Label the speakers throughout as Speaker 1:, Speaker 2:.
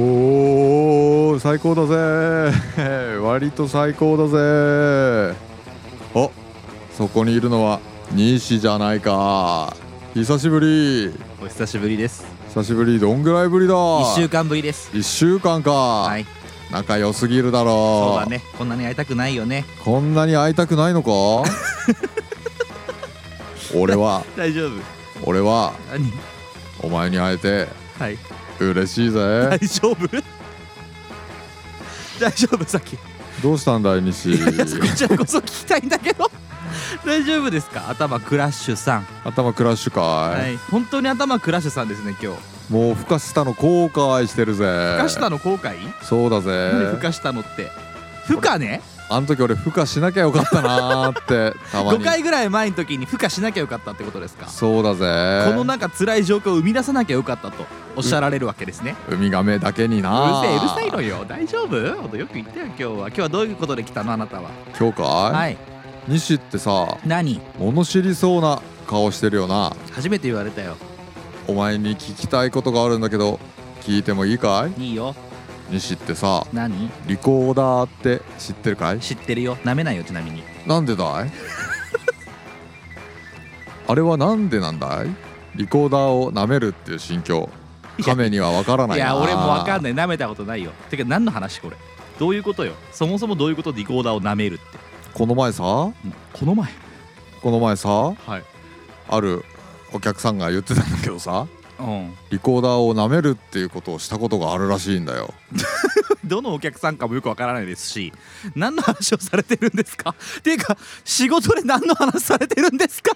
Speaker 1: おー最高だぜ 割と最高だぜおそこにいるのは西じゃないか久しぶり
Speaker 2: お久しぶりです
Speaker 1: 久しぶりどんぐらいぶりだ
Speaker 2: 1週間ぶりです
Speaker 1: 一週間か、
Speaker 2: はい
Speaker 1: 仲良すぎるだろ
Speaker 2: そうだねこんなに会いたくないよね
Speaker 1: こんなに会いたくないの か俺は
Speaker 2: 大丈夫
Speaker 1: 俺は
Speaker 2: 何
Speaker 1: お前に会えて
Speaker 2: はい
Speaker 1: 嬉しいぜ
Speaker 2: 大丈夫 大丈夫さっきい
Speaker 1: どうしたんだい 西
Speaker 2: やそこちらこそ聞きたいんだけど 大丈夫ですか頭クラッシュさん
Speaker 1: 頭クラッシュかい、
Speaker 2: はい本当に頭クラッシュさんですね今日
Speaker 1: もうふかしたの後悔してるぜ
Speaker 2: ふかしたの後悔
Speaker 1: そうだ
Speaker 2: 何ふ
Speaker 1: ぜ
Speaker 2: かしたのってふかね
Speaker 1: あの時俺ふ化しなきゃよかったな ーってたまに
Speaker 2: 5回ぐらい前の時にふかしなきゃよかったってことですか
Speaker 1: そうだぜ
Speaker 2: このなんか辛い状況を生み出さなきゃよかったとおっしゃられるわけですね
Speaker 1: ウミガメだけに
Speaker 2: うる
Speaker 1: な
Speaker 2: せえうるさいのよ大丈夫ほんとよく言ったよ今日は今日はどういうことで来たのあなたは
Speaker 1: 今日かい、
Speaker 2: はい
Speaker 1: 西ってさ
Speaker 2: 何
Speaker 1: 物知りそうな顔してるよな
Speaker 2: 初めて言われたよ
Speaker 1: お前に聞きたいことがあるんだけど聞いてもいいか
Speaker 2: いいよ
Speaker 1: い西ってさ
Speaker 2: 何
Speaker 1: リコーダーって知ってるかい
Speaker 2: 知ってるよなめないよちなみに
Speaker 1: なんでだい あれはなんでなんだいリコーダーを舐めるっていう心境
Speaker 2: いや
Speaker 1: 亀にはわからないない
Speaker 2: や俺もわか
Speaker 1: ない
Speaker 2: んないなめたことないよてか何の話これどういうことよそもそもどういうことリコーダーをなめるって
Speaker 1: この前さこ
Speaker 2: この前
Speaker 1: の前さ
Speaker 2: はい
Speaker 1: あるお客さんが言ってたんだけどさ
Speaker 2: うん
Speaker 1: リコーダーを舐めるっていうことをしたことがあるらしいんだよ
Speaker 2: どのお客さんかもよくわからないですし何の話をされてるんです かていうか仕事で何の話されてるんですか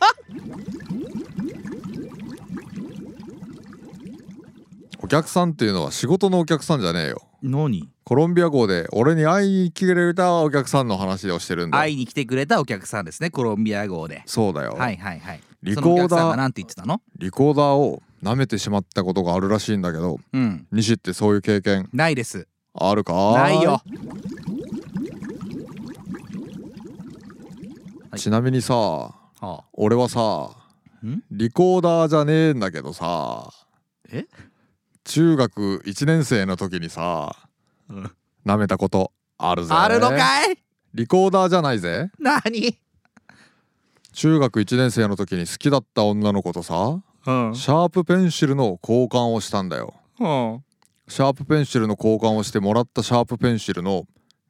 Speaker 1: お客さんっていうのは仕事のお客さんじゃねえよ
Speaker 2: 何
Speaker 1: コロンビア号で俺に会いに来てくれたお客さんの話をしてるんだ
Speaker 2: 会
Speaker 1: よ
Speaker 2: いに来てくれたお客さんですねコロンビア号で
Speaker 1: そうだよ、
Speaker 2: はいはいはい
Speaker 1: リコー
Speaker 2: その
Speaker 1: ダー
Speaker 2: お客さんが何て言ってたの
Speaker 1: リコーダーを舐めてしまったことがあるらしいんだけど
Speaker 2: うん
Speaker 1: 西ってそういう経験
Speaker 2: ないです
Speaker 1: あるか
Speaker 2: ないよはい
Speaker 1: ちなみにさ
Speaker 2: は
Speaker 1: 俺はさ
Speaker 2: あん
Speaker 1: リコーダーじゃねえんだけどさ
Speaker 2: え
Speaker 1: 中学1年生の時にさ
Speaker 2: うん
Speaker 1: 舐めたことあるぜ
Speaker 2: あるのかい
Speaker 1: リコーダーじゃないぜ
Speaker 2: 何
Speaker 1: 中学1年生の時に好きだった女の子とさ
Speaker 2: うん
Speaker 1: シャープペンシルの交換をしたんだよ
Speaker 2: うん
Speaker 1: シャープペンシルの交換をしてもらったシャープペンシルの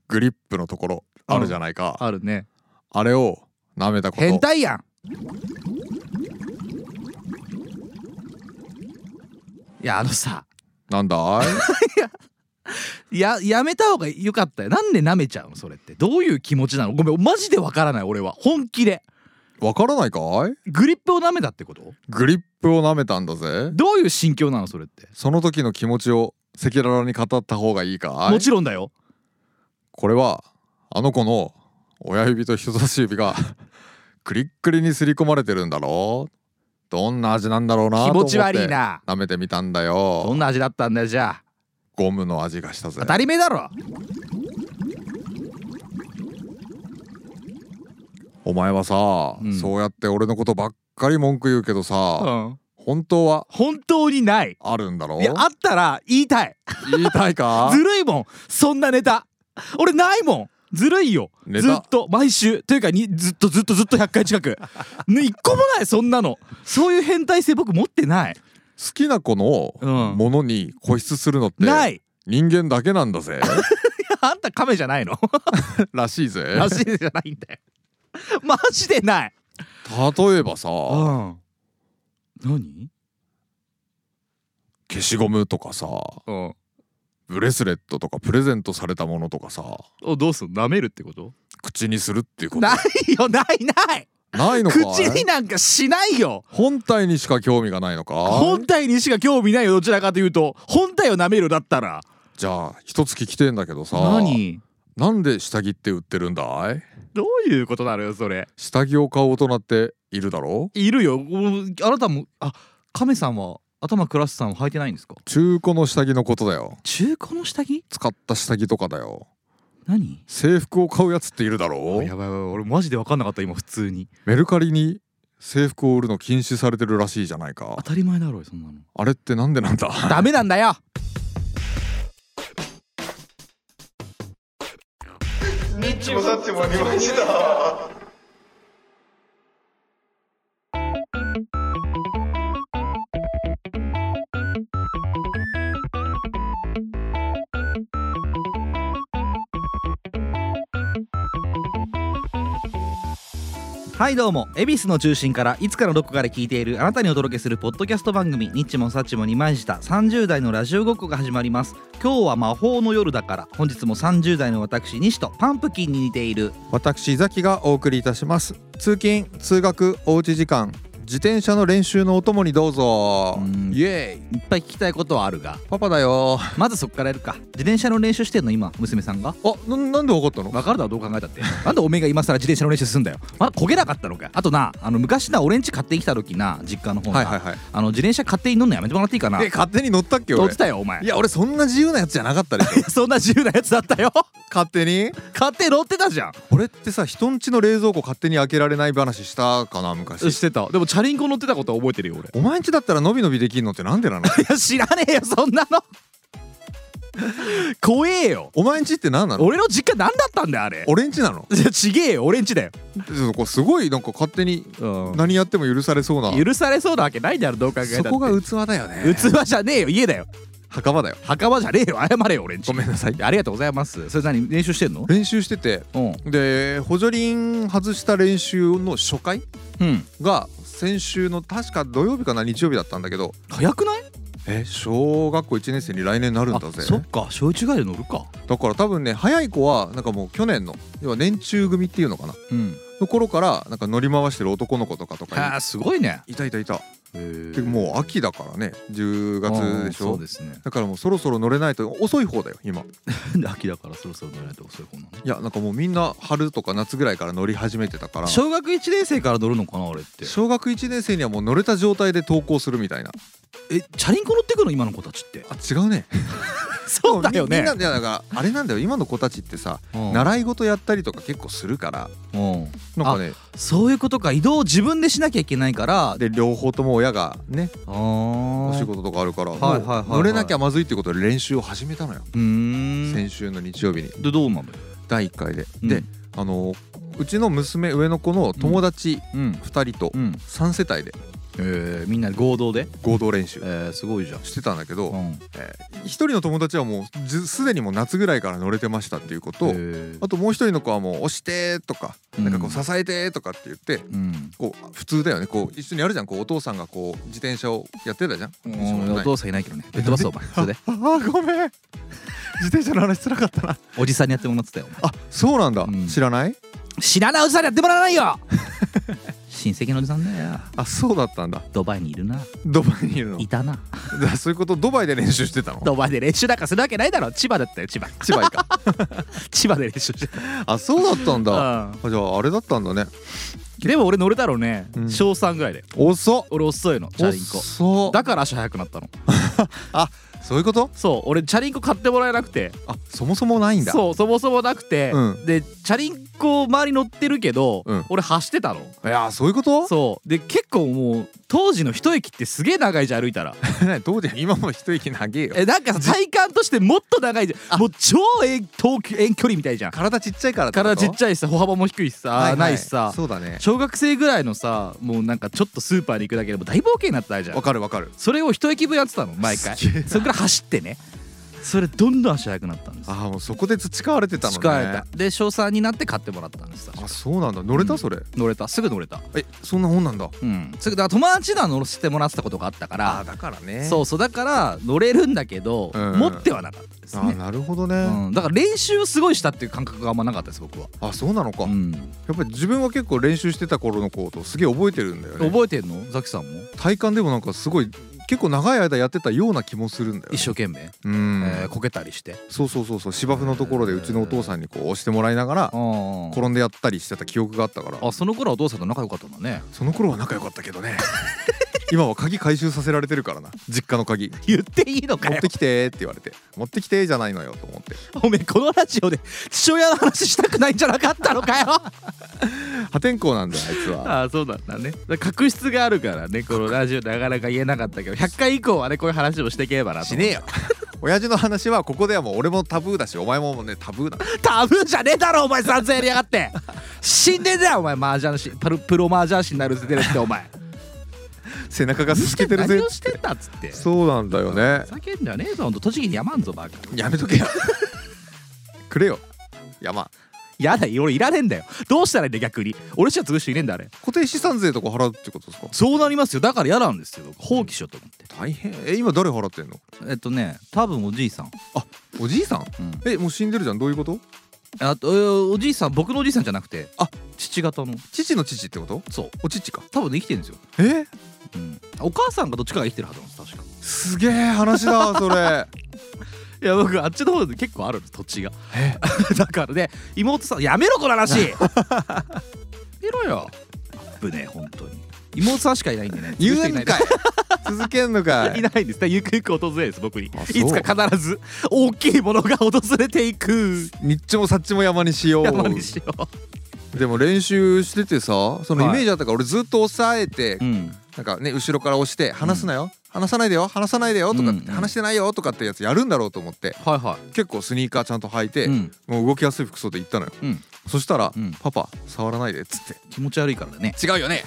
Speaker 1: グリップのところあるじゃないか、
Speaker 2: あるね
Speaker 1: あれを舐めたこと
Speaker 2: 変態やんいやあのさ
Speaker 1: なんだい
Speaker 2: ややめた方がよかったよなんで舐めちゃうのそれってどういう気持ちなのごめんマジでわからない俺は本気で
Speaker 1: わからないかい
Speaker 2: グリップを舐めたってこと
Speaker 1: グリップを舐めたんだぜ
Speaker 2: どういう心境なのそれって
Speaker 1: その時の気持ちを赤裸々に語った方がいいかい
Speaker 2: もちろんだよ
Speaker 1: これはあの子の親指と人差し指が クリックリにすり込まれてるんだろうどんな味なんだろうなと
Speaker 2: 気
Speaker 1: 思
Speaker 2: 持
Speaker 1: って
Speaker 2: ち悪いな
Speaker 1: 舐めてみたんだ
Speaker 2: ど
Speaker 1: よ
Speaker 2: んな味だったんだよじゃあ
Speaker 1: ゴムの味がしたぜ
Speaker 2: 当たり前だろ
Speaker 1: お前はさ、
Speaker 2: うん
Speaker 1: そうやって俺のことばっかり文句言うけどさ、
Speaker 2: うん
Speaker 1: 本当は
Speaker 2: 本当にない
Speaker 1: あるんだろ
Speaker 2: いやあったら言いたい
Speaker 1: 言いたいか
Speaker 2: ずるいもんそんなネタ俺ないもんずるいよ
Speaker 1: ネタ
Speaker 2: ずっと毎週というかにずっとずっとずっと100回近く ね一個もないそんなのそういう変態性僕持ってない
Speaker 1: 好きな子の
Speaker 2: うん
Speaker 1: ものに固執するのって
Speaker 2: ない い
Speaker 1: 人間だけなんだぜ
Speaker 2: やあんた亀じゃないの
Speaker 1: らしいぜ
Speaker 2: らしいじゃないんだよマジでない
Speaker 1: 例えばさ
Speaker 2: うん何
Speaker 1: 消しゴムとかさ
Speaker 2: うん
Speaker 1: ブレスレットとかプレゼントされたものとかさ
Speaker 2: おどうすんの舐めるってこと
Speaker 1: 口にするっていうことな
Speaker 2: ないよないない
Speaker 1: いのかい
Speaker 2: 口になんかしないよ
Speaker 1: 本体にしか興味がないのか
Speaker 2: 本体にしか興味ないよどちらかというと本体を舐めるだったら
Speaker 1: じゃあ一つ聞きてえんだけどさ
Speaker 2: 何
Speaker 1: なんで下着って売ってるんだい
Speaker 2: どういうことなのよそれ
Speaker 1: 下着を買う大人っているだろう
Speaker 2: いるよおあなたもあ亀さんは頭クラスさんは履いてないんですか
Speaker 1: 中古の下着のことだよ
Speaker 2: 中古の下着
Speaker 1: 使った下着とかだよ
Speaker 2: 何
Speaker 1: 制服を買うやつっているだろ
Speaker 2: あや
Speaker 1: う
Speaker 2: ばいやばい俺マジで分かんなかった今普通に
Speaker 1: メルカリに制服を売るの禁止されてるらしいじゃないか
Speaker 2: 当たり前だろうよそんなの
Speaker 1: あれってなんでなんだ
Speaker 2: ダメなんだよ
Speaker 3: もさっちもありました。
Speaker 2: はいどうも恵比寿の中心からいつからどこかで聞いているあなたにお届けするポッドキャスト番組「ニッチもサッチも二枚舌」30代のラジオごっこが始まります今日は魔法の夜だから本日も30代の私西とパンプキンに似ている
Speaker 1: 私ザキがお送りいたします通勤通学おうち時間自転車の練習のお供にどうぞ
Speaker 2: うん
Speaker 1: イエーイ
Speaker 2: いっぱい聞きたいことはあるが
Speaker 1: パパだよ
Speaker 2: まずそこからやるか自転車の練習してんの今娘さんが
Speaker 1: あななんでわかったの
Speaker 2: わかるだろどう考えたってなんでおめえが今更自転車の練習すんだよまだ焦げなかったのかよあとなあの昔な俺ん家買ってきた時な実家の方な、
Speaker 1: はいはいはい
Speaker 2: あの自転車勝手に乗んのやめてもらっていいかな
Speaker 1: え勝手に乗ったっけ
Speaker 2: どっ
Speaker 1: 俺
Speaker 2: ちだよお前
Speaker 1: いや俺そんな自由なやつじゃなかったでしょ
Speaker 2: そんな自由なやつだったよ
Speaker 1: 勝手に
Speaker 2: 勝手に乗ってたじゃん
Speaker 1: 俺ってさ人んちの冷蔵庫勝手に開けられない話したかな昔
Speaker 2: してたでもチャリンコ乗ってたことは覚えてるよ俺い
Speaker 1: お前んちだったらのびのびできんのってなんでなの
Speaker 2: や知らねえよそんなの 怖えよ
Speaker 1: お前んちって何なの
Speaker 2: 俺の実家何だったんだよあれ
Speaker 1: 俺んちなの
Speaker 2: いやちげえよ俺ん家だよ、
Speaker 1: ちょっとこうすごいなんか勝手に
Speaker 2: う、
Speaker 1: 何やっても許されそうなん
Speaker 2: 許されそうなわけないだろどう考えたっ
Speaker 1: そ
Speaker 2: て
Speaker 1: こが器だよね
Speaker 2: 器じゃねえよ家だよ
Speaker 1: 墓場だよ
Speaker 2: 墓場じゃねえよ謝れよ俺んち
Speaker 1: ごめんなさい
Speaker 2: ありがとうございますそれ何練習してんの
Speaker 1: 練習してて
Speaker 2: うん
Speaker 1: で補助輪外した練習の初回
Speaker 2: うん
Speaker 1: が先週の確か土曜日かな日曜日だったんだけど
Speaker 2: 早くない
Speaker 1: え小学校1年生に来年なるんだぜ
Speaker 2: あそっか小1ぐらいで乗るか
Speaker 1: だから多分ね早い子はなんかもう去年の要は年中組っていうのかな
Speaker 2: うん
Speaker 1: の頃からなんか乗り回してる男の子とかとか
Speaker 2: あすごいね
Speaker 1: いいたいたいた
Speaker 2: へ
Speaker 1: でもう秋だからね10月でし
Speaker 2: そ
Speaker 1: ょ
Speaker 2: うですね
Speaker 1: だからもうそろそろ乗れないと遅い方だよ今
Speaker 2: 秋だからそろそろ乗らないと遅い方なの
Speaker 1: いやなんかもうみんな春とか夏ぐらいから乗り始めてたから
Speaker 2: 小学1年生から乗るのかな俺って
Speaker 1: 小学1年生にはもう乗れた状態で登校するみたいな
Speaker 2: えチャリンコ乗ってくの今の子たちって
Speaker 1: あ違うね
Speaker 2: そ
Speaker 1: みみんなでだからあれなんだよ今の子たちってさ
Speaker 2: うん
Speaker 1: 習い事やったりとか結構するから
Speaker 2: うん
Speaker 1: なんかね
Speaker 2: そういうことか移動を自分でしなきゃいけないから
Speaker 1: で両方とも親がねお
Speaker 2: お
Speaker 1: 仕事とかあるから、
Speaker 2: はいはいはいはい
Speaker 1: もう乗れなきゃまずいってことで練習を始めたのよ、
Speaker 2: うーん
Speaker 1: 先週の日曜日に
Speaker 2: でどうなのよ
Speaker 1: 第1回で、
Speaker 2: うん
Speaker 1: であのうちの娘上の子の友達
Speaker 2: うん
Speaker 1: 2人と
Speaker 2: うん
Speaker 1: 3世帯で
Speaker 2: えーみんなで合同で
Speaker 1: 合同練習
Speaker 2: えーすごいじゃん
Speaker 1: してたんだけど、
Speaker 2: ん
Speaker 1: え1人の友達はもうずすでにもう夏ぐらいから乗れてましたっていうこと
Speaker 2: へ
Speaker 1: を
Speaker 2: ー
Speaker 1: あともう1人の子はもう「押して」とか「なんかこう
Speaker 2: うん
Speaker 1: 支えて」とかって言って。
Speaker 2: うん
Speaker 1: こう普通だよねこう一緒にやるじゃんこうお父さんがこう自転車をやってたじゃん。
Speaker 2: うんお父さんいないけどね。ぶっ飛ばすお前。そ れで
Speaker 1: あーごめん自転車の話つらかったな
Speaker 2: おじさんにやってもらってたよ。お前
Speaker 1: あそうなんだ、
Speaker 2: うん
Speaker 1: 知らない
Speaker 2: 知らないおじさんにやってもらわないよ。 親戚のおじさんだよ。
Speaker 1: あそうだったんだ
Speaker 2: ドバイにいるな。
Speaker 1: ドバイにいるの
Speaker 2: いたな。
Speaker 1: だそういうことドバイで練習 してたの
Speaker 2: ドバイで練習なんかするわけないだろ。千葉だったよ千葉。
Speaker 1: 千葉か
Speaker 2: 千葉で練習して
Speaker 1: あそうだったんだあ
Speaker 2: た。うん
Speaker 1: じゃああれだったんだね
Speaker 2: でも俺乗れたろうね
Speaker 1: うん。
Speaker 2: 小三ぐらいで。
Speaker 1: 遅
Speaker 2: 俺遅いのチャリンコ。
Speaker 1: 遅
Speaker 2: だから足速くなったの。
Speaker 1: そういうこと
Speaker 2: そう俺チャリンコ買ってもらえなくて。
Speaker 1: あそもそもないんだう
Speaker 2: そうそもそもなくて
Speaker 1: う。
Speaker 2: でチャリンコ周り乗ってるけど
Speaker 1: うん
Speaker 2: 俺走ってたの。
Speaker 1: いやーそういうこと
Speaker 2: そうで結構もう当時の一駅ってすげえ長いじゃん歩 いたら
Speaker 1: どうじゃ今も一息長えよ
Speaker 2: えなんかさ体感としてもっと長いじゃんもう超遠遠距遠距離みたいじゃん
Speaker 1: 体ちっちゃいから
Speaker 2: 体ちっ
Speaker 1: ゃ
Speaker 2: ちゃいしさ歩幅も低いしさ、ないしさ
Speaker 1: そうだね
Speaker 2: 小学生ぐらいのさもうなんかちょっとスーパーに行くだけでも大冒険になってたじゃ
Speaker 1: わ
Speaker 2: ん
Speaker 1: かるわかる
Speaker 2: それを一駅分やってたの毎回
Speaker 1: すげえな
Speaker 2: それからい走ってねそれどんどん足速くなったんです
Speaker 1: あーもうそこで培われてたのね
Speaker 2: 力入れたで小3になって買ってもらったんです
Speaker 1: あそうなんだ乗れたそれ、
Speaker 2: 乗れたすぐ乗れた
Speaker 1: えそんなもんなんだ
Speaker 2: うんすぐだから友達のは乗せてもらってたことがあったから
Speaker 1: だからね
Speaker 2: そうそうだから乗れるんだけど、
Speaker 1: うん
Speaker 2: 持ってはなかったです
Speaker 1: あー
Speaker 2: ね、
Speaker 1: なるほどね、
Speaker 2: うん、だから練習をすごいしたっていう感覚があんまなかったです僕は、
Speaker 1: あそうなのか、
Speaker 2: う
Speaker 1: や
Speaker 2: ん、
Speaker 1: っぱり自分は結構練習してた頃のことすげえ覚えてるんだよね
Speaker 2: 覚えてんのザキさんも
Speaker 1: 体感でもなんかすごい結構長い間やってたような気もするんだよね、
Speaker 2: 一生懸命、
Speaker 1: うん、
Speaker 2: えーこけたりして
Speaker 1: そうそうそうそう芝生のところでうちのお父さんにこう押してもらいながら
Speaker 2: あ
Speaker 1: 転んでやったりしてた記憶があったから
Speaker 2: あその頃はお父さんと仲良かったんだね
Speaker 1: その頃は仲良かったけどね 今は鍵回収させられてるからな実家の鍵
Speaker 2: 言っていいのか
Speaker 1: 持
Speaker 2: よ
Speaker 1: ってきてって言われて持ってきてじゃないのよと思って
Speaker 2: おめえこのラジオで父親の話したくないんじゃなかったのかよ
Speaker 1: 破天荒なんだよあいつは
Speaker 2: ああそうなんだねだから確執があるからねこのラジオなかなか言えなかったけど100回以降はねこういう話をしていければなと
Speaker 1: しねえよ 親父の話はここではもう俺もタブーだしお前ももうねタブーなんだ
Speaker 2: タブーじゃねえだろお前散々やりやがって死んでんだよお前麻雀師プロプロ麻雀師になるぜてるってお前
Speaker 1: 背中がすけてるぜ
Speaker 2: 何をしてんだっつって
Speaker 1: そうなんだよね
Speaker 2: 叫んじゃねえぞほんと栃木にやまんぞバカ
Speaker 1: やめとけよ くれよ山
Speaker 2: やだ俺いらねえんだよどうしたらいいんだよ逆に俺しか潰していねえんだあれ
Speaker 1: 固定資産税とか払うってことですか
Speaker 2: そうなりますよだから嫌なんですよ放棄しようと思って、
Speaker 1: 大変え今誰払ってんの
Speaker 2: えっとね多分おじいさん、
Speaker 1: おじいさん
Speaker 2: うん、
Speaker 1: えもう死んでるじゃんどういうこと
Speaker 2: あとえーおじいさん僕のおじいさんじゃなくて
Speaker 1: あ
Speaker 2: 父方の
Speaker 1: 父の父ってこと
Speaker 2: そう
Speaker 1: お父か
Speaker 2: 多分ね生きてるんですよ、
Speaker 1: え
Speaker 2: うん、お母さんがどっちかが生きてるはずなんです確か
Speaker 1: すげえ話だそ れ
Speaker 2: いや僕あっちの方で結構あるんです土地が
Speaker 1: え
Speaker 2: だからね妹さんやめろこの話 やめろよ危ねえ本当に妹さんしかいないんで ね
Speaker 1: 言
Speaker 2: う
Speaker 1: うんんかい続けんのか
Speaker 2: い
Speaker 1: い
Speaker 2: ないんですだからゆくゆく訪れるんです僕に
Speaker 1: あそう
Speaker 2: いつか必ず大きいものが訪れていく
Speaker 1: にっちもさっちも山にしよう
Speaker 2: 山にしよ
Speaker 1: でも練習しててさその
Speaker 2: はい
Speaker 1: イメージあったから俺ずっと押さえて、
Speaker 2: う、うん、
Speaker 1: なんかね後ろから押して「話すなよ、話さないでよ話さないでよ」とかって、
Speaker 2: うんうん
Speaker 1: 話してないよ」とかってやつやるんだろうと思って
Speaker 2: はいは
Speaker 1: 結構スニーカーちゃんと履いて、
Speaker 2: い、うん、
Speaker 1: もう動きやすい服装で行ったのよ、
Speaker 2: うん
Speaker 1: そしたら、
Speaker 2: うん
Speaker 1: パパ触らないで」っつって
Speaker 2: 気持ち悪いからね
Speaker 1: 「違うよね!」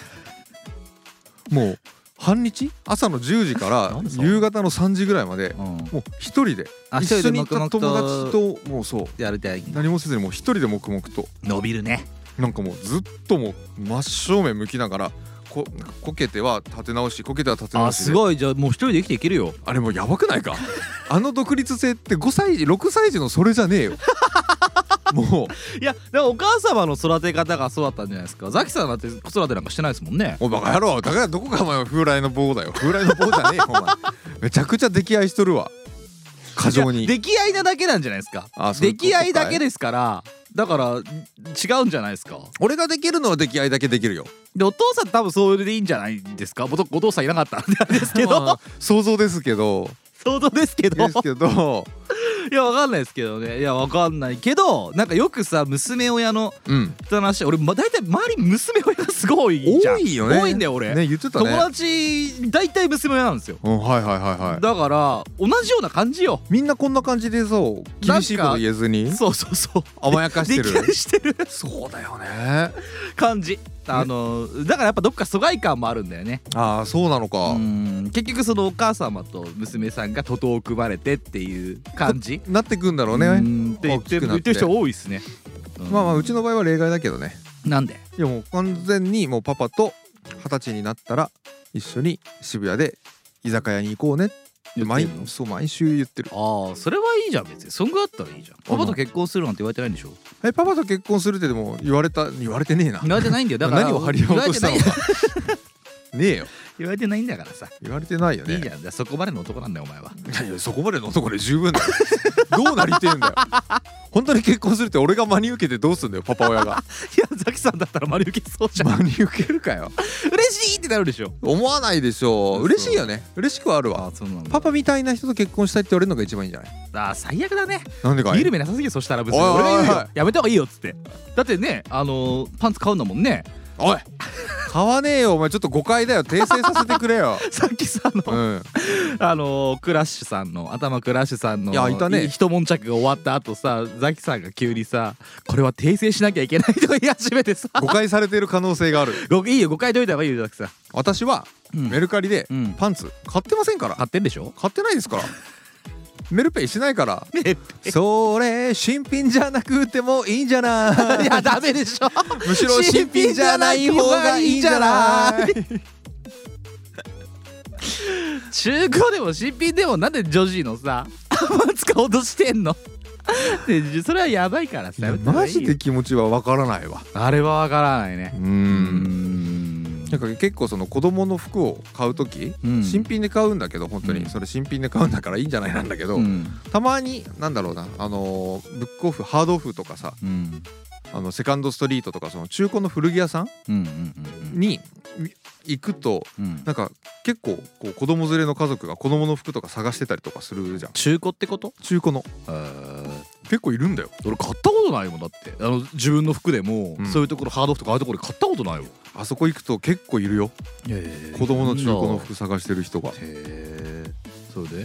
Speaker 1: もう半日朝の10時から
Speaker 2: なんでそう
Speaker 1: 夕方の3時ぐらいまで
Speaker 2: うん
Speaker 1: もう一人で
Speaker 2: あ
Speaker 1: 一緒にい
Speaker 2: 一人
Speaker 1: た友
Speaker 2: で黙々
Speaker 1: 達ともうそう
Speaker 2: やりたい
Speaker 1: 何もせずにもう一人で黙々と
Speaker 2: 伸びるね
Speaker 1: なんかもうずっともう真正面向きながらこなんかこけては立て直しこけては立て直
Speaker 2: あ
Speaker 1: し
Speaker 2: す
Speaker 1: で
Speaker 2: ごいじゃあもう一人で生きていけるよ
Speaker 1: あれもうやばくないかあの独立性って5歳児6歳児のそれじゃねえよ もう
Speaker 2: いやでもお母様の育て方がそうだったんじゃないですかザキさんだって子育てなんかしてないですもんね
Speaker 1: おバカ野郎だからどこかお前は風来の棒だよ風来の棒じゃねえよお前めちゃくちゃ溺愛しとるわ過剰
Speaker 2: いや
Speaker 1: に
Speaker 2: 出来合いなだけなんじゃないですか
Speaker 1: あそういう
Speaker 2: 出
Speaker 1: ことかい
Speaker 2: 来合いだけですからだから違うんじゃないですか
Speaker 1: 俺ができるのは溺愛だけできるよ
Speaker 2: でお父さん多分それでいいんじゃないですかお父お父さんいなかったんであれですけ
Speaker 1: まあ
Speaker 2: ど
Speaker 1: 想像ですけど
Speaker 2: 相当ですけど
Speaker 1: ですけど
Speaker 2: いやわかんないですけどねいやわかんないけどなんかよくさ娘親の
Speaker 1: うん
Speaker 2: 人の話俺、ま、大体周り娘親がすごいじゃん
Speaker 1: 多いよね
Speaker 2: 多いんだよ俺、
Speaker 1: ね言ってたね
Speaker 2: 友達大体娘親なんですよ
Speaker 1: うんはいはいはいはい
Speaker 2: だから同じような感じよ
Speaker 1: みんなこんな感じでそう厳しいこと言えずに
Speaker 2: そうそうそう
Speaker 1: 甘やかして
Speaker 2: 出来合
Speaker 1: る
Speaker 2: いしてる
Speaker 1: そうだよね
Speaker 2: 感じあのだからやっぱどっか疎外感もあるんだよね
Speaker 1: ああそうなの
Speaker 2: う
Speaker 1: か、
Speaker 2: ん結局そのお母様と娘さんが徒党を組まれてっていう感じ
Speaker 1: なってくんだろうね
Speaker 2: うんって言っ
Speaker 1: 大き
Speaker 2: て
Speaker 1: くな
Speaker 2: 言ってる人多いですねん
Speaker 1: まあまあうちの場合は例外だけどね
Speaker 2: なんで
Speaker 1: いやもう完全にもうパパと二十歳になったら一緒に渋谷で居酒屋に行こうねって
Speaker 2: 言って
Speaker 1: 毎
Speaker 2: んの
Speaker 1: そう毎週言ってる
Speaker 2: ああそれはいいじゃん別にそんぐらいだったらいいじゃんパパと結婚するなんて言われてないんでしょ
Speaker 1: えパパと結婚するってでも言われた言われてねえな
Speaker 2: 言われてないんだよだから
Speaker 1: 何を張り合おうとしたの
Speaker 2: 言われてない
Speaker 1: か ねえよ
Speaker 2: 言われてないんだからさ
Speaker 1: 言われてないよ
Speaker 2: い
Speaker 1: ね
Speaker 2: いじゃんじゃあそこまでの男なんだよお前はい
Speaker 1: やいやそこまでの男で十分だよどうなりてえんだよ本当に結婚するって俺が真に受けてどうすんだよパパ親が
Speaker 2: いやザキさんだったら丸受けそうじゃん
Speaker 1: 真に受けるかよ
Speaker 2: 嬉しいってなるでしょ
Speaker 1: 思わないでしょ
Speaker 2: そうう
Speaker 1: 嬉しいよね嬉しくはあるわ
Speaker 2: あそうなんだ
Speaker 1: パパみたいな人と結婚したいって言われるのが一番いいんじゃない
Speaker 2: あー最悪だね
Speaker 1: なんでかい
Speaker 2: 緩めなさすぎるそしたら別に
Speaker 1: おいおい
Speaker 2: 俺が言う
Speaker 1: おい
Speaker 2: よやめた方がいいよっつってだってねあのーパンツ買うんだもんね
Speaker 1: おい買わねえよお前ちょっと誤解だよ訂正させてくれよ
Speaker 2: さっきさあの、
Speaker 1: うん
Speaker 2: あのークラッシュさんの頭クラッシュさんの
Speaker 1: いやいたね
Speaker 2: 一悶着が終わった後さザキさんが急にさこれは訂正しなきゃいけないとか言い始めてさ
Speaker 1: 誤解されてる可能性がある
Speaker 2: ごいいよ誤解といた方がいいよザキさん
Speaker 1: 私は
Speaker 2: うん
Speaker 1: メルカリで
Speaker 2: うん
Speaker 1: パンツ買ってませんから
Speaker 2: 買ってんでしょ
Speaker 1: 買ってないですからメルペイし ないから
Speaker 2: ね
Speaker 1: それ新品じゃなくてもいいんじゃない
Speaker 2: いやダメでしょ
Speaker 1: むしろ新品じゃない方がいいんじゃ ない
Speaker 2: 中古でも新品でもなんでジョジーのさパンツ買おうとしてんのでそれはやばいからさやめた方が
Speaker 1: マ
Speaker 2: いい
Speaker 1: ジ
Speaker 2: よ
Speaker 1: で気持ちはわからないわ
Speaker 2: あれはわからないね
Speaker 1: う
Speaker 2: うんん
Speaker 1: なんか結構その子供の服を買う時、
Speaker 2: うん
Speaker 1: 新品で買うんだけど本当
Speaker 2: う
Speaker 1: に
Speaker 2: ん
Speaker 1: それ新品で買うんだからいいんじゃないなんだけど、
Speaker 2: うん
Speaker 1: たまになんだろうなあのーブックオフハードオフとかさ
Speaker 2: うん
Speaker 1: あのセカンドストリートとかその中古の古着屋さん
Speaker 2: うんうんうん
Speaker 1: にみ行くと
Speaker 2: うんうん
Speaker 1: なんか結構こう子供連れの家族が子供の服とか探してたりとかするじゃん
Speaker 4: 中古ってこと
Speaker 1: 中古の
Speaker 4: えー
Speaker 1: 結構いるんだよ
Speaker 4: 俺買ったことないもんだってあの自分の服でも、
Speaker 1: うん
Speaker 4: そういうところハードオフとかああいうところで買ったことないよ
Speaker 1: あそこ行くと結構いるよ
Speaker 4: へ
Speaker 1: 子供の中古の服探してる人が
Speaker 4: へえそれで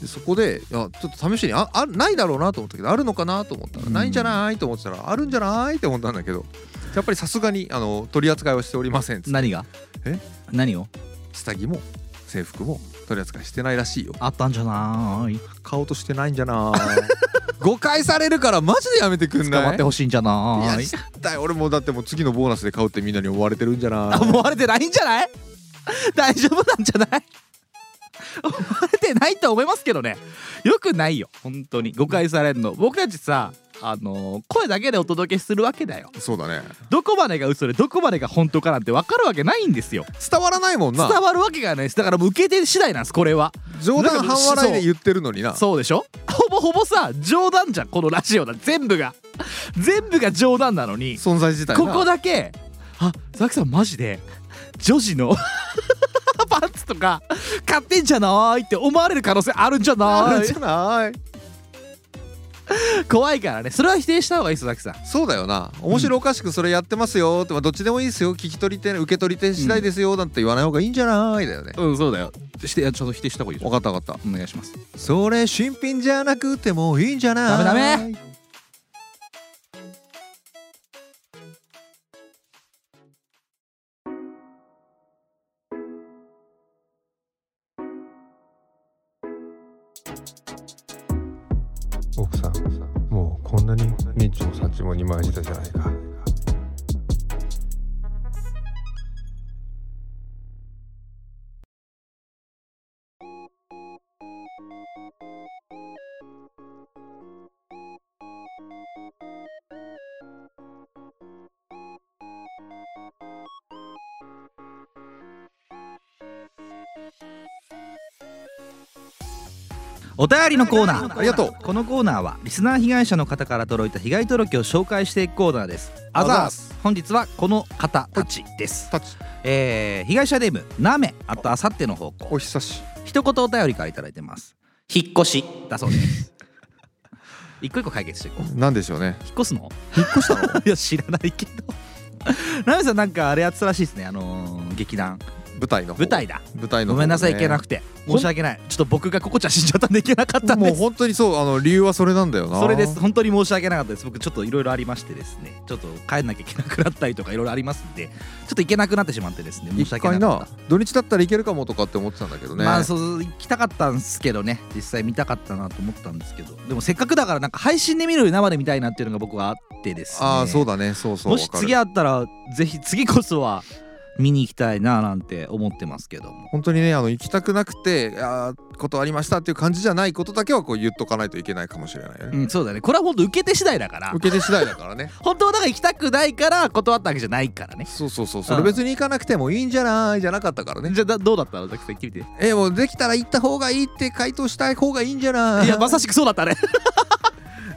Speaker 4: でそこでいやちょっと試しにああないだろうなと思ったけどあるのかなと思ったら、
Speaker 2: うん
Speaker 4: ないんじゃない
Speaker 1: と思ってたらあるんじゃないって思ったんだけどやっぱりさすがにあの取り扱いはしておりませんっつって
Speaker 2: 何が
Speaker 1: え
Speaker 2: 何を
Speaker 1: 下着も制服も取り扱いしてないらしいよ
Speaker 2: あったんじゃない
Speaker 1: 買おうとしてないんじゃない 誤解されるからマジでやめてくん
Speaker 2: 捕
Speaker 1: ない
Speaker 2: まってほしいんじゃ
Speaker 1: いや
Speaker 2: ない
Speaker 1: 絶対俺もうだってもう次のボーナスで買うってみんなに思われてるんじゃない
Speaker 2: 思われてないんじゃない大丈夫なんじゃない思われてないと思いますけどねよくないよ本当に誤解されるの僕たちさあのー声だけでお届けするわけだよ
Speaker 1: そうだね
Speaker 2: どこまでが嘘でどこまでが本当かなんて分かるわけないんですよ
Speaker 1: 伝わらないもん
Speaker 2: 伝
Speaker 1: な
Speaker 2: わるわけがないですだからもう受け手次第なんですこれは
Speaker 1: 冗談半笑いで言ってるのにな
Speaker 2: そうでしょほぼほぼさ冗談じゃんこのラジオだ全部が全部が冗談なのに
Speaker 1: 存在自体
Speaker 2: ここ
Speaker 1: だ
Speaker 2: だけあザキさんマジで女子の パンツとか買ってんじゃないって思われる可能性あるんじゃな
Speaker 1: じゃない
Speaker 2: い怖いからねそれは否定した方がいいですザキさん
Speaker 1: そうだよな面白おかしくそれやってますよって、まあ、どっちでもいいですよ聞き取り手受け取り手次第ですよなんて言わない方がいいんじゃないだよね
Speaker 2: うんそうだよしてちょっと否定した方がいい
Speaker 1: 分かった分かっ
Speaker 2: お願いします
Speaker 1: たそれ新品じゃなくてもいいんじゃない
Speaker 2: ダメダ
Speaker 1: メ
Speaker 5: 奥さんもうこんなにニッチもサッチも二枚舌じゃないか
Speaker 2: お便りのコーナー
Speaker 1: ありがとう
Speaker 2: このコーナーはリスナー被害者の方から届いた被害届を紹介していくコーナーです
Speaker 1: あざー
Speaker 2: す本日はこの方たちです
Speaker 1: タッチ
Speaker 2: えー、被害者ネームなめあとあさっての方向
Speaker 1: お久し
Speaker 2: 一言お便りからいただいてます引っ越しだそうです 一個一個解決していこう
Speaker 1: なんでしょうね
Speaker 2: 引っ越すの引っ越したの いや知らないけど ナミさんなんかあれやってたらしいですねあのー劇団
Speaker 1: 舞台の方
Speaker 2: 舞台だ
Speaker 1: 舞台の
Speaker 2: ご
Speaker 1: 方ね
Speaker 2: めんなさい行けなくて申し訳ないちょっと僕がここちゃん死んじゃったんで行けなかったん
Speaker 1: もう
Speaker 2: です
Speaker 1: 本当にそうあの理由はそれなんだよな
Speaker 2: それです本当に申し訳なかったです僕ちょっといろいろありましてですねちょっと帰んなきゃいけなくなったりとかいろいろありますんでちょっと行けなくなってしまってですね申し
Speaker 1: 一
Speaker 2: 訳な
Speaker 1: 回
Speaker 2: かっ
Speaker 1: な
Speaker 2: た
Speaker 1: 土日だったらいけるかもとかって思ってたんだけどね、
Speaker 2: まあそう行きたかったんですけどね実際見たかったなと思ったんですけどでもせっかくだからなんか配信で見るより生で見たいなっていうのが僕はあってですね
Speaker 1: ああそうだねそうそう
Speaker 2: もし
Speaker 1: わかる
Speaker 2: 次あったらぜひ次こそは見に行きたいななんて思ってますけども
Speaker 1: 本当にねあの行きたくなくてあー断りましたっていう感じじゃないことだけはこう言っとかないといけないかもしれないよ
Speaker 2: う
Speaker 1: ね、
Speaker 2: んそうだねこれは本当受け手次第だから
Speaker 1: 受け手次第だからね
Speaker 2: 本当はだから行きたくないから断ったわけじゃないからね
Speaker 1: そうそうそうそれ別に行かなくてもいいんじゃないじゃなかったからね
Speaker 2: じゃあだどうだったのザキさん行ってみてい
Speaker 1: えもうできたら行った方がいいって回答した方がいいんじゃ ない
Speaker 2: やまさしくそうだったね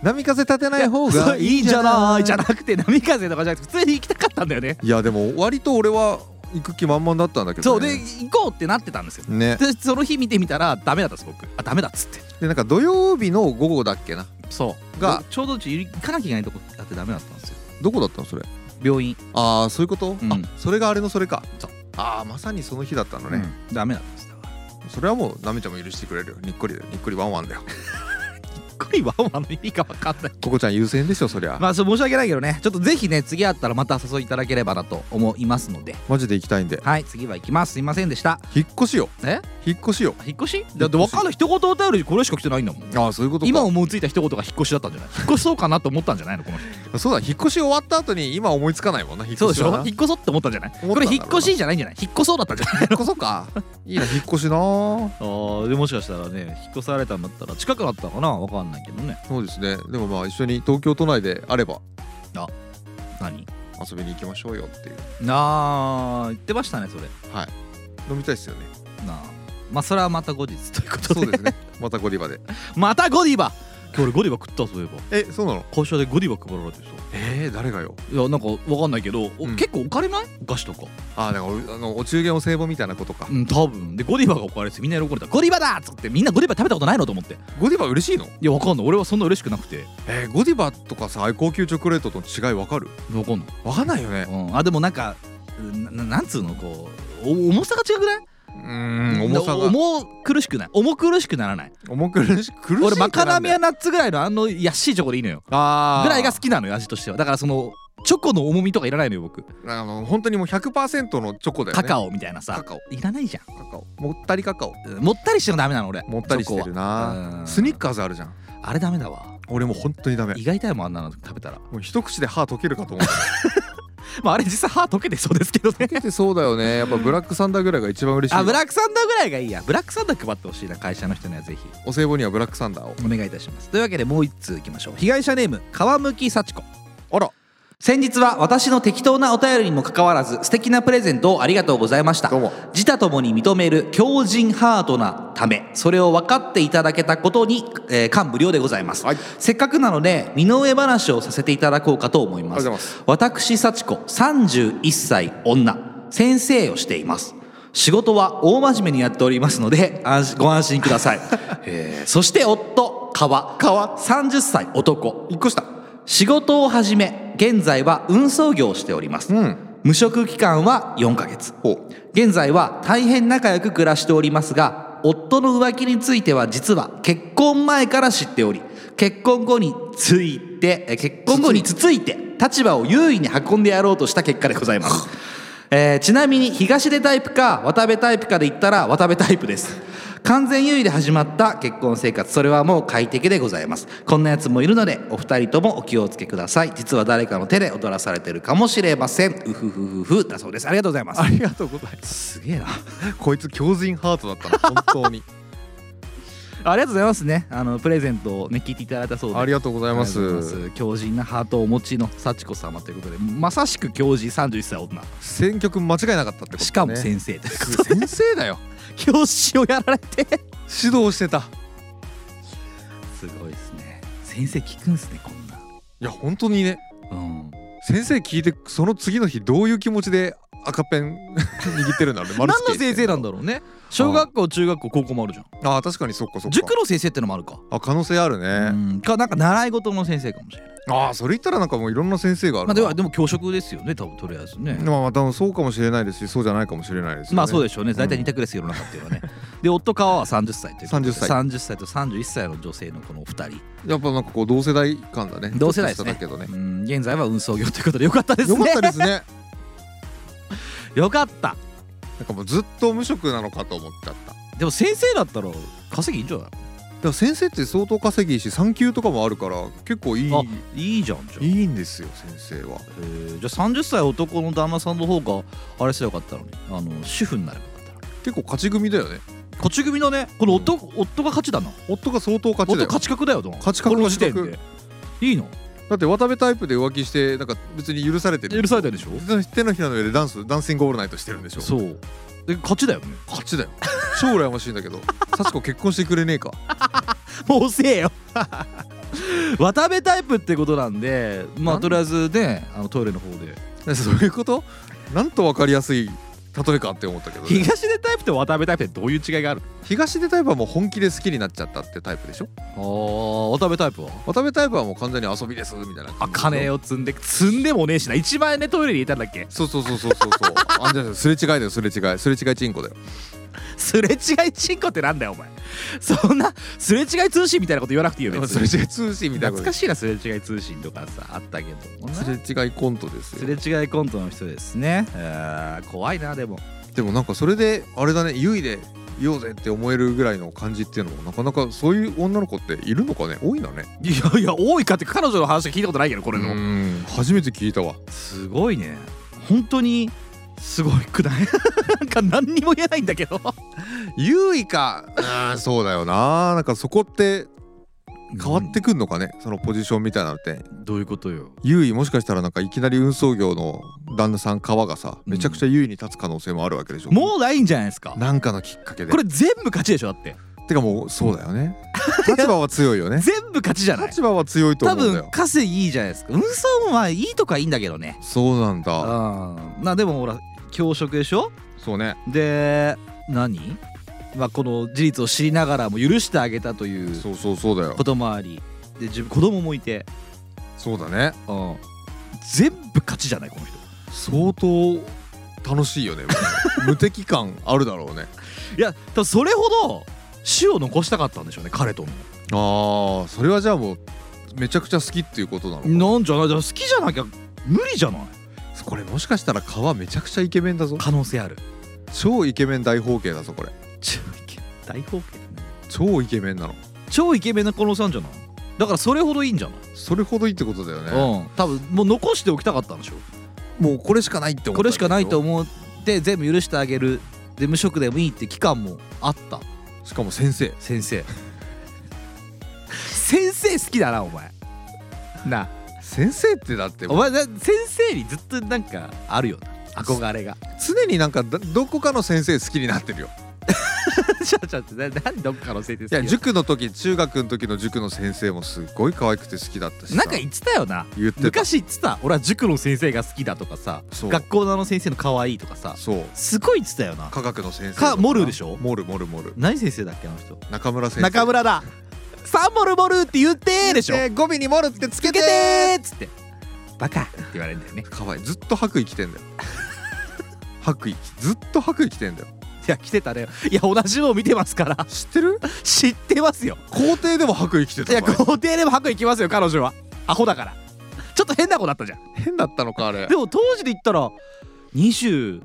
Speaker 1: 波風立てない方が
Speaker 2: そう
Speaker 1: い
Speaker 2: い
Speaker 1: い
Speaker 2: い
Speaker 1: ん
Speaker 2: じ
Speaker 1: じ
Speaker 2: ゃ
Speaker 1: ゃ
Speaker 2: な
Speaker 1: ない
Speaker 2: いじゃなくて波風とかじゃなくて普通に行きたかったん だよね
Speaker 1: いやでも割と俺は行く気満々だったんだけ
Speaker 2: そ
Speaker 1: ど、
Speaker 2: うで
Speaker 1: ね、
Speaker 2: 行こうってなってたんですよ
Speaker 1: ね
Speaker 2: でその日見てみたらダメだったんです僕あダメだっつって
Speaker 1: でなんか土曜日の午後だっけな
Speaker 2: そう
Speaker 1: が
Speaker 2: がちょうどうち行かなきゃいけないとこだってダメだったんですよ
Speaker 1: どこだったのそれ
Speaker 2: 病院
Speaker 1: ああそういうこと、
Speaker 2: うん
Speaker 1: あそれがあれのそれか
Speaker 2: そう
Speaker 1: ああまさにその日だったのね、
Speaker 2: うんダメだったんですだから
Speaker 1: それはもうなめちゃんも許してくれるよにっこりだよにっこりワンワンだよ
Speaker 2: これワンワンの意味が分かんない
Speaker 1: ここちゃん優先でしょそりゃ、
Speaker 2: まあそう申し訳ないけどねちょっとぜひね次あったらまた誘いいただければなと思いますので
Speaker 1: マジで行きたいんで
Speaker 2: はい次は行きますすいませんでした
Speaker 1: 引っ越しよ
Speaker 2: え
Speaker 1: 引っ越しよ
Speaker 2: 引っ越しだって分かんない一言お便りこれしか来てないんだもん
Speaker 1: ああそういうことか
Speaker 2: 今思いついた一言が引っ越しだったんじゃない引っ越しそうかなと思ったんじゃないのこの人
Speaker 1: そうだ引っ越し終わった後に今思いつかないもんな引っ
Speaker 2: そう
Speaker 1: 越
Speaker 2: で
Speaker 1: し
Speaker 2: し
Speaker 1: は
Speaker 2: ょ
Speaker 1: な
Speaker 2: 引っ越そうって思ったんじゃない
Speaker 1: 思ったん
Speaker 2: こ
Speaker 1: だろうな
Speaker 2: れ引っ越しじゃないんじゃない引っ越そうだったんじゃない
Speaker 1: 引っ越そうか いいな引っ越しな
Speaker 2: ああでもしかしたらね引っ越されたんだったら近くなったのかな分かんないけどね
Speaker 1: そうですねでもまあ一緒に東京都内であれば
Speaker 2: 何
Speaker 1: 遊びに行きましょうよっていう
Speaker 2: ああ言ってましたねそれ
Speaker 1: 飲みたいですよね
Speaker 2: なあまあそれはまた後日ということ
Speaker 1: そ
Speaker 2: で
Speaker 1: うですねまたゴディバで
Speaker 2: またゴディバ今日俺ゴディバ食ったそういえば
Speaker 1: えそうなの
Speaker 2: 会社でゴディバ配られてさ
Speaker 1: えー、誰がよ
Speaker 2: いやなんかわかんないけど、お
Speaker 1: うん
Speaker 2: 結構置かれないお菓子とか
Speaker 1: あーだからあのお中元お歳暮みたいなことか
Speaker 2: うん多分でゴディバが置かれてみんな喜んでた「ゴディバだ!」っつってみんなゴディバ食べたことないのと思ってい
Speaker 1: ゴディバ嬉しいの
Speaker 2: やわかんない俺はそんな嬉しくなくて
Speaker 1: えー、ゴディバとかさ高級チョコレートとの違いわかる
Speaker 2: わかんない、
Speaker 1: わかんないよね
Speaker 2: うん、あでもなんかうんななんつうのこうお重さが違くないう
Speaker 1: ーん重さが
Speaker 2: 重苦しくない重苦しくならない
Speaker 1: 重苦し苦しい
Speaker 2: 俺マカダミア
Speaker 1: ぐ
Speaker 2: ナッツぐらいのあの安いチョコでいいのよぐら
Speaker 1: ら
Speaker 2: いが好きなのよ味としてはだからそのチョコの重みとかいらないのよ僕
Speaker 1: あの本当にもう100%のチョコだよね
Speaker 2: カカオみたいなさ
Speaker 1: カカオ
Speaker 2: いらないじゃん
Speaker 1: カカオもったりカカオ
Speaker 2: うんもったりしてもダメなの俺
Speaker 1: もったりしてる
Speaker 2: う
Speaker 1: なんスニッカーズあるじゃん
Speaker 2: チョコはあれダメだわ
Speaker 1: 俺もう本当にダメ
Speaker 2: 意外だよもうあんなの食べたら
Speaker 1: もう一口で歯溶けるかと思っ
Speaker 2: まああれ実際歯溶けてそうですけど ね
Speaker 1: て そうだよねやっぱブラックサンダーぐらいが一番嬉しい
Speaker 2: あブ
Speaker 1: わ
Speaker 2: ラックサンダーぐらいがいいやブラックサンダー配ってほしいな会社の人にはぜひ
Speaker 1: お歳暮にはブラックサンダーを
Speaker 2: お願いいたしますというわけでもう一通いきましょう被害者ネーム川向幸子
Speaker 1: あら
Speaker 2: 先日は私の適当なお便りにもかかわらず素敵なプレゼントをありがとうございました
Speaker 1: どうも
Speaker 2: 自他ともに認める強靭ハートなためそれを分かっていただけたことに、えー感無量でございます、
Speaker 1: はい
Speaker 2: せっかくなので身の上話をさせていただこうかと思います
Speaker 1: ありがとうござい
Speaker 2: 私幸子31歳女先生をしています仕事は大真面目にやっておりますので安心ご安心くださ い、えーそして夫川
Speaker 1: 川
Speaker 2: 30歳男
Speaker 1: 一個下
Speaker 2: 仕事を始め現在は運送業をしております、
Speaker 1: うん
Speaker 2: 無職期間は4ヶ月
Speaker 1: ほう
Speaker 2: 現在は大変仲良く暮らしておりますが夫の浮気については実は結婚前から知っており結婚後についてえ結婚後につついて立場を優位に運んでやろうとした結果でございます、えーちなみに東出タイプか渡部タイプかで言ったら渡部タイプです完全優位で始まった結婚生活それはもう快適でございますこんなやつもいるのでお二人ともお気をつけください実は誰かの手で踊らされてるかもしれませんうふふふふだそうですありがとうございます
Speaker 1: ありがとうございます
Speaker 2: すげえな
Speaker 1: こいつ強靭ハートだ ったな本当に
Speaker 2: ありがとうございますねあのプレゼントをね聞いていただいたそうで
Speaker 1: ありがとうございま
Speaker 2: ありがとうござい
Speaker 1: す
Speaker 2: ます強靭なハートをお持ちの幸子様ということでまさしく強靭31歳女
Speaker 1: 選曲間違いなかったってことね
Speaker 2: しかも先生 ということで
Speaker 1: 先生だよ
Speaker 2: 教師をやられて
Speaker 1: 指導してた
Speaker 2: すごいですね先生聞くんすねこんない
Speaker 1: や本当にね
Speaker 2: うん
Speaker 1: 先生聞いてその次の日どういう気持ちで赤ペン 握ってるんだろうね
Speaker 2: 何
Speaker 1: 丸つ
Speaker 2: の
Speaker 1: け
Speaker 2: 先生なんだろうね小学校中学校高校もあるじゃん
Speaker 1: あー確かにそっかそっか
Speaker 2: 塾の先生ってのもあるか
Speaker 1: あ可能性ある
Speaker 2: う
Speaker 1: ね、
Speaker 2: んかなんか習い事の先生かもしれない
Speaker 1: ああそれ言ったらなんかもういろんな先生がある
Speaker 2: ま
Speaker 1: な
Speaker 2: あではでも教職ですよね多分とりあえずね
Speaker 1: まあまあ多分そうかもしれないですしそうじゃないかもしれないですよね
Speaker 2: まあそう
Speaker 1: で
Speaker 2: でしょうね大体二択ですよ、世の中っていうのはねで夫川は30歳ということで
Speaker 1: 30歳
Speaker 2: 30歳と31歳の女性のこのお二人
Speaker 1: すやっぱなんかこう同世代感だね
Speaker 2: 同世代で
Speaker 1: ち
Speaker 2: す
Speaker 1: ょっと下だけ
Speaker 2: ね
Speaker 1: どね
Speaker 2: うん現在は運送業ということでよかったです
Speaker 1: よ
Speaker 2: ね
Speaker 1: かったですね
Speaker 2: よかった
Speaker 1: なんかもうずっと無職なのかと思っちゃった
Speaker 2: でも先生だったら稼ぎいいんじゃない
Speaker 1: でも先生って相当稼ぎいいし産休とかもあるから結構いい
Speaker 2: あいいじゃんじゃあ
Speaker 1: いいんですよ先生は
Speaker 2: えーじゃあ30歳男の旦那さんの方があれすればよかったのにあの主婦になればよかったのに
Speaker 1: 結構勝ち組だよね
Speaker 2: 勝ち組だねこの夫,、夫が勝ちだな
Speaker 1: 夫が相当勝ちだ
Speaker 2: 夫
Speaker 1: よ
Speaker 2: 勝ち確だよな
Speaker 1: 勝ち確
Speaker 2: この時点
Speaker 1: 勝
Speaker 2: で
Speaker 1: ち
Speaker 2: いいの
Speaker 1: だって渡部タイプで浮気してなんか別に許されてる
Speaker 2: 許されたでしょ
Speaker 1: 手のひらの上でダンスダンシングオールナイトしてるんでしょ
Speaker 2: そうで勝ちだよね
Speaker 1: 勝ちだよ超羨ましいんだけど幸子結婚してくれねえか
Speaker 2: もう遅えよ 渡辺タイプってことなんでま
Speaker 1: な
Speaker 2: あ
Speaker 1: ん
Speaker 2: とりあえずねあのトイレの方で
Speaker 1: そういうことなんと分かりやすい例えかって思ったけどね、
Speaker 2: 東出タイプと渡辺タイプってどういう違いがある
Speaker 1: 東出タイプはもう本気で好きになっちゃったってタイプでしょ
Speaker 2: あー渡辺タイプは
Speaker 1: 渡部タイプはもう完全に遊びですみたいな
Speaker 2: あ金
Speaker 1: を
Speaker 2: を積んで積んでもねえしな1万円でトイレにいたんだっけ
Speaker 1: そうそうそうそう そうそうあんじゃないすれ違いだよすれ違いすれ違いチンコだよ
Speaker 2: すれ違いチンコってなんだよお前そんなすれ違い通信みたいなこと言わなくていいよ別に
Speaker 1: すれ違い通信みたいな
Speaker 2: 懐
Speaker 1: こ
Speaker 2: か
Speaker 1: と
Speaker 2: しいなすれ違い通信とかさあったけどもな
Speaker 1: すれ違いコントです
Speaker 2: す
Speaker 1: よ
Speaker 2: れ違いコントの人ですねあー怖いなでも
Speaker 1: でもなんかそれであれだね優位でいようぜって思えるぐらいの感じっていうのもなかなかそういう女の子っているのかね多いんだね
Speaker 2: いやいや多いかって彼女の話は聞いたことないけどこれ
Speaker 1: う
Speaker 2: の
Speaker 1: ん初めて聞いたわ
Speaker 2: すごいね本当にすごいくない なんか何にも言えないんだけど
Speaker 1: 優位かうんそうだよななんかそこって変わってくんのかね、そのポジションみたいなのって
Speaker 2: どういうことよ
Speaker 1: 優位もしかしたらなんかいきなり運送業の旦那さん川がさめちゃくちゃ優位に立つ可能性もあるわけでしょ、
Speaker 2: もうないんじゃないですか
Speaker 1: なんかのきっかけで
Speaker 2: これ全部勝ちでしょだって
Speaker 1: てかもうそうだよ ね立場は強いよね
Speaker 2: 全部勝ちじゃない
Speaker 1: 立場は強いと
Speaker 2: 多
Speaker 1: 思うんだ
Speaker 2: 分
Speaker 1: よ
Speaker 2: 稼ぎいいじゃないですか運送もまあいいとかいいんだけどね
Speaker 1: そうなんだ
Speaker 2: うんなでもほら教職でしょ
Speaker 1: そうね
Speaker 2: で何、まあ、この事実を知りながらも許してあげたという
Speaker 1: そうそうそうだよ
Speaker 2: こともありで自分子供もいて、
Speaker 1: そうだね
Speaker 2: うん、全部勝ちじゃないこの人
Speaker 1: 相当楽しい よね無敵感あるだろうね
Speaker 2: いや多分それほど死を残したかったんでしょうね彼とも
Speaker 1: ああそれはじゃあもうめちゃくちゃ好きっていうことなのかな
Speaker 2: なんじゃないだから好きじゃなきゃ無理じゃない
Speaker 1: これもしかしたら川めちゃくちゃイケメンだぞ
Speaker 2: 可能性ある
Speaker 1: 超イケメン大方形だぞこれ
Speaker 2: 超イケ大方形だね
Speaker 1: 超イケメンなの
Speaker 2: 超イケメンなこのさんじゃないだからそれほどいいんじゃない、
Speaker 1: それほどいいってことだよね
Speaker 2: うん多分もう残しておきたかったんでしょ
Speaker 1: もうこれしかないって思った
Speaker 2: これしかないと思って全部許してあげるで無職でもいいって期間もあった
Speaker 1: しかも先生
Speaker 2: 先生先生好きだなお前な
Speaker 1: 先生ってだって
Speaker 2: お前な先生にずっとなんかあるよな憧れが
Speaker 1: 常になんかどどこかの先生好きになってるよ
Speaker 2: ちょちょちょななんどっかの先生好
Speaker 1: い
Speaker 2: きだ
Speaker 1: や塾の時中学の時の塾の先生もすっごい可愛くて好きだったしさ
Speaker 2: なんか言ってたよな
Speaker 1: 言ってた
Speaker 2: 昔言ってた俺は塾の先生が好きだとかさ
Speaker 1: そう
Speaker 2: 学校のあの先生の可愛いとかさ
Speaker 1: そう
Speaker 2: すごい言ってたよな
Speaker 1: 科学の先生
Speaker 2: かモルでし
Speaker 1: ょ
Speaker 2: ょ
Speaker 1: モルモルモル
Speaker 2: 何先生だっけあの人
Speaker 1: 中村先生
Speaker 2: 中村だサンモルモルって言ってーでしょ
Speaker 1: えー語尾にモルってつけ
Speaker 2: つけ
Speaker 1: て
Speaker 2: てーっつってバカって言われるんだよね
Speaker 1: 可愛いずっと白衣着てんだよ 白衣ずっと白衣着てんだよ
Speaker 2: いや来てたねいや同じのを見てますから
Speaker 1: 知ってる
Speaker 2: 知ってますよ
Speaker 1: 校庭でも白衣着て
Speaker 2: いや
Speaker 1: たから
Speaker 2: 校庭でも白衣行きますよ彼女はアホだからちょっと変な子だったじゃん
Speaker 1: 変だったのかあれ
Speaker 2: でも当時で言ったら20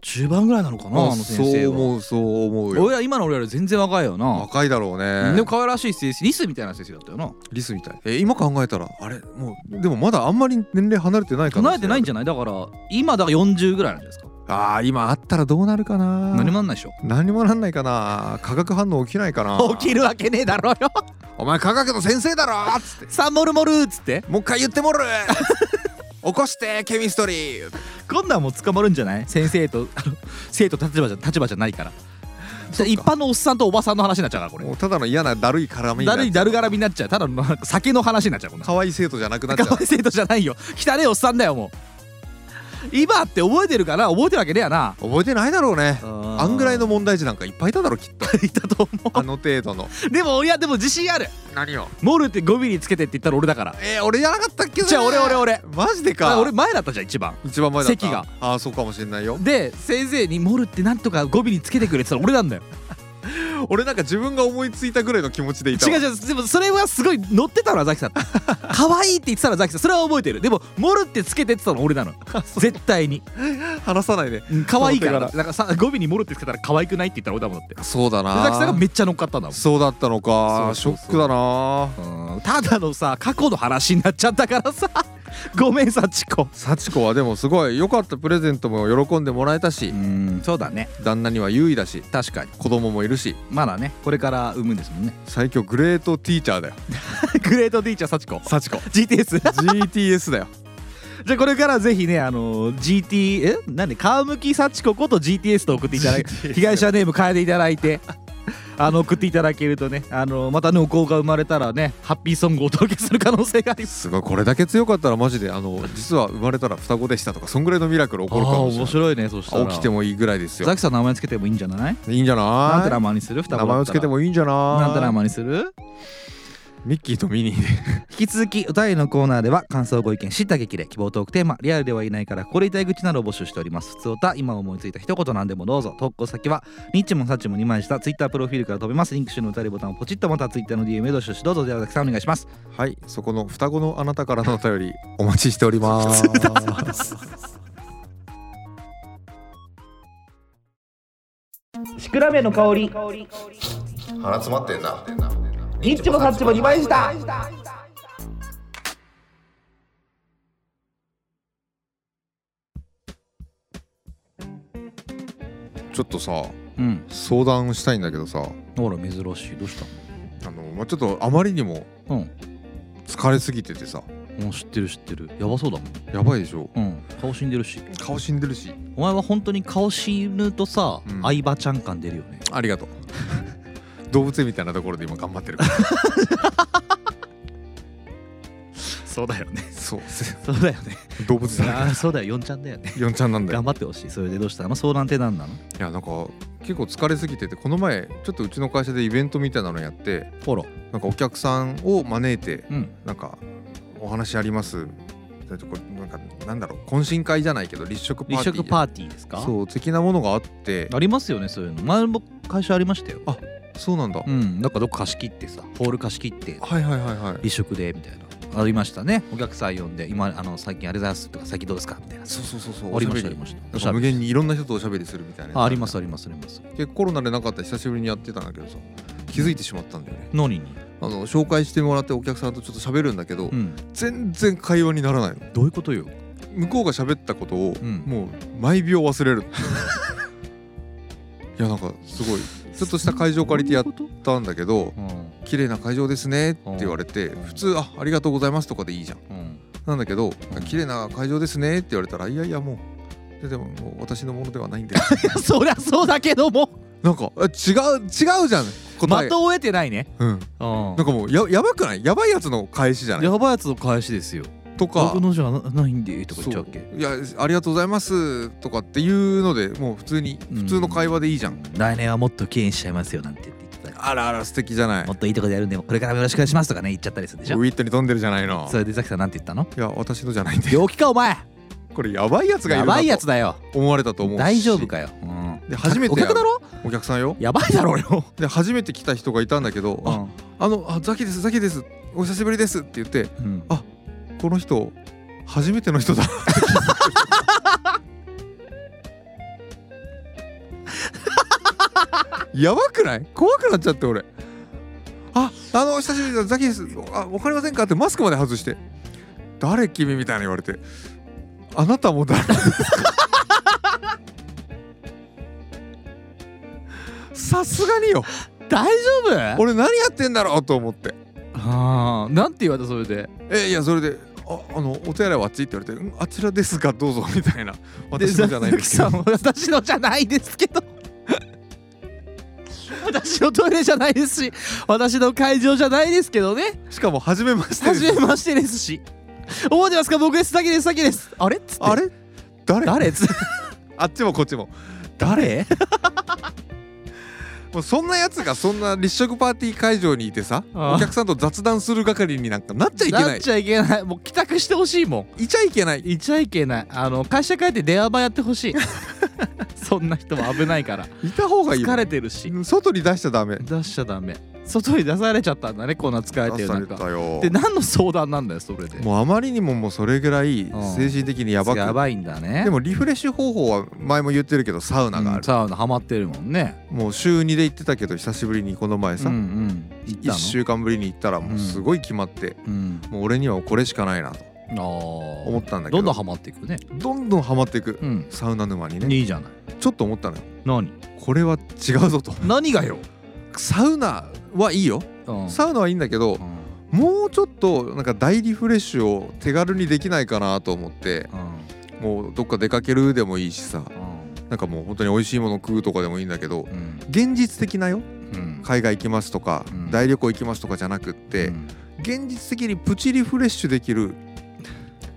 Speaker 2: 中盤ぐらいなのかなあの先生
Speaker 1: そう
Speaker 2: は
Speaker 1: 思うそう思うよ
Speaker 2: 俺ら今の俺らより全然若いよな、
Speaker 1: 若いだろうね
Speaker 2: でも可愛らしい先生リスみたいな先生だったよな
Speaker 1: リスみたいえ今考えたらあれもうでもまだあんまり年齢離れてないか
Speaker 2: 唱えてないんじ
Speaker 1: ゃ
Speaker 2: ゃないだから今だから40ぐらいなんじゃないですか
Speaker 1: ああー今あったらどうなるかな
Speaker 2: 何もなんないでしょ
Speaker 1: 何もなんないかな化学反応起きないかな
Speaker 2: 起きるわけねえだろうよ
Speaker 1: お前科学の先生だろっつって
Speaker 2: サンモルモルーっつって
Speaker 1: もう一回言ってもる 起こしてケミストリー
Speaker 2: 今度はもう捕まるんじゃない先生とあの生徒立場じゃ立場じゃないから一般のおっさんとおばさんの話になっちゃうからこ
Speaker 1: も
Speaker 2: れ
Speaker 1: うただの嫌なだるい絡みにな
Speaker 2: だ
Speaker 1: っちゃ
Speaker 2: る
Speaker 1: う
Speaker 2: いだるがらみになっちゃうただのなんか酒の話になっちゃうこんな
Speaker 1: 可愛い生徒じゃなくなっちゃ
Speaker 2: 可
Speaker 1: う
Speaker 2: 愛い生徒じゃないよ汚ねえおっさんだよもう今って覚えてるかな覚えてるわけねえやな
Speaker 1: 覚えてないだろうねあ
Speaker 2: あ
Speaker 1: んぐらいの
Speaker 2: い
Speaker 1: 問題児なんかいっぱいいただろきっと
Speaker 2: たと思
Speaker 1: あの程度の
Speaker 2: うでもいやでも自信ある
Speaker 1: 何を
Speaker 2: モルって5ミリつけてって言ったら俺だから
Speaker 1: えー、俺じゃなかったっけ
Speaker 2: じゃあ俺俺俺
Speaker 1: マジで
Speaker 2: あ
Speaker 1: か
Speaker 2: 俺前だったじゃん一番
Speaker 1: 一番前だった
Speaker 2: 席が
Speaker 1: ああそうかもしれないよ
Speaker 2: で先生に「モルってなんとか5ミリつけてくれ」って言ったら俺なんだよ
Speaker 1: 俺なんか自分が思いついたぐらいの気持ちでいた
Speaker 2: 違う
Speaker 1: う
Speaker 2: 違うでもそれはすごい乗ってたのはザ キさん可愛いって言ってたのはザキさんそれは覚えてるでも「モルってつけて」って言ってたの俺 なの絶対に
Speaker 1: 話さないで
Speaker 2: うん可愛いから
Speaker 1: その
Speaker 2: だからさ5ミリ「モルってつけたら可愛くないって言ったら俺だもんだってで
Speaker 1: そうだ
Speaker 2: ザキさんが
Speaker 1: な
Speaker 2: めっちゃ乗っかったんだもん
Speaker 1: そうだったのか
Speaker 2: そうそうそ
Speaker 1: ショ
Speaker 2: う
Speaker 1: ックだな
Speaker 2: うんただのさ過去の話になっちゃったからさ ごめんさチコ
Speaker 1: 幸子はでもすごい良かったプレゼントも喜んでもらえたし、
Speaker 2: んそうだね
Speaker 1: 旦那には優位だし
Speaker 2: 確かに
Speaker 1: 子供もいるし
Speaker 2: まだねこれから産むんですもんね
Speaker 1: 最強グレートティーチャーだよ
Speaker 2: グレートティーチャー幸子
Speaker 1: 幸子
Speaker 2: GTS
Speaker 1: GTS だよ
Speaker 2: じゃあこれからぜひねあの GT えなんで川向幸子こと GTS と送っていただいて
Speaker 1: GTS
Speaker 2: 被害者ネーム変えていただいてあの送っていただけるとねあのまたねお子が生まれたらねハッピーソングをお届けする可能性があります
Speaker 1: すごいこれだけ強かったらマジであの実は生まれたら双子でしたとかそんぐらいのミラクル起こるか
Speaker 2: あー
Speaker 1: もしれ
Speaker 2: 面
Speaker 1: ない
Speaker 2: 白いねそしたら
Speaker 1: 起きて
Speaker 2: も
Speaker 1: もいいぐらいですよ
Speaker 2: ザキさん名前つけてもいいんじゃない
Speaker 1: いいんじゃ
Speaker 2: なんて
Speaker 1: な
Speaker 2: 名前にする
Speaker 1: い
Speaker 2: 双子
Speaker 1: 名前をつけて
Speaker 2: い
Speaker 1: もいいんじゃない
Speaker 2: なんて名前にする
Speaker 1: ミッキーとミニーで
Speaker 2: 引き続きお便りのコーナーでは感想ご意見知った激励希望トークテーマリアルではいないからここで言いたい口などを募集しております普通歌今思いついた一言なんでもどうぞ投稿先はニッチもサッチも2枚したツイッタープロフィールから飛べますリンク集の歌りボタンをポチッとまたツイッターの DM へどしどしどうぞではたくさんお願いします
Speaker 1: はいそこの双子のあなたからのお便りお待ちしており ます
Speaker 2: シクラメの香り
Speaker 6: 鼻詰まってんな
Speaker 2: ニッチもサッチも2枚した
Speaker 1: ちょっとさ
Speaker 2: うん
Speaker 1: 相談したいんだけどさ
Speaker 2: ほら珍しいどうした
Speaker 1: あの、まあ、ちょっとあまりにも
Speaker 2: うん
Speaker 1: 疲れすぎててさ
Speaker 2: もう知ってる知ってるやばそうだもん
Speaker 1: やばいでしょ
Speaker 2: うん顔死んでるし
Speaker 1: 顔死んでるし
Speaker 2: お前は本当に顔死ぬとさ、
Speaker 1: うん
Speaker 2: 相葉ちゃん感出るよね
Speaker 1: ありがとう 動物園みたいなところで今頑張ってるから
Speaker 2: そうだよね
Speaker 1: そう
Speaker 2: そうだよね
Speaker 1: 動物だ
Speaker 2: あー そうだよ4ちゃんだよね
Speaker 1: 4ちゃんなんだよ
Speaker 2: 頑張ってほしいそれでどうしたの、まあ、相談って何なの
Speaker 1: いやなんか結構疲れすぎててこの前ちょっとうちの会社でイベントみたいなのやって
Speaker 2: フォロ
Speaker 1: なんかお客さんを招いて
Speaker 2: ーうん
Speaker 1: なんかお話ありますだってこれなんかなんだろう懇親会じゃないけど立食パー
Speaker 2: 立
Speaker 1: ティー
Speaker 2: 食パーティーですか
Speaker 1: そう的なものがあって
Speaker 2: ありますよねそういうの前も会社ありましたよ
Speaker 1: あそうなんだ、
Speaker 2: うんなんかどっか貸し切ってさホール貸し切って
Speaker 1: はいはいはいはい
Speaker 2: 立食でみたいなありましたねお客さん呼んで今あの最近あれですとか最近どうですかみたいな
Speaker 1: そうそうそうそう
Speaker 2: ありましたあ
Speaker 1: お
Speaker 2: り
Speaker 1: し
Speaker 2: ました
Speaker 1: ゃべりなんか無限にいろんな人とおしゃべりするみたいなやつ
Speaker 2: あありますありますあります
Speaker 1: でコロナでなかったら久しぶりにやってたんだけどさ気づいてしまったんだよね
Speaker 2: 何に
Speaker 1: あの紹介してもらってお客さんとちょっと喋るんだけど、
Speaker 2: うん
Speaker 1: 全然会話にならないの
Speaker 2: どういうことよ
Speaker 1: 向こうが喋ったことを、
Speaker 2: うん
Speaker 1: もう毎秒忘 れるいやなんかすごいちょっとした会場借りてやっ
Speaker 2: どういうこ
Speaker 1: たんだけど
Speaker 2: とうん
Speaker 1: 「綺麗な会場ですね」って言われて普通「あありがとうございます」とかでいいじゃん
Speaker 2: うん
Speaker 1: なんだけど
Speaker 2: う
Speaker 1: 「
Speaker 2: ん
Speaker 1: 綺麗な会場ですね」って言われたら「いやいやもうででももう私のものではないんで
Speaker 2: そりゃそうだけども
Speaker 1: なんかあ違う違うじゃん答え、
Speaker 2: 的を得てないね
Speaker 1: うん、
Speaker 2: う
Speaker 1: な
Speaker 2: ん
Speaker 1: んかもうややばくないやばいやつの返しじゃない
Speaker 2: やばいやつの返しですよ
Speaker 1: とか
Speaker 2: 僕のじゃなないんでとか
Speaker 1: そ
Speaker 2: 言っちゃう
Speaker 1: う
Speaker 2: っ
Speaker 1: い
Speaker 2: け
Speaker 1: やありがとうございますとかっていうのでもう普通に
Speaker 2: うん
Speaker 1: 普通の会話でいいじゃん、
Speaker 2: 来年はもっと綺麗にしちゃいますよなんて言って言ってた
Speaker 1: あらあら素敵じゃない
Speaker 2: もっといいとこでやるんでこれからもよろしくお願いしますとかね言っちゃったりするでしょ
Speaker 1: ウィットに飛んでるじゃないの
Speaker 2: それでザキさんなんて言ったの
Speaker 1: いや私のじゃないんで
Speaker 2: 病気かお前
Speaker 1: これやばいやつがい
Speaker 2: や
Speaker 1: るな
Speaker 2: ば
Speaker 1: と
Speaker 2: いやつだよ
Speaker 1: 思われたと思うし
Speaker 2: 大丈夫かよ、うん、
Speaker 1: で初めて
Speaker 2: お客だろ
Speaker 1: お客さんよ
Speaker 2: やばいだろうよ、
Speaker 1: で初めて来た人がいたんだけど「ああのあザキですザキですお久しぶりです」って言って
Speaker 2: うん
Speaker 1: あこの人初めての人だやばくない怖くなっちゃって俺ああのお久しぶりですザキですあわかりませんかってマスクまで外して誰君みたいな言われてあなたも誰ですかさすがによ
Speaker 2: 大丈夫
Speaker 1: 俺何やってんだろうと思って
Speaker 2: あーなんて言われたそれで
Speaker 1: えいやそれで「ああのお手洗いはあっち?」って言われてうん「あちらですがどうぞ」みたいな私のじゃないんですけ
Speaker 2: ザキさ
Speaker 1: ど
Speaker 2: ん私のじゃないです けど私のトイレじゃないですし私の会場じゃないですけどね
Speaker 1: しかも初めましてで
Speaker 2: 初
Speaker 1: す
Speaker 2: めましてですし覚えてますか僕ですザキですザキですあれっつって
Speaker 1: あれ誰
Speaker 2: 誰つ
Speaker 1: あっちもこっちも
Speaker 2: 誰
Speaker 1: もうそんなやつがそんな立食パーティー会場にいてさ
Speaker 2: あー
Speaker 1: お客さんと雑談する係になんかなっちゃいけな
Speaker 2: っ
Speaker 1: い
Speaker 2: ちゃいけないもう帰宅してほしいもん
Speaker 1: いちゃいけない
Speaker 2: いちゃいけないあの会社帰って電話番やって ほしいそんな人は危ないから
Speaker 1: いた方がいいよ
Speaker 2: 疲れてるし
Speaker 1: うん外に出しちゃダメ
Speaker 2: 出しちゃダメ外に出されちゃったんだねこんな疲れて
Speaker 1: 出
Speaker 2: る
Speaker 1: さ
Speaker 2: 中
Speaker 1: れたよ
Speaker 2: で何の相談なんだよそれで
Speaker 1: もうあまりにももうそれぐらい
Speaker 2: うん
Speaker 1: 精神的にやばく
Speaker 2: やばいんだね
Speaker 1: でもリフレッシュ方法は前も言ってるけどサウナがあ
Speaker 2: うん
Speaker 1: る
Speaker 2: サウナハマってるもんね
Speaker 1: もう週2で行ってたけど久しぶりにこの前さ
Speaker 2: うんうん行った
Speaker 1: 1
Speaker 2: の
Speaker 1: 週間ぶりに行ったらもうすごい決まって、
Speaker 2: うん
Speaker 1: もう俺にはこれしかないなと
Speaker 2: あー
Speaker 1: 思ったんだけど
Speaker 2: どんどんハマっていくね
Speaker 1: どんどんハマっていく、
Speaker 2: うん
Speaker 1: サウナ沼にね
Speaker 2: いいじゃない
Speaker 1: ちょっと思ったのよ
Speaker 2: 何
Speaker 1: これは違うぞと
Speaker 2: 何がよ、
Speaker 1: サウナはいいよ、
Speaker 2: うん
Speaker 1: サウナはいいんだけど
Speaker 2: う、ん
Speaker 1: もうちょっとなんか大リフレッシュを手軽にできないかなと思って
Speaker 2: うん
Speaker 1: もうどっか出かけるでもいいしさなんかもう本当に美味しいもの食うとかでもいいんだけど
Speaker 2: うん
Speaker 1: 現実的なよ
Speaker 2: うん
Speaker 1: 海外行きますとか、
Speaker 2: うん
Speaker 1: 大旅行行きますとかじゃなくって、
Speaker 2: うん
Speaker 1: 現実的にプチリフレッシュできる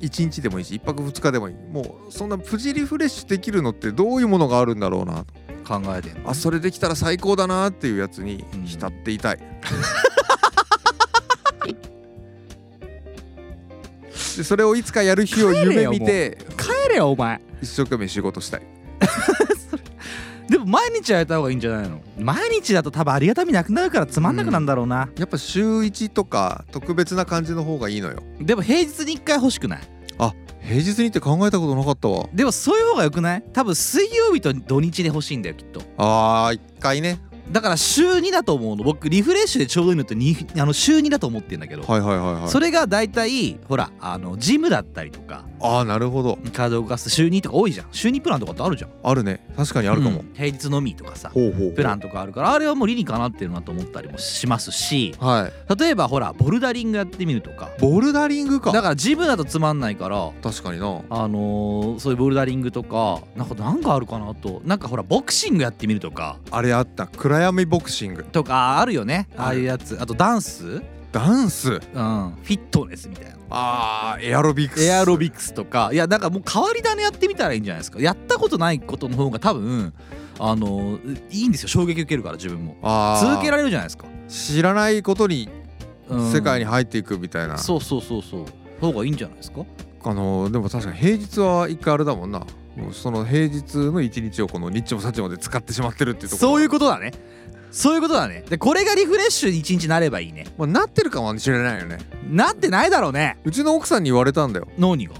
Speaker 1: 1日でもいいし1泊2日でもいいもうそんなプチリフレッシュできるのってどういうものがあるんだろうな
Speaker 2: 考えてんの
Speaker 1: あそれできたら最高だなっていうやつに
Speaker 2: うん
Speaker 1: 浸ってい たい、でそれをいつかやる日を夢見て
Speaker 2: 帰れよお前
Speaker 1: 一生懸命仕事したい
Speaker 2: でも毎日やった方がいいんじゃないの毎日だと多分ありがたみなくなるからつまんなくなんだろうな、
Speaker 1: やっぱ週1とか特別な感じの方がいいのよ
Speaker 2: でも平日に1回欲しくない
Speaker 1: 平日にって考えたことなかったわ
Speaker 2: でもそういう方がよくない多分水曜日と土日で欲しいんだよきっと
Speaker 1: あー1回ね
Speaker 2: だから週2だと思うの僕リフレッシュでちょうどいいのってにあの週2だと思ってんだけど、
Speaker 1: はいはいはいはい
Speaker 2: それが大体ほらあのジムだったりとか
Speaker 1: ああなるほど
Speaker 2: 体を動かす週2とか多いじゃん週2プランとかってあるじゃん
Speaker 1: あるね確かにあるかも、
Speaker 2: うん平日のみとかさ
Speaker 1: ほうほうほう
Speaker 2: プランとかあるからあれはもう理にかなってるなと思ったりもしますし
Speaker 1: はい
Speaker 2: 例えばほらボルダリングやってみるとか
Speaker 1: ボルダリングか
Speaker 2: だからジムだとつまんないから
Speaker 1: 確かにな
Speaker 2: あのーそういうボルダリングとかなんか何があるかなとなんかほらボクシングやってみるとか
Speaker 1: あれあった暗悩みボクシング
Speaker 2: とかあるよねああいうやつあとダンス、うん、フ
Speaker 1: ダンス
Speaker 2: ィットネスみたいな
Speaker 1: あーエアロビクス
Speaker 2: エアロビクスとかいやなんかもう変わり種やってみたらいいんじゃないですかやったことないことの方が多分あのいいんですよ衝撃受けるから自分も
Speaker 1: あー
Speaker 2: 続けられるじゃないですか、
Speaker 1: 知らないことに
Speaker 2: うん
Speaker 1: 世界に入っていくみたいな、
Speaker 2: そうそうそうそう方がいいんじゃないですか
Speaker 1: あのでも確かに平日は一回あれだもんなもうその平日の一日をこの日ちもさちもで使ってしまってるっていうところ
Speaker 2: そういう
Speaker 1: こ
Speaker 2: ことだねそういうことだねでこれがリフレッシュに一日なればいいね
Speaker 1: と、まあ、なってるかもしれないよね
Speaker 2: なってないだろうね
Speaker 1: うちの奥さんに言われたんだよ
Speaker 2: 何が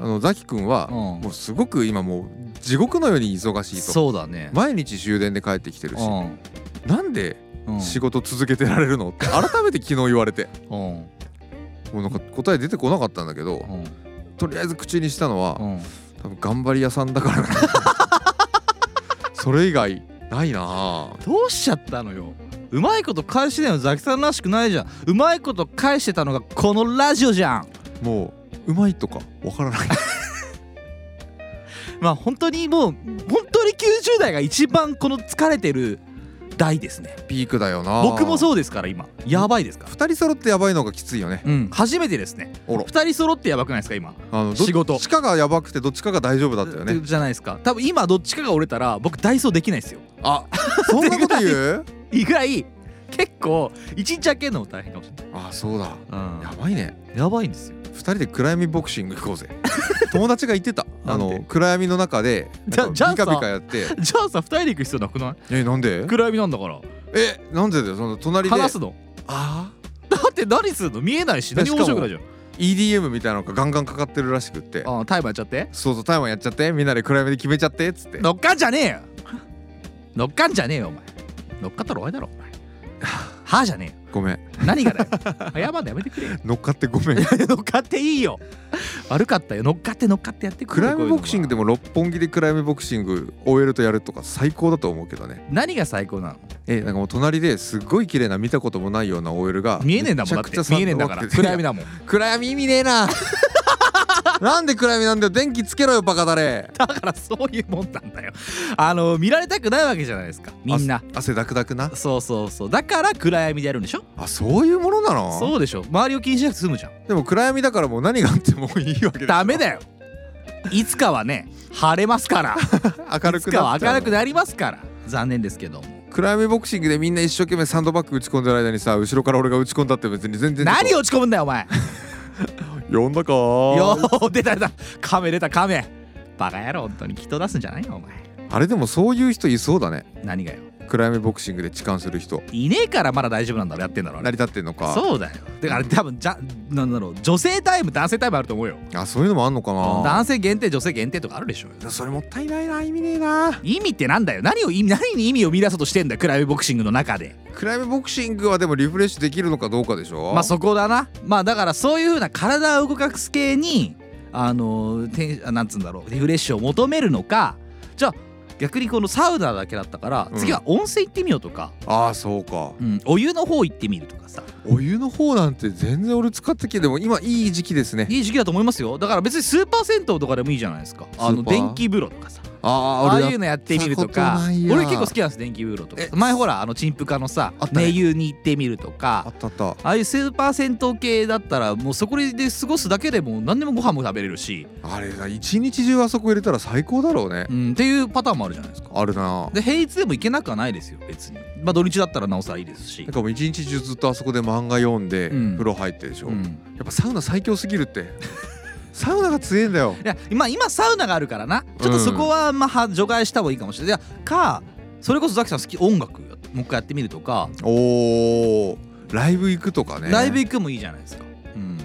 Speaker 1: あのザキ君は、
Speaker 2: うん
Speaker 1: もうすごく今もう地獄のように忙しいと
Speaker 2: そうだね
Speaker 1: 毎日終電で帰ってきてるし、
Speaker 2: う
Speaker 1: なんで
Speaker 2: んうん
Speaker 1: 仕事続けてられるのって改めて昨日言われて
Speaker 2: うん
Speaker 1: もうなんか答え出てこなかったんだけど
Speaker 2: うん
Speaker 1: とりあえず口にしたのは
Speaker 2: うん
Speaker 1: 多分頑張り屋さんだからな それ以外ないなあ
Speaker 2: どうしちゃったのようまいこと返してないのザキさんらしくないじゃんうまいこと返してたのがこのラジオじゃん
Speaker 1: もううまいとかわからない
Speaker 2: まあ本当にもう本当に90代が一番この疲れてる代ですね
Speaker 1: ピークだよな
Speaker 2: 僕も
Speaker 1: う
Speaker 2: そうですから今やばいですから
Speaker 1: 2人揃ってやばいのがきついよね
Speaker 2: うん初めてですね
Speaker 1: おろ
Speaker 2: 2人揃ってやばくないですか今
Speaker 1: あの
Speaker 2: 仕事
Speaker 1: どっちかがやばくてどっちかが大丈夫だったよね
Speaker 2: じゃないですか多分今どっちかが折れたら僕ダイソーできないですよ
Speaker 1: あそんなこと言う
Speaker 2: いいぐらい結構一日開けるのも大変かもしれない、
Speaker 1: あそうだ
Speaker 2: うん
Speaker 1: やばいね
Speaker 2: やばいんですよ
Speaker 1: 2人で暗闇ボクシング行こう ぜ友達が言ってたあ
Speaker 2: なん
Speaker 1: の暗闇の中で
Speaker 2: じゃ
Speaker 1: なん
Speaker 2: じゃあ
Speaker 1: か
Speaker 2: さ
Speaker 1: ビカビカや って
Speaker 2: じゃあさ2人で行く必要なくない
Speaker 1: えなんで
Speaker 2: 暗闇なんだから
Speaker 1: えなんでだよその隣で
Speaker 2: 話すの
Speaker 1: あ
Speaker 2: だって何するの見えないし
Speaker 1: で
Speaker 2: 何も面白くないじゃん
Speaker 1: あ EDM みたいなのがガンガンかかってるらしくって
Speaker 2: ああタイマーやっちゃって
Speaker 1: そうそう台湾やっちゃってみんなで暗闇で決めちゃってっつって
Speaker 2: 乗っかんじゃねえよ乗っかんじゃねえよお前乗っかったら終わりだろお前はあじゃね
Speaker 1: ごめん
Speaker 2: えよ何がだよ謝るのやめてくれよ
Speaker 1: 乗っかってごめん
Speaker 2: 乗っかっていいよ悪かったよ乗っかって乗っかってやってく
Speaker 1: 暗
Speaker 2: れ
Speaker 1: 闇ボクシングで
Speaker 2: も
Speaker 1: も六本木で暗闇ボクシング終えるとやるとか最高だと思うけどね
Speaker 2: 何が最高なの
Speaker 1: えなんかもう隣ですっごい綺麗な見たこともないような OL が
Speaker 2: 見えねえんだもんだ
Speaker 1: め
Speaker 2: っ
Speaker 1: ちゃく
Speaker 2: て
Speaker 1: ちゃ
Speaker 2: 見えねえんだから暗闇
Speaker 1: だ
Speaker 2: だもん
Speaker 1: 暗闇意味ねえ ななんで暗闇なんだよ電気つけろよバカだれ
Speaker 2: だからそういうもんなんだよあの見られたくないわけじゃないですか みんな
Speaker 1: あ汗だくだくな
Speaker 2: そうそうそうだから暗闇でやるんでしょ
Speaker 1: あそういうものなの
Speaker 2: そうでしょ周りを気にしなくて済むじゃん
Speaker 1: でも暗闇だからもう何があってもいいわけで
Speaker 2: ダメだよいつかはね晴れますから
Speaker 1: 明る
Speaker 2: いつ
Speaker 1: く
Speaker 2: か
Speaker 1: な
Speaker 2: は
Speaker 1: っちゃ
Speaker 2: 明
Speaker 1: う
Speaker 2: るくなりますから残念ですけど
Speaker 1: 暗闇ボクシングでみんな一生懸命サンドバッグ打ち込んでる間にさ後ろから俺が打ち込んだって別に全然
Speaker 2: 何落ち込むんだよお前
Speaker 1: 呼んだか
Speaker 2: よう出た出たカメ出たカメバカ野郎本当に人出すんじゃないよお前
Speaker 1: あれでもそういう人いそうだね
Speaker 2: 何がよ
Speaker 1: 暗闇ボクシングで痴漢する人
Speaker 2: いねえからまだ大丈夫なんだろやってんだろあ
Speaker 1: 成り
Speaker 2: れ
Speaker 1: 立ってんのか
Speaker 2: そうだよだから多分じゃなんだろう女性タイム男性タイムあると思うよ
Speaker 1: あそういうのもあんのかな
Speaker 2: 男性限定女性限定とかあるでしょうよ
Speaker 1: それもったいないな意味ねえな
Speaker 2: 意味ってなんだよ何を意味何に意味を見出そうとしてんだよクライボクシングの中で
Speaker 1: 暗闇ボクシングはでもリフレッシュできるのかどうかでしょ
Speaker 2: まあそこだなまあだからそういうふうな体を動かす系にあのてんあなんつうんだろうリフレッシュを求めるのかじゃあ逆にこのサウナだけだったから
Speaker 1: うん
Speaker 2: 次は温泉行ってみようとか、
Speaker 1: ああそうか
Speaker 2: うんお湯の方行ってみるとかさ
Speaker 1: お湯の方なんて全然俺使ってきてでも今いい時期ですね
Speaker 2: いい時期だと思いますよだから別にスーパー銭湯とかでもいいじゃないですかあ
Speaker 1: スー
Speaker 2: の
Speaker 1: パー
Speaker 2: 電気風呂とかさ
Speaker 1: あ
Speaker 2: あ
Speaker 1: あ
Speaker 2: あ
Speaker 1: 俺
Speaker 2: いうのやってみると
Speaker 1: やっ
Speaker 2: か
Speaker 1: たことないや
Speaker 2: 俺結構好きなんです電気風呂とか
Speaker 1: え
Speaker 2: 前ほらあの陳腐化のさ
Speaker 1: あったね
Speaker 2: 寝湯に行ってみると
Speaker 1: あ
Speaker 2: か
Speaker 1: ったあった
Speaker 2: ああいうスーパー銭湯系だったらもうそこで過ごすだけでもう何でもご飯も食べれるし
Speaker 1: あれだ一日中あそこ入れたら最高だろうね
Speaker 2: うん、っていうパターンもあるじゃないですか。
Speaker 1: あるな
Speaker 2: で平日でも行けなくはないですよ別に。まあ土日だったらなおさらいいですし
Speaker 1: なん。かもう一日中ずっとあそこで漫画読んで
Speaker 2: うん
Speaker 1: 風呂入ってでしょ、
Speaker 2: うん
Speaker 1: やっぱサウナ最強すぎるってサウナが強えんだよ
Speaker 2: いや今今サウナがあるからなちょっとそこはまあは除外した方がいいかもしれない。いやかそれこそザキさん好き音楽やもう一回やってみるとか、
Speaker 1: おーライブ行くとかね
Speaker 2: ライブ行くもいいじゃないですか。うん、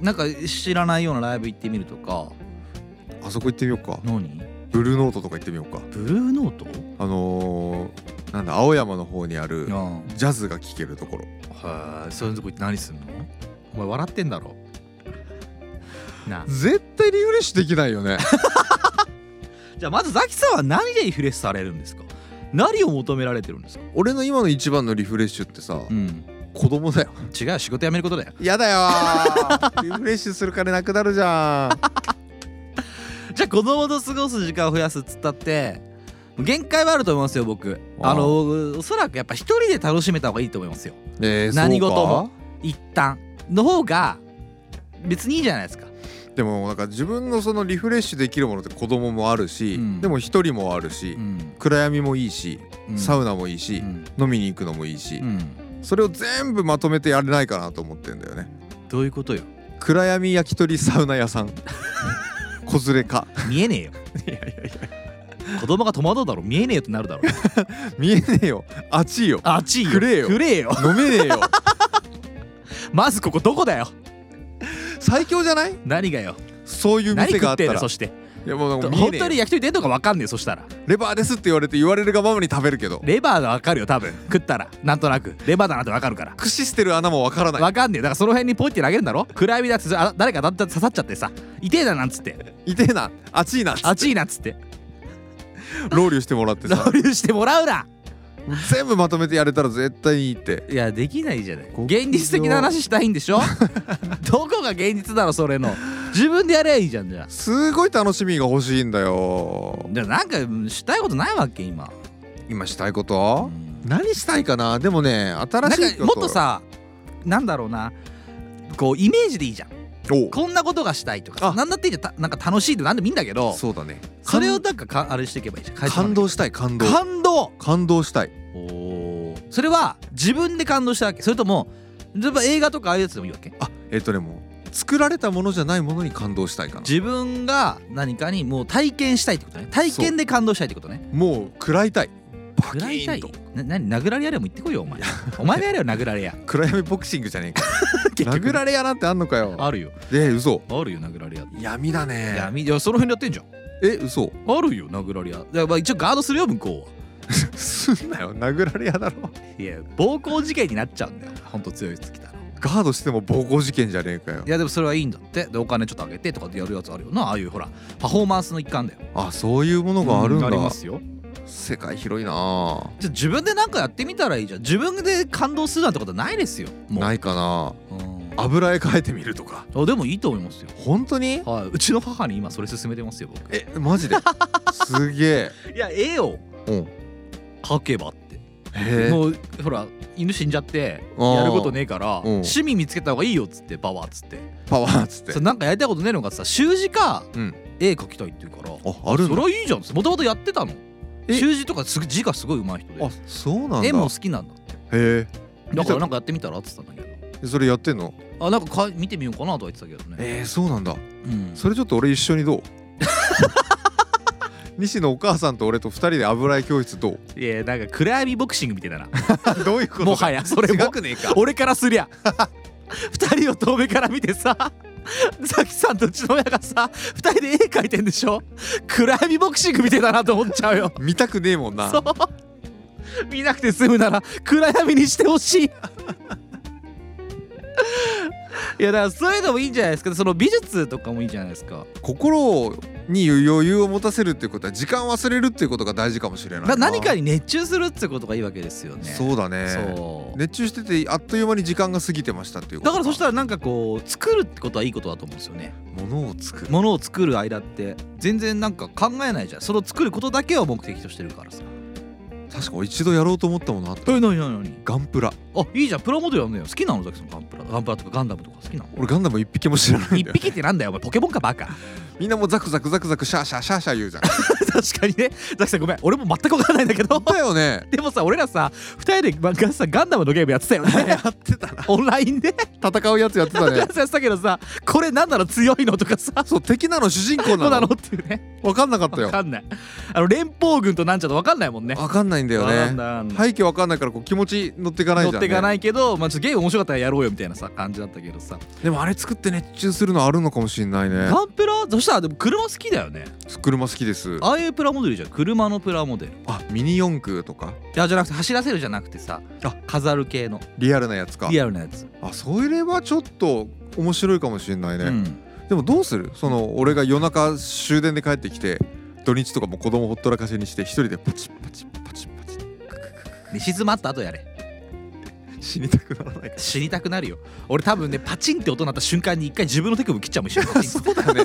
Speaker 2: なんか知らないようなライブ行ってみるとか
Speaker 1: あそこ行ってみようか
Speaker 2: 何
Speaker 1: ブルーノートとか行ってみようか
Speaker 2: ブルーノート
Speaker 1: あのー、なんだ青山の方にある
Speaker 2: あ
Speaker 1: ジャズが聴けるところ
Speaker 2: あへえそういうとこ行って何すんのお前笑ってんだろ。なあ
Speaker 1: 絶対リフレッシュできないよね
Speaker 2: じゃあまずザキさんは何でリフレッシュされるんですか何を求められてるんですか
Speaker 1: 俺の今の一番のリフレッシュってさ、
Speaker 2: ん
Speaker 1: 子供だよ
Speaker 2: 違う仕事辞めることだよ
Speaker 1: やだよーリフレッシュする金なくなるじゃん
Speaker 2: じゃあ子供と過ごす時間を増やすっつったって限界はあると思いますよ僕
Speaker 7: あー
Speaker 2: あのおそらくやっぱ一人で楽しめた方がいいと思いますよ
Speaker 7: えー
Speaker 2: 何事
Speaker 7: そう
Speaker 2: も
Speaker 7: か
Speaker 2: 一旦の方が別にいいじゃないですか
Speaker 1: でもなんか自分のそのリフレッシュできるものって子供もあるし、
Speaker 2: うん
Speaker 1: でも一人もあるし、
Speaker 2: ん
Speaker 1: 暗闇もいいし、サ
Speaker 2: ウ
Speaker 1: ウナもいいし、
Speaker 2: うん
Speaker 1: 飲みに行くのもいいし、
Speaker 2: うん
Speaker 1: それを全部まとめてやれないかなと思ってんだよね
Speaker 2: どういうことよ
Speaker 1: 暗闇焼き鳥サウナ屋さ ん子連れか
Speaker 2: 見えねえ よ子供が戸惑うだろ見えねえよってなるだろ
Speaker 1: 見えねえよ熱いよ
Speaker 2: あっちいよ
Speaker 1: くれよ
Speaker 2: くれよ
Speaker 1: 飲めね えよ
Speaker 2: まずここどこだよ
Speaker 1: 最強じゃない
Speaker 2: 何がよ
Speaker 1: そういう
Speaker 2: 何
Speaker 1: 店があ
Speaker 2: 食っ
Speaker 1: って
Speaker 2: ん
Speaker 1: た
Speaker 2: だよ
Speaker 1: ら
Speaker 2: そして
Speaker 1: いやもうなんか見え
Speaker 2: 本
Speaker 1: ね
Speaker 2: 当
Speaker 1: え
Speaker 2: に
Speaker 1: よ
Speaker 2: 焼き鳥出んのか分かんねえよそしたら
Speaker 1: レバーですって言われて言われるがままに食べるけど
Speaker 2: レバーが分かるよ多分食ったらなんとなくレバーだなって分かるから
Speaker 1: 串捨てる穴もわからない
Speaker 2: 分かんねえだからその辺にポイって投げるんだろ暗闇だってあ誰かだって刺さっちゃってさ痛えだなんつって
Speaker 1: 痛えな熱いなっつって
Speaker 2: 熱いなっつって
Speaker 1: ロウリュしてもらってさ
Speaker 2: 合流してもらうな
Speaker 1: 全部まとめてやれたら絶対にいいって
Speaker 2: いやできないじゃない
Speaker 1: 極上
Speaker 2: 現実的な話したいんでし ょどこが現実だろそれの自分でやりゃいいじゃんじゃあ
Speaker 1: すごい楽しみが欲しいんだよ
Speaker 2: じゃあなんかうんしたいことないわけ今
Speaker 1: 今したいこ
Speaker 2: う
Speaker 1: と
Speaker 2: ん
Speaker 1: 何したいかなでもね
Speaker 2: な
Speaker 1: 新
Speaker 2: ん
Speaker 1: しい
Speaker 2: か
Speaker 1: こと
Speaker 2: もっとさなんだろうなこうイメージでいいじゃん
Speaker 1: お
Speaker 2: こんなことがしたいとか
Speaker 1: あ
Speaker 2: なんだっていいじゃんたなんか楽しいとかなんでもいいんだけど
Speaker 1: そうだね
Speaker 2: それをなんかかあれしていけばいいじゃん変えていかな
Speaker 1: 感
Speaker 2: いと
Speaker 1: 動したい感動
Speaker 2: 感動
Speaker 1: 感動したい
Speaker 2: それは自分で感動したわけそれとも例えば映画とかああいうやつでもいいわけ
Speaker 1: あえっとねもう作られたものじゃないものに感動したいかな
Speaker 2: 自分が何かにもう体験したいってことね体験で感動したいってことね
Speaker 1: もう食らいたいパキ
Speaker 2: らいた
Speaker 1: ーン
Speaker 2: い
Speaker 1: と
Speaker 2: な何殴られやれも言ってこいよお前お前がやれよ殴られや
Speaker 1: 暗闇ボクシングじゃねえか
Speaker 2: 結局
Speaker 1: 殴られやなんてあんのかよ
Speaker 2: あるよ
Speaker 1: え嘘
Speaker 2: あるよ殴られや
Speaker 1: 闇だ
Speaker 2: いや
Speaker 1: ね
Speaker 2: みいやその辺でやってんじゃん
Speaker 1: え嘘
Speaker 2: あるよ殴られやいやまあ一応ガードするよ向こう
Speaker 1: すんなよ殴られやだろ
Speaker 2: はいや暴行事件になっちゃうんだよほんと強いやつ来たら
Speaker 1: ガードしても暴行事件じゃねえかよ
Speaker 2: いやでもそれはいいんだってでお金ちょっとあげてとかでやるやつあるよなああいうほらパフォーマンスの一環だよ
Speaker 1: あそういうものがあるんだ、
Speaker 2: うありますよ
Speaker 1: 世界広いな
Speaker 2: じゃあ自分でなんかやってみたらいいじゃん自分で感動するなんてことはないですよもう
Speaker 1: ないかな
Speaker 2: うん
Speaker 1: 油絵描いてみるとか
Speaker 2: あでもいいと思いますよ
Speaker 1: 本当に
Speaker 2: はいうちの母に今それ勧めてますよ僕
Speaker 1: えマ ジですげえ
Speaker 2: いや絵を
Speaker 1: うん
Speaker 2: 描けばって
Speaker 1: へえ
Speaker 2: もうほら犬死んじゃって
Speaker 1: あー
Speaker 2: やることねえから
Speaker 1: ん
Speaker 2: 趣味見つけた方がいいよっつってパワーっつって
Speaker 1: パワーっつって
Speaker 2: それなんかやりたいことねえのかっつったら習字か
Speaker 1: うん
Speaker 2: 絵描きたいって言うから
Speaker 1: あある
Speaker 2: そ
Speaker 1: ん
Speaker 2: れ
Speaker 1: だ
Speaker 2: はいいじゃんもともとやってたの
Speaker 1: え
Speaker 2: 習字とかすぐ字がすごい上手い人
Speaker 1: あ
Speaker 2: で
Speaker 1: そうなんだ
Speaker 2: 絵も好きなんだ
Speaker 1: へ
Speaker 2: だからなんかやってみたらっつったんだけど
Speaker 1: えそれやってんの
Speaker 2: あなんかか見てみようかなとは言ってたけどね
Speaker 1: えー、そうなんだ
Speaker 2: うん
Speaker 1: それちょっと俺一緒 にどう西のお母さんと俺と二人で油絵教室どう
Speaker 2: いやなんか暗闇ボクシングみたいだ な
Speaker 1: どういうこと
Speaker 2: もはやそ れも
Speaker 1: 違くねえか
Speaker 2: 俺からすりゃ 二人を遠目から見てさ ザキさんとうちの親がさ二人で絵描いてんでしょ暗闇ボクシングみたいだなと思っちゃうよ
Speaker 1: 見たくねえもんな
Speaker 2: そう見なくて済むなら暗闇にしてほしいいやだからそういうのもいいんじゃないですかその美術とかもいいじゃないですか
Speaker 1: 心に余裕を持たせるっていうことは時間忘れるっていうことが大事かもしれないな
Speaker 2: な何かに熱中するってことがいいわけですよね
Speaker 1: そうだね
Speaker 2: そう
Speaker 1: 熱中しててあっという間に時間が過ぎてましたっていう
Speaker 2: だからそした
Speaker 1: ら
Speaker 2: らなんかこう作るってことはいいことだと思うんですよね
Speaker 1: 物を作る
Speaker 2: ものを作る間って全然なんか考えないじゃんその作ることだけを目的としてるからさ
Speaker 1: 確か一度やろうと思ったものあった
Speaker 2: え何何何
Speaker 1: ガンプラ
Speaker 2: あいいじゃんプラモデルやんねよ好きなのザキさんガンプラガンプラとかガンダムとか好きなの
Speaker 1: 俺ガンダム一匹も知らないん
Speaker 2: 一
Speaker 1: だよ
Speaker 2: 匹ってなんだよお前ポケモンかバカ
Speaker 1: みんなもうザクザクザクザクシャーシャーシャーシャー言う じゃん
Speaker 2: 確かにねザキさんごめん俺も全くわからないんだ けど
Speaker 1: だよね
Speaker 2: でもさ俺らさ二人でまガさガンダムのゲームやってたよ ねやって たなオンラインで
Speaker 1: 戦うやつやってた
Speaker 2: ガ
Speaker 1: ね
Speaker 2: ンさんやってたけどさこれなんなの強いのとかさ
Speaker 1: そう敵なの主人公
Speaker 2: どう
Speaker 1: な
Speaker 2: な
Speaker 1: の
Speaker 2: のっていうね
Speaker 1: 分かんなかった
Speaker 2: わ
Speaker 1: よ
Speaker 2: かんないあの連邦軍となんちゃうとわかんないもんね
Speaker 1: 分かんないんだよ
Speaker 2: わか
Speaker 1: ね
Speaker 2: んないわかんない
Speaker 1: 背景分かんないからこう気持ち乗っていかないじゃん、ね、
Speaker 2: 乗ってかないけど、まあ、ちょっとゲーム面白かったらやろうよみたいなさ感じだったけどさ、
Speaker 1: でもあれ作って熱中するのあるのかもしんないね
Speaker 2: ガンプラそしたらでも車好きだよね
Speaker 1: 車好きですあ
Speaker 2: ああいうプラモデルじゃん車のプラモデルい
Speaker 1: ミニ四駆とか
Speaker 2: やじゃなくて走らせるじゃなくてさ
Speaker 1: あ
Speaker 2: 飾る系の
Speaker 1: リアルなやつか
Speaker 2: リアルなやつ、
Speaker 1: あそれはちょっと面白いかもしんないね、
Speaker 2: うん
Speaker 1: でもどうするその俺が夜中終電で帰ってきて土日とかも子供ほったらかしにして一人でパチッパチッパチッパチッ
Speaker 2: で静まった後やれ
Speaker 1: 死にたくならないか
Speaker 2: 死にたくなるよ俺多分ねパチンって音鳴った瞬間に一回自分の手首切っちゃうもん一緒にパ チンって そうだね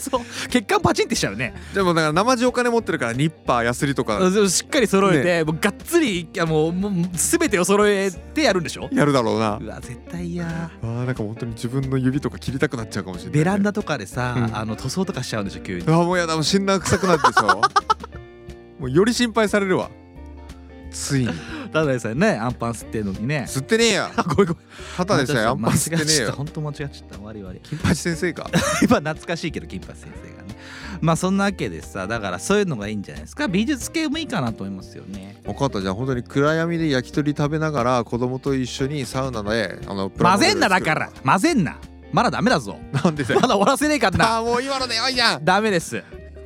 Speaker 2: 血管パチンってしちゃうね
Speaker 1: でもだから生地お金持ってるからニッパーヤスリとか
Speaker 2: でもしっかり揃えて、もうがっつりいやもうもう全てを揃えてやるんでしょ
Speaker 1: やるだろうな
Speaker 2: うわ絶対嫌
Speaker 1: あーなんか本当に自分の指とか切りたくなっちゃうかもしれないね、
Speaker 2: ベランダとかでさ、
Speaker 1: うん
Speaker 2: あの塗装とかしちゃうんでしょ急に
Speaker 1: うわもうやだもう辛辣臭くなって さもうより心配されるわついに
Speaker 2: ただでさえねアンパン吸ってんのにね
Speaker 1: 吸ってねえや
Speaker 2: あごめんごめん
Speaker 1: ただでさえアンパン吸ってねえよ
Speaker 2: 本当間違っちゃったほんと間違っちゃった悪い 悪い
Speaker 1: 金八先生か
Speaker 2: 今懐かしいけど金八先生がねまあそんなわけでさだからそういうのがいいんじゃないですか美術系もいいかなと思いますよね
Speaker 1: 分かったじゃあ本当に暗闇で焼き鳥食べながら子供と一緒にサウナであのプラモ
Speaker 2: 混
Speaker 1: デル
Speaker 2: ぜんなだから混ぜんなまだダメだぞ
Speaker 1: 作るなんでだよ
Speaker 2: まだ終わらせねえかん な
Speaker 1: あーもう今のでよいじゃん
Speaker 2: ダメです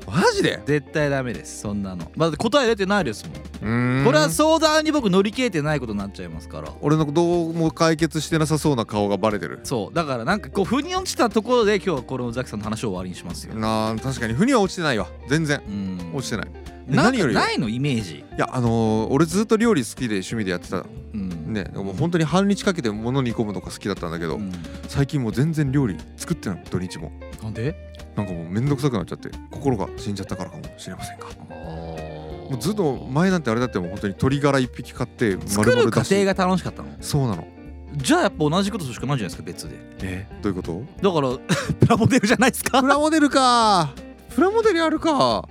Speaker 1: マジで
Speaker 2: 絶対ダメですそんなのまだ答え出てないですもん
Speaker 1: うーん
Speaker 2: これは相談に僕乗り切れてないことになっちゃいますから
Speaker 1: 俺のどうも解決してなさそうな顔がバレてる
Speaker 2: そうだからなんかこう腑に落ちたところで今日はこのザキさんの話を終わりにしますよ
Speaker 1: なあ確かに腑には落ちてないわ全然
Speaker 2: うん
Speaker 1: 落ちてない
Speaker 2: なん
Speaker 1: 何
Speaker 2: か
Speaker 1: よりい
Speaker 2: ないのイメージ
Speaker 1: やあのー俺ずっと料理好きで趣味でやってた
Speaker 2: うん
Speaker 1: ねもう本当に半日かけて物煮込むとか好きだったんだけど、
Speaker 2: うん
Speaker 1: 最近もう全然料理作ってない土日も
Speaker 2: なんで
Speaker 1: なんかもうめんどくさくなっちゃって心が死んじゃったからかもしれませんかもう
Speaker 2: も
Speaker 1: ずっと前なんてあれだってもう本当に鶏ガラ一匹買って
Speaker 2: 作る過
Speaker 1: 出
Speaker 2: 程
Speaker 1: し
Speaker 2: が楽しかったの
Speaker 1: そうなの
Speaker 2: じゃあやっぱ同じことするしかないじゃないですか別で
Speaker 1: えどういうこと
Speaker 2: だから プラモデルじゃないですか
Speaker 1: プラモデルかプラモデルやるか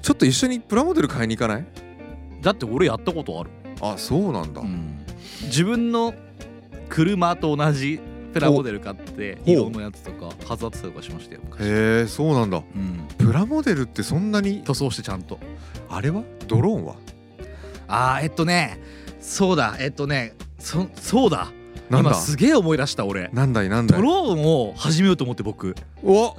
Speaker 1: ちょっと一緒にプラモデル買いに行かない
Speaker 2: だって俺やったことある、
Speaker 1: あそうなんだ、
Speaker 2: 自分の車と同じプラモデル買って
Speaker 1: ほう
Speaker 2: 色のやつとか飾ってたりとかしましたよ昔
Speaker 1: へえそうなんだ
Speaker 2: うん
Speaker 1: プラモデルってそんなに
Speaker 2: 塗装してちゃんと
Speaker 1: あれはドローンは
Speaker 2: あーえっとねそうだえっとねそそうだ
Speaker 1: なん
Speaker 2: 今
Speaker 1: だ
Speaker 2: すげえ思い出した俺
Speaker 1: なんだいなんだ
Speaker 2: ド
Speaker 1: い
Speaker 2: ローンを始めようと思って僕
Speaker 1: うわ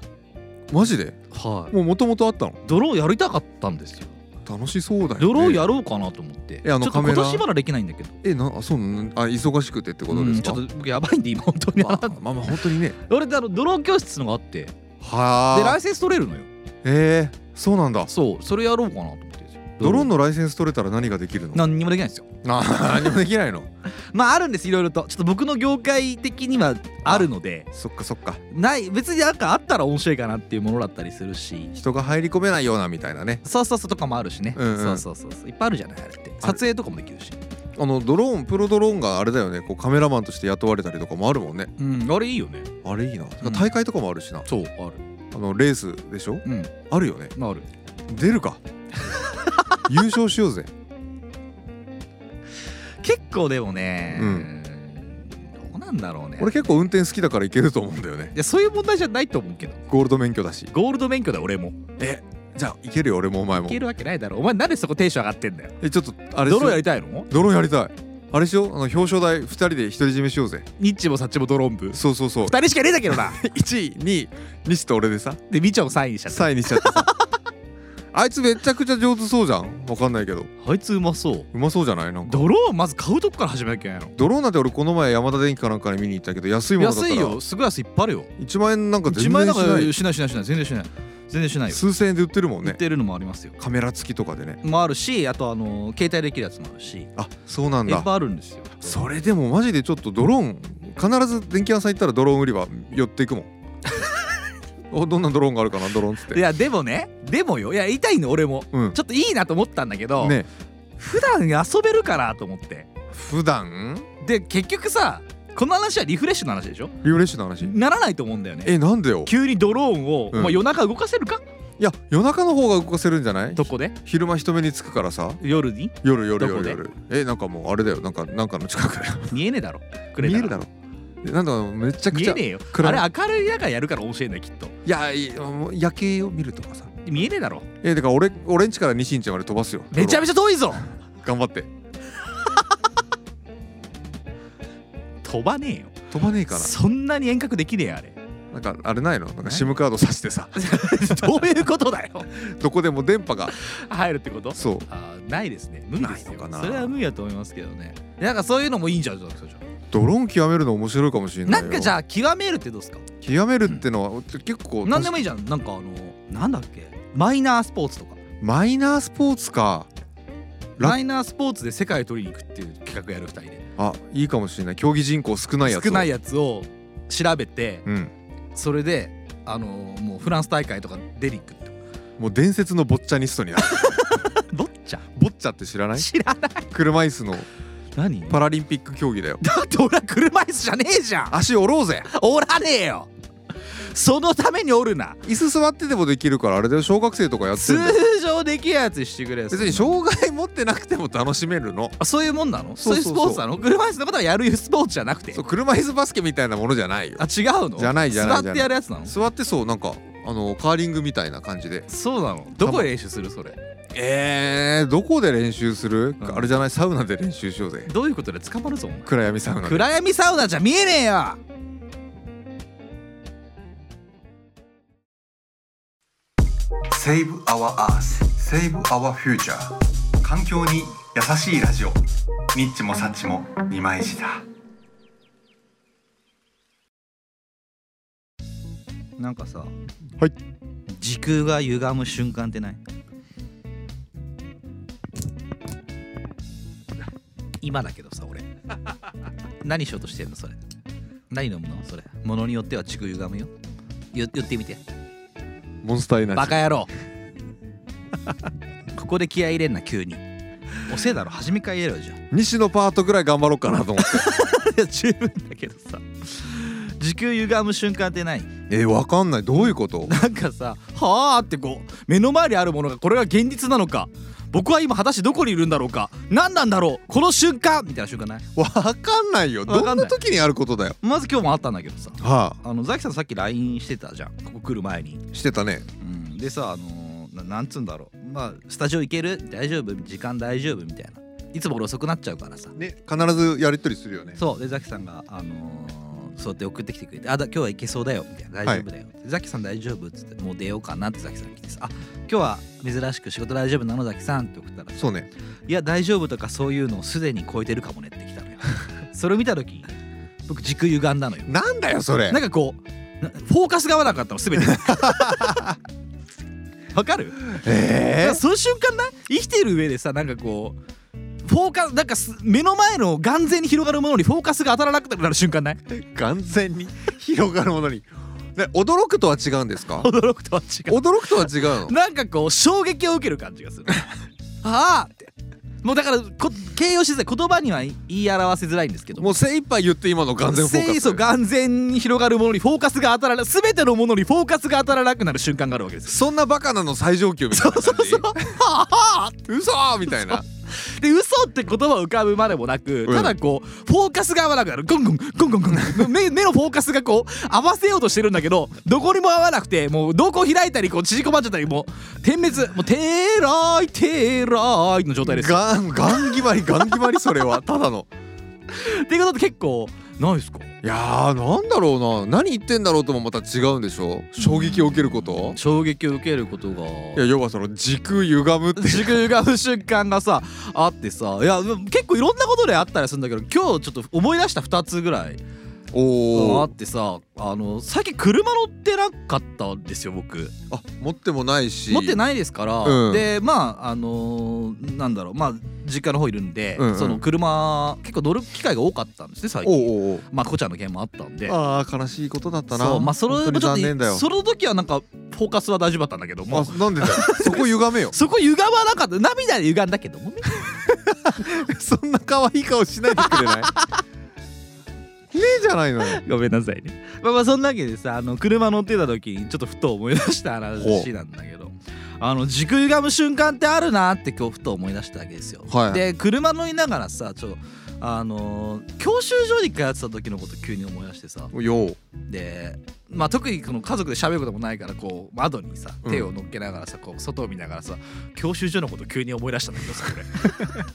Speaker 1: マジで
Speaker 2: はい
Speaker 1: もうもともとあったの
Speaker 2: ドローンやりたかったんですよ
Speaker 1: 楽しそうだよ、ね、
Speaker 2: ドローンやろうかなと思って、
Speaker 1: えあの
Speaker 2: ちょっと
Speaker 1: カメ
Speaker 2: 今
Speaker 1: ラ
Speaker 2: 年まだできないんだけど
Speaker 1: えなあそうなのあ忙しくてってことですか、
Speaker 2: うんちょっと僕やばいんで今本当に、
Speaker 1: まあ、まあまあ本当にね
Speaker 2: 俺ってあのドローン教室のがあってでラ
Speaker 1: はあ
Speaker 2: イセンス取れるのよ
Speaker 1: えー、そうなんだ
Speaker 2: そうそれやろうかなと思ってるんですよ
Speaker 1: ドローン
Speaker 2: ン
Speaker 1: のライセンス取れたら何ができるの
Speaker 2: 何にもできないんですよ
Speaker 1: あ 何もできないの
Speaker 2: まああるんですいろいろとちょっと僕の業界的にはあるので
Speaker 1: そっかそっか
Speaker 2: ない別になんかあったら面白いかなっていうものだったりするし
Speaker 1: 人が入り込めないようなみたいなね
Speaker 2: そうそうそうとかもあるしね、
Speaker 1: うんうん
Speaker 2: そうそうそうそういっぱいあるじゃないあれって撮影とかもできるし
Speaker 1: あのドローンプロドローンがあれだよねこうカメラマンとして雇われたりとかもあるもんね
Speaker 2: うんあれいいよね
Speaker 1: あれいいな、
Speaker 2: うん
Speaker 1: 大会とかもあるしな
Speaker 2: そうある
Speaker 1: あのレースでしょ
Speaker 2: うん
Speaker 1: あるよね
Speaker 2: ある
Speaker 1: 出る か優勝しようぜ
Speaker 2: 結構でもね
Speaker 1: う
Speaker 2: どうなんだろうね
Speaker 1: 俺結構運転好きだからいけると思うんだよね
Speaker 2: いやそういう問題じゃないと思うけど
Speaker 1: ゴールド免許だし
Speaker 2: ゴールド免許だ俺も
Speaker 1: じゃあいけるよ俺もお前も
Speaker 2: いけるわけないだろお前なんでそこテンション上がってんだよ
Speaker 1: えちょっとあれしよ
Speaker 2: ド
Speaker 1: う
Speaker 2: ローンやりたいの
Speaker 1: ドローンやりたいあれしようあの表彰台2人で独り占めしようぜ
Speaker 2: ニッチもサッチもドローン部
Speaker 1: そうそうそう
Speaker 2: 二人しかねえんだけどな
Speaker 1: 1位2位西と俺でさ
Speaker 2: でみちょんサインしちゃった
Speaker 1: 3位にしちゃって さあいつめちゃくちゃ上手そうじゃんわかんないけど
Speaker 2: あいつうまそう
Speaker 1: うまそうじゃないなんか
Speaker 2: ドローンまず買うとこから始めなきゃいけない
Speaker 1: ドローンなんて俺この前山田電機かなんかに見に行ったけど安い
Speaker 2: の
Speaker 1: ものだった
Speaker 2: 安
Speaker 1: ら
Speaker 2: いよすごい安いいっぱいあるよ
Speaker 1: 1万円なんか
Speaker 2: 1
Speaker 1: 全
Speaker 2: 万円
Speaker 1: 然
Speaker 2: なん
Speaker 1: し
Speaker 2: か
Speaker 1: ない
Speaker 2: しないしないしない全然しない全然しないよ
Speaker 1: 数千円で売ってるもん
Speaker 2: 売っ
Speaker 1: ね
Speaker 2: てるのもありますよ
Speaker 1: カメラ付きとかでね
Speaker 2: もあるしあとあの携帯できるやつもあるしいっ
Speaker 1: あそうなん
Speaker 2: ぱい
Speaker 1: だ
Speaker 2: あるんですよ
Speaker 1: それでもマジでちょっとドローン必ず電気屋さん行ったらドローン売り場寄ってい くもんおどんなドローンがあるかなドローンっつっ
Speaker 2: い
Speaker 1: て
Speaker 2: やでもねでもよいや痛いの俺も
Speaker 1: うん
Speaker 2: ちょっといいなと思ったんだけど、
Speaker 1: ね
Speaker 2: 普段遊べるかなと思って
Speaker 1: 普段
Speaker 2: で結局さこの話はリフレッシュの話でしょ
Speaker 1: リオレッシュの話
Speaker 2: ならないと思うんだよね
Speaker 1: えなんでよ
Speaker 2: 急にドローンを、
Speaker 1: うん
Speaker 2: まあ、夜中動かせるか
Speaker 1: いや夜中の方が動かせるんじゃない
Speaker 2: どこで
Speaker 1: 昼間人目につくからさ
Speaker 2: 夜に
Speaker 1: 夜夜
Speaker 2: どこ
Speaker 1: 夜
Speaker 2: で
Speaker 1: 夜えなんかもうあれだよなんかなんかの近くだよ
Speaker 2: 見えねえだろくれ
Speaker 1: 見
Speaker 2: た
Speaker 1: え
Speaker 2: ら
Speaker 1: るだろえなんだめちゃく
Speaker 2: 見
Speaker 1: ち
Speaker 2: え
Speaker 1: ゃ
Speaker 2: ねえよ
Speaker 1: 暗い
Speaker 2: あれ明るい中やるから面白いんだよきっと
Speaker 1: いやいやもう夜景を見るとかさ
Speaker 2: 見えねえだろ
Speaker 1: えだから俺俺ん家から西ん家まで飛ばすよ
Speaker 2: めちゃめ
Speaker 1: ち
Speaker 2: ちゃ遠いぞ
Speaker 1: ゃ頑張って
Speaker 2: 飛ばね
Speaker 1: 飛ばねえ
Speaker 2: え
Speaker 1: か
Speaker 2: よそんなに遠隔できねえよあ れ
Speaker 1: ななんかあれないのなんか SIM カードさしてさ
Speaker 2: どういうことだよ
Speaker 1: どこでも電波が
Speaker 2: 入るってこと
Speaker 1: そう
Speaker 2: あーないですね無理です
Speaker 1: ない
Speaker 2: よ
Speaker 1: のかな
Speaker 2: それは無理だと思いますけどねなんかそういうのもいいんじゃないですかじゃ
Speaker 1: ドローン極めるの面白いかもしれ
Speaker 2: あ
Speaker 1: な
Speaker 2: ない
Speaker 1: よ
Speaker 2: んかじゃあ極めるってどうですか
Speaker 1: 極めるってのは結構
Speaker 2: 何でもいいじゃんなんかあのなんだっけマイナースポーツとか
Speaker 1: マイナースポーツかラ
Speaker 2: マイナースポーツで世界を取りに行くっていう企画やる2人で
Speaker 1: あいいかもしれない競技人口少ないやつを
Speaker 2: 少ないやつを調べて
Speaker 1: うん
Speaker 2: それであのーもうフランス大会とか出に行くって
Speaker 1: もう伝説のボッチャニストになる
Speaker 2: どっちゃ
Speaker 1: ボッチャって知らない
Speaker 2: 知らない
Speaker 1: 車椅子の
Speaker 2: 何
Speaker 1: パラリンピック競技だよ
Speaker 2: だって俺は車椅子じゃねえじゃん
Speaker 1: 足折ろうぜ
Speaker 2: おらねえよそのためにおるな
Speaker 1: 椅子座っててもできるからあれだよ小学生とかやって
Speaker 2: 通
Speaker 1: るんだよ
Speaker 2: 常できるやつにしてくれよ
Speaker 1: 別に障害持ってなくても楽しめるの
Speaker 2: あそういうもんなの
Speaker 1: そ
Speaker 2: そう
Speaker 1: そう
Speaker 2: ういう
Speaker 1: そう
Speaker 2: スポーツなの車椅子のことはやるスポーツじゃなくて
Speaker 1: そう車椅子バスケみたいなものじゃないよ
Speaker 2: あ違うの
Speaker 1: じゃないじゃない
Speaker 2: 座ってやるやつなの
Speaker 1: 座ってそうなんかあのカーリングみたいな感じで
Speaker 2: そうなのどこで練習するそれ
Speaker 1: えー、どこで練習する、
Speaker 2: うん
Speaker 1: あれじゃないサウナで練習しようぜ
Speaker 2: どういうことで捕まるぞお前
Speaker 1: 暗闇サウナで
Speaker 2: 暗闇サウナじゃ見えねえよ
Speaker 8: セ a ブアワー Earth Save Our Future 環境に優しいラジオニッチもサッチも二枚舌
Speaker 2: なんかさ
Speaker 7: はい
Speaker 2: 時空が歪む瞬間ってない今だけどさ 俺何しようとしてんのそれ何飲むのそれものによっては時空歪むよ言言ってみて
Speaker 7: モンスターエナジ
Speaker 2: バカ野郎 ここで気合い入れんな急に遅えだろ初めから言えろよじゃあ い
Speaker 1: 西のパートぐらい頑張ろうかなと 思って
Speaker 2: や十分だけど さ時空歪む瞬間ってない
Speaker 1: えー、わかんないどうい うこと
Speaker 2: なんかさはあってこう目の前にあるものがこれが現実なのか僕は今果たしてどこにいるんだろうか何なんだろうこの瞬間みたいな瞬間ない
Speaker 1: わかんないよ
Speaker 2: わ
Speaker 1: ど
Speaker 2: か
Speaker 1: ん
Speaker 2: ん
Speaker 1: な
Speaker 2: な
Speaker 1: い時にあることだよ
Speaker 2: まず今日もあったんだけどさ
Speaker 1: は
Speaker 2: あのザキさんさっき LINE してたじゃんここ来る前に、
Speaker 1: あしてたね
Speaker 2: うん、でさあのーななんつうんだろうまあスタジオ行ける大丈夫時間大丈夫みたいないつも俺遅くなっちゃうからさ
Speaker 1: ね必ずやり取りするよね
Speaker 2: そうでザキさんがあのーそうやって送ってきてくれて「あだ今日は行けそうだよ」みたいな
Speaker 1: は
Speaker 2: 「
Speaker 1: い
Speaker 2: 大丈夫だよ」ザキさん大丈夫?」っつって「もう出ようかな」ってザキさんが来てさ「あ今日は珍しく仕事大丈夫なのザキさん」って送ったら「
Speaker 1: そうね
Speaker 2: いや大丈夫」とかそういうのをすでに超えてるかもねって 来たのよそれを見た時僕軸歪んだのよ
Speaker 1: なんだよそれ
Speaker 2: なんかこうなフォーカスが合わなかった の全てわかる
Speaker 1: え
Speaker 2: なんかその瞬間な生きてる上でさなんかこうフォーカスなんかす目の前の眼前に広がるものにフォーカスが当たらなくなる瞬間ない
Speaker 1: ー、完全に 広がるものにね驚くとは違うんですか
Speaker 2: 驚くとは違
Speaker 1: 驚くとは違うの
Speaker 2: うなんかこう衝撃を受ける感 じがするああってもうだからこ形容しづらい言葉には言い表せづらいんですけ ど
Speaker 1: もう精一杯言って今の完全フォーカス
Speaker 2: 清楚眼前に広がるものにフォーカスが当たらな全てのものにフォーカスが当たらなくなる瞬間があるわ けですよ
Speaker 1: そんなバカなの最上級みたいな感じそうそうそう嘘ーみたいな
Speaker 2: で嘘って言葉を浮かぶまでもなく
Speaker 1: うん
Speaker 2: ただこうフォーカスが合わなくなるゴンゴンゴンゴンゴンゴン目目のフォーカスがこう合わせようとしてるんだけどどこにも合わなくてもうどこ開いたりこう縮こまっちゃったりもう点滅もうてーらーいてーらーいの状態です
Speaker 1: ガンガン決まりガン決まり それはただの
Speaker 2: っていうことって結構ないですか
Speaker 1: いやーなんだろうな何言ってんだろうともまた違うんでしょ衝撃を受けること
Speaker 2: 衝撃を受けることが
Speaker 1: いや要はその時空歪むって
Speaker 2: 時空が合う瞬間がさあってさいやでも結構いろんなことであったりするんだけど今日ちょっと思い出した2つぐらい
Speaker 1: お
Speaker 2: あ
Speaker 1: お
Speaker 2: ってさあの最近車乗ってなかったんですよ僕。
Speaker 1: あ持ってもないし
Speaker 2: 持って
Speaker 1: い
Speaker 2: ないですから、
Speaker 1: うん
Speaker 2: でまああのーなんだろうまあ実家の方いるんで、
Speaker 1: うんうん
Speaker 2: その車結構乗る機会が多かったんですね
Speaker 1: お
Speaker 2: 最近。
Speaker 1: うおうおう
Speaker 2: まあこちゃんの件もあったんで。
Speaker 1: あー悲しいことだったな
Speaker 2: そうまあそれ
Speaker 1: 本当
Speaker 2: も
Speaker 1: に
Speaker 2: ちょっ
Speaker 1: 残念だよ
Speaker 2: とその時はなんかフォーカスは大丈夫だったんだけども
Speaker 1: あなんでだよそこ歪めよ
Speaker 2: そこ歪まなかった涙で歪んだけどもね
Speaker 1: そんな可愛い顔しないでくれ ないねえじゃないのよ
Speaker 2: ごめんなさいね。まあまあそんなわけでさあの車乗ってた時にちょっとふと思い出した話なんだけどあの軸歪む瞬間ってあるなって今日ふと思い出したわけですよ。
Speaker 1: はい
Speaker 2: で車乗りながらさちょあのー教習所に通ってた時のこと急に思い出してさ
Speaker 1: よう
Speaker 2: で、まあ、特にこの家族で喋ることもないからこう窓にさ
Speaker 1: うん
Speaker 2: 手を乗っけながらさこう外を見ながらさ教習所のこと急に思い出したんだ けどさ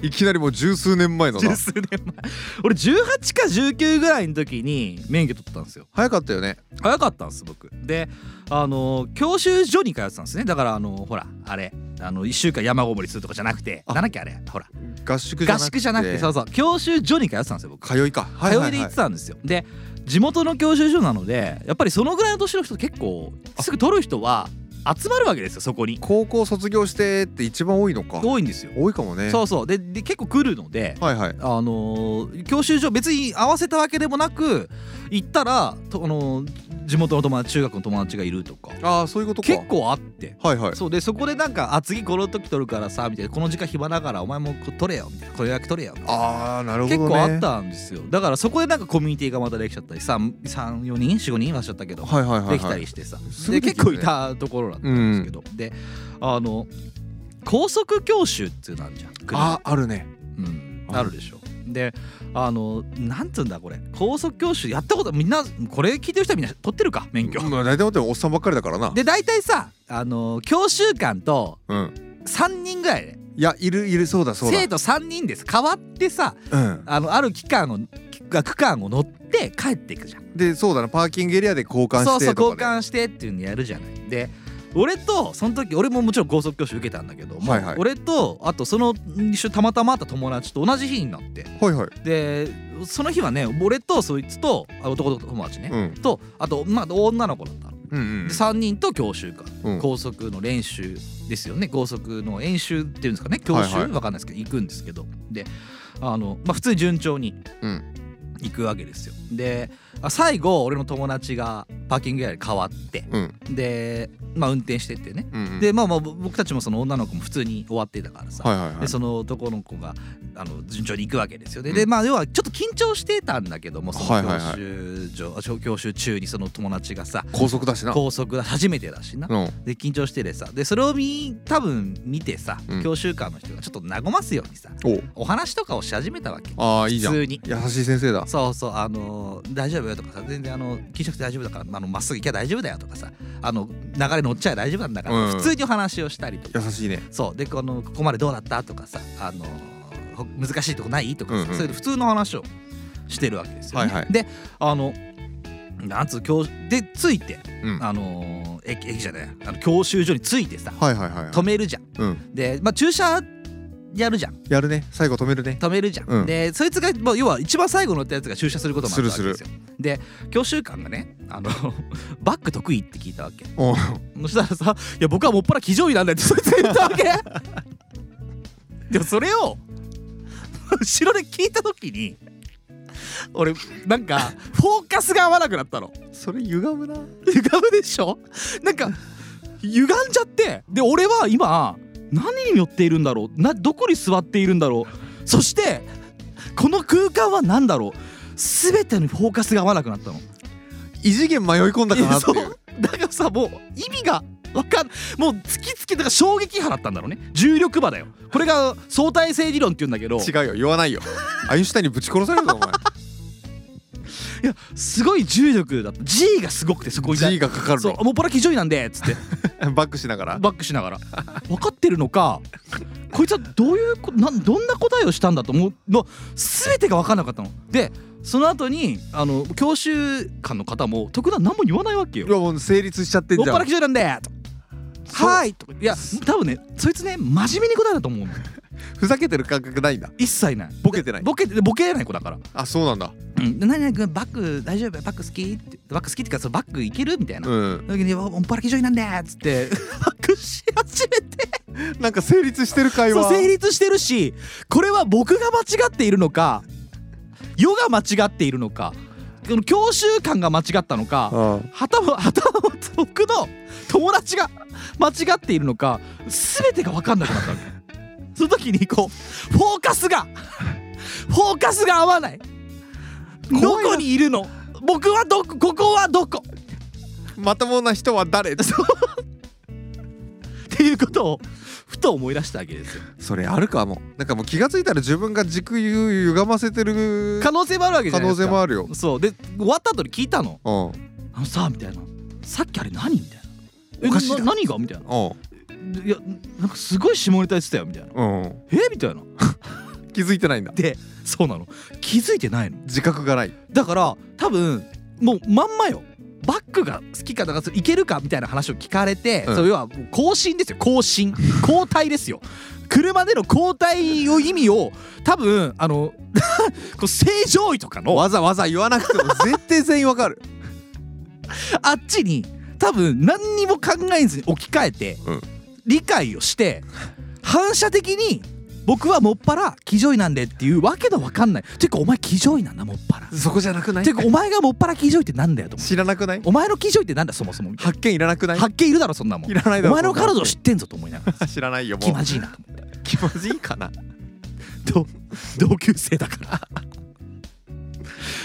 Speaker 2: 俺
Speaker 1: いきなりもう十数年前のな
Speaker 2: 十数年前俺18か19ぐらいの時に免許取ったんですよ。
Speaker 1: 早かったよね
Speaker 2: 早かったんです僕であの教習所に通ってたんですねだからあのほらあれあの1週間山ごもりするとかじゃなくて
Speaker 1: あ
Speaker 2: なんだっけあれほら
Speaker 1: 合宿じゃなく
Speaker 2: 合
Speaker 1: て
Speaker 2: 宿じゃなくてそうそう教習所に通ってたんですよ僕
Speaker 1: 通いかは
Speaker 2: 通いで行ってたんですよで地元の教習所なのでやっぱりそのぐらいの年の人結構すぐ取る人は集まるわけですよそこに
Speaker 1: 高校卒業してって一番多いのか
Speaker 2: 多いんですよ、
Speaker 1: 多いかもね
Speaker 2: そうそうでで結構来るので
Speaker 1: はいはい
Speaker 2: あのー教習所別に合わせたわけでもなく行ったらとあのー地元の友達中学の友達がいるとか
Speaker 1: ああそういうことか
Speaker 2: 結構あって
Speaker 1: はいはい
Speaker 2: そうでそこでなんか「あ次この時取るからさ」みたいな「この時間暇だからお前もこ取れよ」みたいな「これだけ取れよ」みたいな
Speaker 1: ああなるほど
Speaker 2: 結
Speaker 1: ね
Speaker 2: 構あったんですよだからそこでなんかコミュニティがまたできちゃったり34人45人はしちゃったけど、
Speaker 1: はいはいはい、はい、
Speaker 2: できたりしてさ
Speaker 1: す
Speaker 2: で
Speaker 1: ぐでき
Speaker 2: 結
Speaker 1: る
Speaker 2: 構
Speaker 1: ね
Speaker 2: いたところだったんですけど、であの高速教習っていうのあるじゃん国
Speaker 1: ああるね
Speaker 2: うん、
Speaker 1: あ
Speaker 2: あるでしょであのなんつうんだこれ高速教習やったことみんなこれ聞いてる人はみんな取ってるか免許、
Speaker 1: まあ大体待っておっさんばっかりだからな
Speaker 2: で大体さあの教習官と
Speaker 1: うん
Speaker 2: 3人ぐらいで
Speaker 1: いやいるいるそうだそうだ
Speaker 2: 生徒3人です変わってさ
Speaker 1: うん
Speaker 2: あのある期間をき区間を乗って帰っていくじゃん
Speaker 1: でそうだなパーキングエリアで交換してと
Speaker 2: そ
Speaker 1: か
Speaker 2: う
Speaker 1: で
Speaker 2: そう交換してっていうのやるじゃないで俺とその時俺ももちろん高速教習受けたんだけども、
Speaker 1: はいはい
Speaker 2: 俺とあとその一緒にたまたま会った友達と同じ日になって
Speaker 1: はいはい
Speaker 2: でその日はね俺とそいつとあ男の友達ね、
Speaker 1: うん
Speaker 2: とあと、まあ、女の子だったの、
Speaker 1: うんうん
Speaker 2: で3人と教習官、
Speaker 1: うん
Speaker 2: 高速の練習ですよね高速の演習っていうんですかね教
Speaker 1: は
Speaker 2: 習、わ
Speaker 1: いはい
Speaker 2: かんないですけど行くんですけどであの、まあ、普通に順調に
Speaker 1: うん
Speaker 2: 行くわけですよであ最後俺の友達がパーキングエリアで変わって
Speaker 1: うん
Speaker 2: で、まあ、運転してってね
Speaker 1: うんうん
Speaker 2: でまあまあ僕たちもその女の子も普通に終わってたからさ、
Speaker 1: はいはいは
Speaker 2: で
Speaker 1: い
Speaker 2: その男の子があの順調に行くわけですよね。でまあ要はちょっと緊張してたんだけどもそ
Speaker 1: は
Speaker 2: の
Speaker 1: いはい
Speaker 2: 教
Speaker 1: はい
Speaker 2: 習所、あ教習中にその友達がさ
Speaker 1: 高速だしな
Speaker 2: 高速だ初めてだしな。
Speaker 1: うん
Speaker 2: で緊張してでさでそれを見多分見てさ、
Speaker 1: うん
Speaker 2: 教習官の人がちょっと和ますようにさ
Speaker 1: お
Speaker 2: お話とかをし始めたわけ
Speaker 1: ああいい
Speaker 2: 普
Speaker 1: じゃん
Speaker 2: 通に。
Speaker 1: 優しい先生だ
Speaker 2: そうそうあのー大丈夫よとかさ全然あの気にしなくて大丈夫だからあのまっすぐ行きゃ大丈夫だよとかさあの流れ乗っちゃえば大丈夫なんだから、
Speaker 1: うん
Speaker 2: 普通にお話をしたりとか
Speaker 1: 優しいね
Speaker 2: そうでこのここまでどうだったとかさあのほ難しいとこないとかさ、
Speaker 1: うんうん
Speaker 2: そういう普通の話をしてるわけですよ、ね
Speaker 1: はいはい
Speaker 2: であのなんつう教で着いて、
Speaker 1: うん
Speaker 2: あのー駅駅じゃないあの教習所に着いてさ、
Speaker 1: はいはいはいはい
Speaker 2: 止めるじゃん
Speaker 1: うん
Speaker 2: で、まあ、駐車やるじゃん
Speaker 1: やるね最後止めるね
Speaker 2: 止めるじゃん、
Speaker 1: うん
Speaker 2: でそいつが、まあ、要は一番最後乗ったやつが駐車することもあるわけですよで教習官がねあの バック得意って聞いたわけ
Speaker 1: おう
Speaker 2: そしたらさ「いや僕はもっぱら騎乗位なんだよ」ってそいつが言ったわけ でもそれを後ろで聞いた時に俺なんかフォーカスが合わなくなったの
Speaker 1: それ歪むな
Speaker 2: 歪むでしょ なんか歪んじゃってで俺は今何に寄っているんだろうなどこに座っているんだろうそしてこの空間は何だろう全てにフォーカスが合わなくなったの
Speaker 1: 異次元迷い込んだかなって
Speaker 2: い
Speaker 1: い
Speaker 2: やそうだからさもう意味がわかんもう突きつけだから衝撃波だったんだろうね重力波だよこれが相対性理論って言うんだけど
Speaker 1: 違うよ言わないよアインシュタインにぶち殺されるぞ お
Speaker 2: いやすごい重力だった G がすごくてそこに
Speaker 1: 前 G がかかる
Speaker 2: そう
Speaker 1: ぞ
Speaker 2: もうパラ騎乗位なんでっつって
Speaker 1: バックしながら
Speaker 2: バックしながら分かってるのかこいつはどういうこなんどんな答えをしたんだと思うの全てが分かんなかったのでその後にあの教習官の方も特段何も言わないわけよ
Speaker 1: いやもう成立しちゃってん
Speaker 2: もっ
Speaker 1: じゃ
Speaker 2: ぱら
Speaker 1: ん
Speaker 2: 騎乗なんではいとかいや多分ねそいつね真面目に答えだと思うの
Speaker 1: ふざけてる感覚ないんだ
Speaker 2: 一切ない
Speaker 1: ボケてない
Speaker 2: ボケボケない子だから
Speaker 1: あそうなんだ
Speaker 2: 「うん、で何々君バック大丈夫バック好き?」って「バック好き?」ってかそのバックいけるみたいな。
Speaker 1: うん
Speaker 2: その時に「おんぱら騎乗位なんで」っつって バックし始めて
Speaker 1: なんか成立してる会
Speaker 2: そう
Speaker 1: 話
Speaker 2: 成立してるしこれは僕が間違っているのか世が間違っているのかこの教習官が間違ったのか
Speaker 1: あ
Speaker 2: はたまはたま僕の友達が間違っているのか全てが分かんなくなったわけその時にこうフォーカスがフォーカスが合わないどこにいるの僕はどこここはどこ
Speaker 1: まともな人は誰
Speaker 2: っていうことをふと思い出したわけですよ
Speaker 1: それあるかもなんかもう気がついたら自分が軸歪ませてる
Speaker 2: 可能性もあるわけじ
Speaker 1: 可
Speaker 2: ゃな
Speaker 1: 能
Speaker 2: いですか
Speaker 1: 性もあるよ
Speaker 2: そうで終わった後に聞いたの
Speaker 1: うんうん
Speaker 2: 「あのさ」みたいな「さっきあれ何?」みたいな「え
Speaker 1: おかしいな
Speaker 2: な何が?」みたいな「いやなんかすごい下ネタ言ってたよ」みたいな
Speaker 1: うん
Speaker 2: 「えみたいな
Speaker 1: 気づいてないんだ
Speaker 2: で そうなの気づいてないの
Speaker 1: 自覚がない
Speaker 2: だから多分もうまんまよバックが好きかだからそれいけるかみたいな話を聞かれて、
Speaker 1: うん
Speaker 2: それ要はもう更新ですよ更新交代ですよ車での交代を意味を多分あの こう正常位とかの
Speaker 1: わざわざ言わなくても絶対全員わかる
Speaker 2: あっちに多分何にも考えずに置き換えて、
Speaker 1: うん
Speaker 2: 理解をして反射的に僕はもっぱら気乗位なんでっていうわけのわかんないてかお前気乗位なんだもっぱら
Speaker 1: そこじゃなくない
Speaker 2: てかお前がもっぱら気乗位ってなんだよと思う
Speaker 1: 知らなくない
Speaker 2: お前の気乗位ってなんだそもそもみたい
Speaker 1: 発見いらなくな
Speaker 2: ない発見いるだろそんなもん
Speaker 1: いらないだろ
Speaker 2: お前の彼女知
Speaker 1: そ
Speaker 2: ってんぞと思いながら
Speaker 1: んな 知らないよも
Speaker 2: 気
Speaker 1: う
Speaker 2: まじいなと思って
Speaker 1: 気まずいかな
Speaker 2: 同同級生だから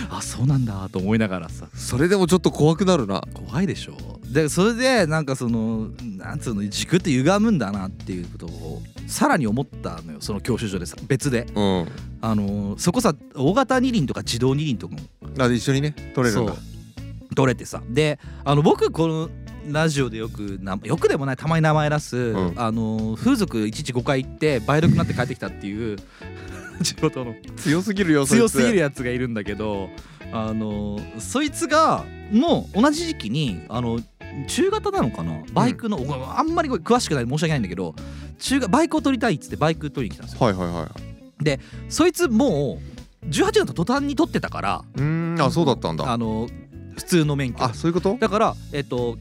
Speaker 2: あそうなんだと思いながらさ
Speaker 1: それでもちょっと怖くなるな
Speaker 2: 怖いでしょでそれでなんかそのなんつうの軸って歪むんだなっていうことをさらに思ったのよその教習所でさ別で
Speaker 1: うん
Speaker 2: あのーそこさ大型二輪とか自動二輪とかも
Speaker 1: なんで一緒にね取れるんだ
Speaker 2: そう取れてさであの僕このラジオでよくなよくでもないたまに名前出す、
Speaker 1: ん
Speaker 2: あのー風俗一日5回行って梅毒になって帰ってきたっていう 地元の
Speaker 1: 強すぎるよそいつ
Speaker 2: 強すぎるやつがいるんだけどあのそいつがもう同じ時期にあの中型なのかなバイクの、あんまりこれ詳しくない申し訳ないんだけど中型バイクを取りたいっつってバイク取りに来たんですよ
Speaker 1: はいはいはい
Speaker 2: そいつもう18年と途端に取ってたから
Speaker 1: うーんあそうだったんだ
Speaker 2: あの普通の免許
Speaker 1: あそういうこと
Speaker 2: だからえっと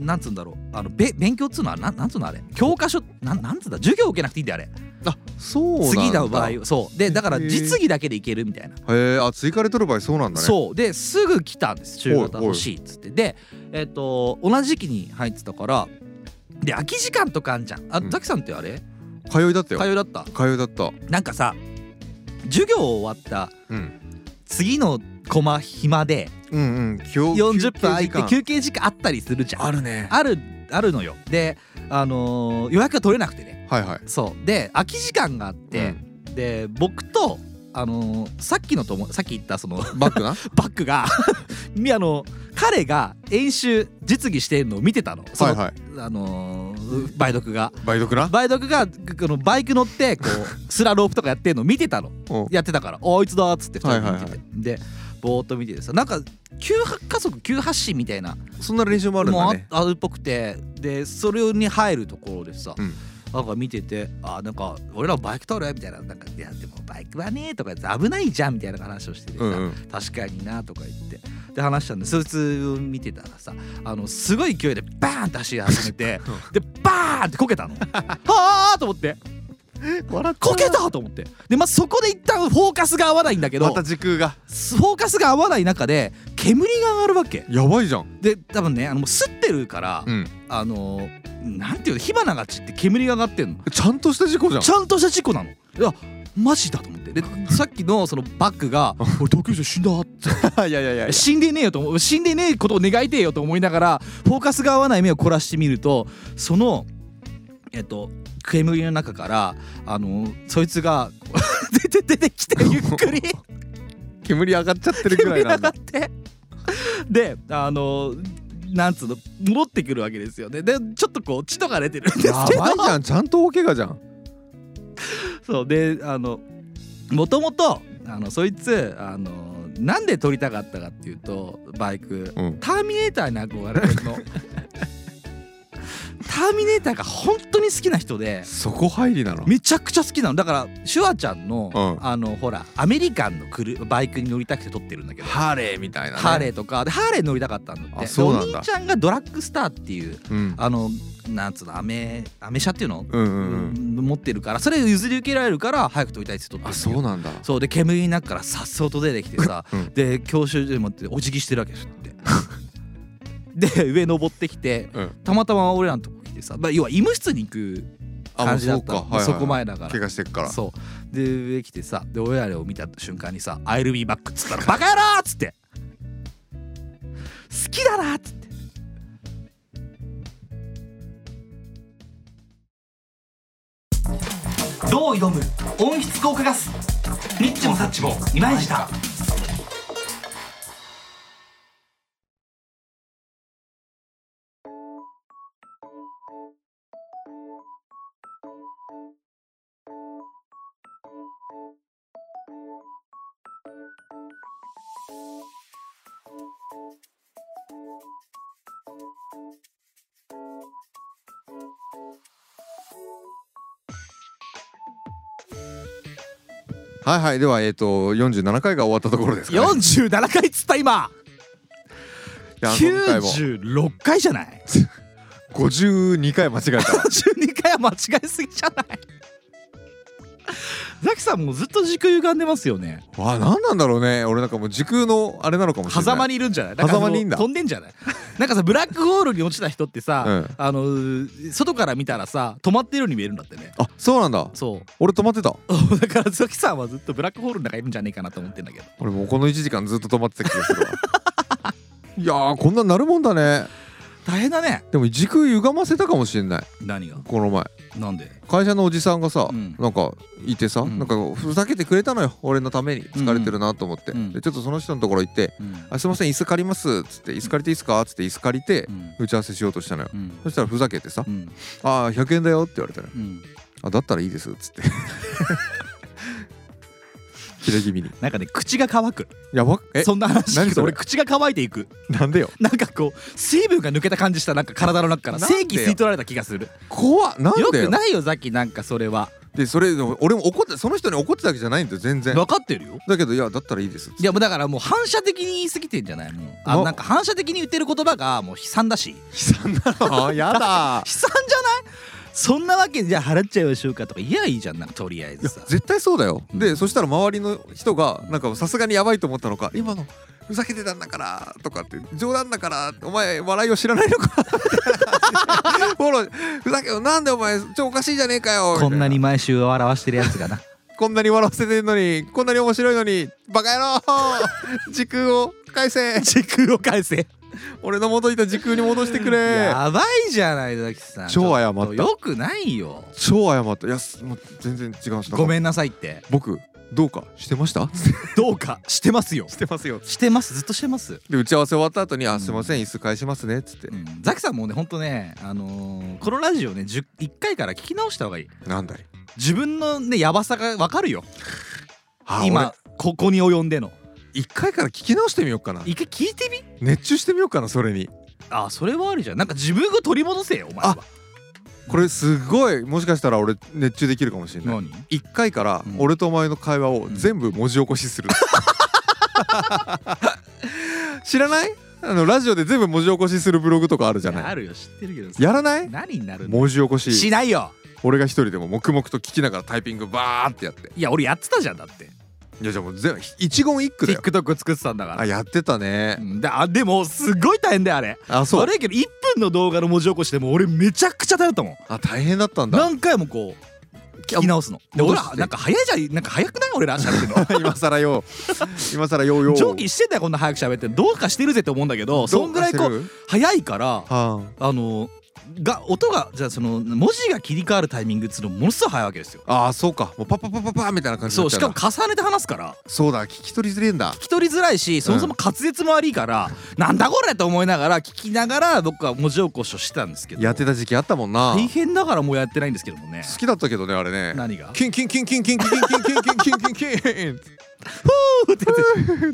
Speaker 2: なんつうんだろうあのべ勉強っつうのはなんなんつうのあれ教科書なんなんつうんだ授業受けなくていいんだよあれ
Speaker 1: あそうなんだ
Speaker 2: 次の場合そうでだから
Speaker 1: へー
Speaker 2: 実技だけでいけるみたいな
Speaker 1: へえあ追加で取る場合そうなんだね
Speaker 2: そうですぐ来たんです中
Speaker 1: お
Speaker 2: 型
Speaker 1: いおい
Speaker 2: 欲しいっつってでえっ、と同じ時期に入ってたからで空き時間とかあんじゃんあ
Speaker 1: うん
Speaker 2: ザキさんってあれ
Speaker 1: 通いだったよ
Speaker 2: 通いだった
Speaker 1: 通いだった
Speaker 2: なんかさ授業終わった
Speaker 1: うん
Speaker 2: 次のコマ暇で
Speaker 1: うんうん
Speaker 2: 40
Speaker 1: 40
Speaker 2: 分空いて休憩時間あったりするじゃん
Speaker 1: あるね
Speaker 2: あるあるのよであのー予約が取れなくてね
Speaker 1: はいはい
Speaker 2: そうで空き時間があって、で僕とあのーさっきのともさっき言ったその
Speaker 1: バックな
Speaker 2: バックが みあの彼が演習実技してるのを見てたのそ
Speaker 1: は
Speaker 2: の、
Speaker 1: いはい
Speaker 2: あのー梅毒が
Speaker 1: 梅毒な
Speaker 2: 梅毒がこのバイク乗ってこ うスラロープとかやってるのを見てたの
Speaker 1: うん
Speaker 2: やってたから「あいつだ」っつって2人で見てて、
Speaker 1: はいはい
Speaker 2: でぼーっと見ててさなんか急加速急発進みたいな
Speaker 1: そんな練習もあるん
Speaker 2: も
Speaker 1: だ
Speaker 2: う
Speaker 1: ね
Speaker 2: ああるっぽくてでそれに入るところでさ、
Speaker 1: うん
Speaker 2: なんか見てて「あなんか俺らバイク取る?」みたいな「なんかいやでもバイクはね」とか言って危ないじゃんみたいな話をしててさ、
Speaker 1: うんうん
Speaker 2: 確かになとか言ってで話したんでそいつを見てたらさあのすごい勢いでバーンって走り始めてでバーンってこけたのはあと思ってこけたと思ってでまあそこで一旦フォーカスが合わないんだけど
Speaker 1: ま
Speaker 2: フ
Speaker 1: た
Speaker 2: ォ
Speaker 1: 時空が
Speaker 2: ーカスが合わない中で煙が上がるわけ
Speaker 1: やばいじゃん
Speaker 2: で多分ねあのもう吸ってるから、
Speaker 1: うん
Speaker 2: あのなんていうの火花が散って煙が上がってんの
Speaker 1: ちゃんとした事故じゃん
Speaker 2: ちゃんとした事故なのいやマジだと思ってでさっきのそのバッグ が「俺同級生死んだ」って
Speaker 1: いやいやいや
Speaker 2: 死んでねえよと思う死んでねえことを願いてえよと思いながらフォーカスが合わない目を凝らしてみるとそのえっと煙の中からあのそいつが 出て出てきてゆっくり
Speaker 1: 煙上がっちゃって るぐら
Speaker 2: 煙
Speaker 1: い
Speaker 2: 上
Speaker 1: なん
Speaker 2: が
Speaker 1: だ
Speaker 2: って であのなんつうの戻ってくるわけですよねでちょっとこう血とか出てるんですけど
Speaker 1: やばいじゃんちゃんと大怪我じゃん
Speaker 2: そうであのもともとあのそいつあのなんで撮りたかったかっていうとバイク、
Speaker 1: うん
Speaker 2: ターミネーターに憧 れるのターミネーターが本当に好きな人で
Speaker 1: そこ入りなの
Speaker 2: めちゃくちゃ好きなのだからシュワちゃんの、
Speaker 1: うん
Speaker 2: あのほらアメリカンのクルバイクに乗りたくて撮ってるんだけど
Speaker 1: ハーレーみたいなね
Speaker 2: ハーレーとかでハーレー乗りたかったんだって
Speaker 1: あそうなんだ
Speaker 2: でお兄ちゃんがドラッグスターっていう
Speaker 1: うん
Speaker 2: あのなんつうのアメアメ車っていうの
Speaker 1: うんうんうん
Speaker 2: 持ってるからそれを譲り受けられるから早く取りたいって言って
Speaker 1: あそうなんだ
Speaker 2: そうで煙の中からさっそうと出てきてさ、
Speaker 1: うん
Speaker 2: で教習所に持ってお辞儀してるわけですってで上登ってきて、
Speaker 1: うん
Speaker 2: たまたま俺らのとこ来てさ、まあ、要は医務室に行く
Speaker 1: あ
Speaker 2: 感じだった
Speaker 1: もう
Speaker 2: の
Speaker 1: そうか
Speaker 2: そ
Speaker 1: はいはいはい
Speaker 2: こ前だから
Speaker 1: 怪我してっから
Speaker 2: そうで上来てさで俺らを見た瞬間にさ「I'll be back」っつったら「バカ野郎!」っつって「好きだな!」っつってどう挑む温室効果ガスニッチもサッチもイマイジだ
Speaker 1: はいはいではえっと47回が終わったところですかね
Speaker 2: 47回っつった今
Speaker 1: やその回も
Speaker 2: 96回じゃない
Speaker 1: 52回間違えた
Speaker 2: ?12 回は間違えすぎじゃないザキさんもうずっと軸歪んでますよね
Speaker 1: わ何なんだろうね俺なんかもう時空のあれなのかもしれない
Speaker 2: 狭間にいるんじゃないなんかあの
Speaker 1: 狭間にいんだ
Speaker 2: 飛んでんじゃない なんかさブラックホールに落ちた人ってさ、
Speaker 1: うん
Speaker 2: あの外から見たらさ止まってるように見えるんだってね
Speaker 1: あそうなんだ
Speaker 2: そう
Speaker 1: 俺止まってた
Speaker 2: だからザキさんはずっとブラックホールの中いるんじゃねえかなと思ってんだけど
Speaker 1: 俺もうこの1時間ずっと止まってた気がするわ いやーこんなんなるもんだね
Speaker 2: 大変だね
Speaker 1: でも時空歪ませたかもしれない
Speaker 2: 何が
Speaker 1: この前
Speaker 2: なんで
Speaker 1: 会社のおじさんがさ、
Speaker 2: うん
Speaker 1: なんかいてさ、
Speaker 2: うん
Speaker 1: なんかふざけてくれたのよ俺のために疲れてるなと思って、
Speaker 2: うん
Speaker 1: でちょっとその人のところ行って
Speaker 2: うん
Speaker 1: 「あすいません椅子借ります」っつって「椅子借りていいですか?」っつって椅子借りて
Speaker 2: うん
Speaker 1: 打ち合わせしようとしたのよ
Speaker 2: うん
Speaker 1: そしたらふざけてさ
Speaker 2: うん
Speaker 1: 「ああ100円だよ」って言われたのよ
Speaker 2: うん
Speaker 1: 「あだったらいいです」っつって キレ気味に
Speaker 2: なんかね口が乾く
Speaker 1: 「やばっえ
Speaker 2: そんな話聞
Speaker 1: 何
Speaker 2: く
Speaker 1: そ
Speaker 2: と
Speaker 1: れ
Speaker 2: 俺口が乾いていく
Speaker 1: なんでよ
Speaker 2: なんかこう水分が抜けた感じしたなんか体の中から
Speaker 1: なんでよ
Speaker 2: 正気吸い取られた気がする
Speaker 1: 怖っなん
Speaker 2: よ
Speaker 1: で
Speaker 2: く
Speaker 1: よ
Speaker 2: ないよザキなんかそれは
Speaker 1: でそれでも俺も怒ってその人に怒ってたわけじゃないんだよ全然
Speaker 2: 分かってるよ
Speaker 1: だけど「いやだったらいいです」っつっ
Speaker 2: い
Speaker 1: て
Speaker 2: やもうだからもう反射的に言い過ぎてんじゃないもうあ
Speaker 1: な
Speaker 2: なんか反射的に言ってる言葉がもう悲惨だし悲
Speaker 1: あーやだー
Speaker 2: 惨じゃないそんなわけじゃあ払っちゃいましょうかとか言えばいいじゃんなんかとりあえずさ
Speaker 1: 絶対そうだよ、
Speaker 2: うん
Speaker 1: でそしたら周りの人がなんかさすがにやばいと思ったのか今のふざけてたんだからとかって冗談だからお前笑いを知らないのか フォローふざけなんでお前超おかしいじゃねえかよみた
Speaker 2: こ
Speaker 1: い
Speaker 2: んなに毎週笑わしてるやつがな
Speaker 1: こんなに笑わせてんのにこんなに面白いのにバカ野郎 時空を返せ
Speaker 2: 時空を返せ
Speaker 1: 俺の元いた時空に戻してくれ
Speaker 2: やばいじゃないザキさん
Speaker 1: 超謝った
Speaker 2: ちょとよくないよ
Speaker 1: 超謝ったいやすもう全然違いました
Speaker 2: ご
Speaker 1: ん
Speaker 2: めんなさいって
Speaker 1: 僕どうかしてました
Speaker 2: どうかしてますよ
Speaker 1: してますよ
Speaker 2: してますずっとしてます、
Speaker 1: で打ち合わせ終わった後に「あすいません椅子返しますね」っつって
Speaker 2: うん、ザキさんもねほんとねあのーこのラジオね10 1回から聞き直した方がいい
Speaker 1: 「なんだい
Speaker 2: 自分のねやばさがわかるよ
Speaker 1: あ
Speaker 2: 今ここに及んでの
Speaker 1: 一回から聞き直してみようかな
Speaker 2: 一回聞いてみ
Speaker 1: 熱中してみようかなそれに
Speaker 2: あそれはあるじゃんなんか自分を取り戻せよお前は
Speaker 1: これすごいもしかしたら俺熱中できるかもしれない
Speaker 2: 何
Speaker 1: 一回から
Speaker 2: うん
Speaker 1: 俺とお前の会話を全部文字起こしする、 知らないあのラジオで全部文字起こしするブログとかあるじゃ
Speaker 2: いや
Speaker 1: な
Speaker 2: あ
Speaker 1: い
Speaker 2: るよ知ってるけどさ
Speaker 1: やらない
Speaker 2: 何になるの
Speaker 1: 文字起こ
Speaker 2: し
Speaker 1: し
Speaker 2: ないよ
Speaker 1: 俺が一人でも黙々と聞きながらタイピングバーってやって
Speaker 2: いや俺やってたじゃんだって
Speaker 1: いやじゃあもう全部一言一句だよ
Speaker 2: TikTok 作ってたんだから
Speaker 1: あやってたね
Speaker 2: うんだあでもすごい大変だよあれ
Speaker 1: あそう
Speaker 2: 悪いけど1分の動画の文字起こしでも俺めちゃくちゃ大変だったもん
Speaker 1: あ大変だったんだ
Speaker 2: 何回もこう聞き直すので俺
Speaker 1: 戻して
Speaker 2: らなんか早いじゃんなんか早くない俺ら喋ってる
Speaker 1: 今更 よう 今更ようよ
Speaker 2: の
Speaker 1: う
Speaker 2: 上記してんだよこんな早く喋ってどうかしてるぜって思うんだけどそんぐらいこ
Speaker 1: ど
Speaker 2: う
Speaker 1: かしてる
Speaker 2: 早いから
Speaker 1: はあ
Speaker 2: あのが音がじゃあその文字が切り替わるタイミングっつうのものすごい早いわけですよ
Speaker 1: ああそうかもうパッパッパッパッパーみたいな感じ
Speaker 2: そ
Speaker 1: に
Speaker 2: う
Speaker 1: なっ
Speaker 2: し
Speaker 1: ちゃ
Speaker 2: か
Speaker 1: うん
Speaker 2: も
Speaker 1: だ
Speaker 2: 重ねて話すから
Speaker 1: そうだ聞き取りづれえんだ
Speaker 2: 聞き取りづらいしそもそも滑舌も悪いから、なんだこれと思いながら聞きながら僕は文字起こしをしてたんですけど
Speaker 1: やってた時期あったもんな
Speaker 2: 大
Speaker 1: 好
Speaker 2: 変だからもうやってないんですけどもね
Speaker 1: きだったけどねあれね
Speaker 2: 何が
Speaker 1: キンキンキンキンキンキンキンキンキンキンキンキンキンキン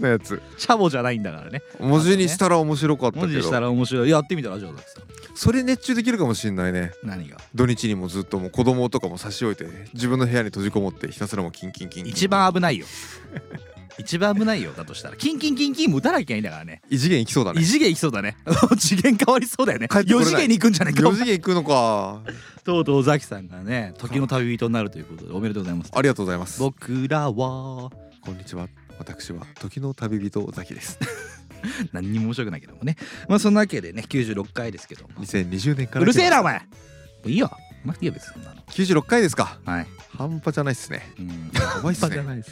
Speaker 1: のやつ
Speaker 2: シャボじゃないんだからね
Speaker 1: 文字にしたら面白かった
Speaker 2: 文字
Speaker 1: け
Speaker 2: にした
Speaker 1: ど
Speaker 2: ら面白いやってみたらじゃあさ
Speaker 1: それ熱中できるかもしんないね
Speaker 2: 何が
Speaker 1: 土日にもずっともう子供とかも差し置いて自分の部屋に閉じこもってひたすらもうキンキンキンキン
Speaker 2: 一番危ないよ一番危ないよだとしたらキンキンキンキンも打たなきゃいいんだからね
Speaker 1: 異次元いきそうだ
Speaker 2: 異
Speaker 1: ね
Speaker 2: 次元いきそうだね 次元変わりそうだよね
Speaker 1: 帰ってこれな
Speaker 2: 4
Speaker 1: い
Speaker 2: 次元に行くんじゃないか
Speaker 1: 4次元いくのか
Speaker 2: とうとうザキさんがね時の旅人になるということでおめでとうございます
Speaker 1: ありがとうございます
Speaker 2: 僕らは
Speaker 1: こんにちは私は時の旅人ザキです
Speaker 2: 何にも面白くないけどもねまあそんなわけでね96回ですけども
Speaker 1: 2020年から
Speaker 2: うるせえなお前もういいよまあいいよ別にそんなの
Speaker 1: 96回ですか
Speaker 2: はい
Speaker 1: 半端じゃないっすね
Speaker 2: うん
Speaker 1: やばいっすね
Speaker 2: いです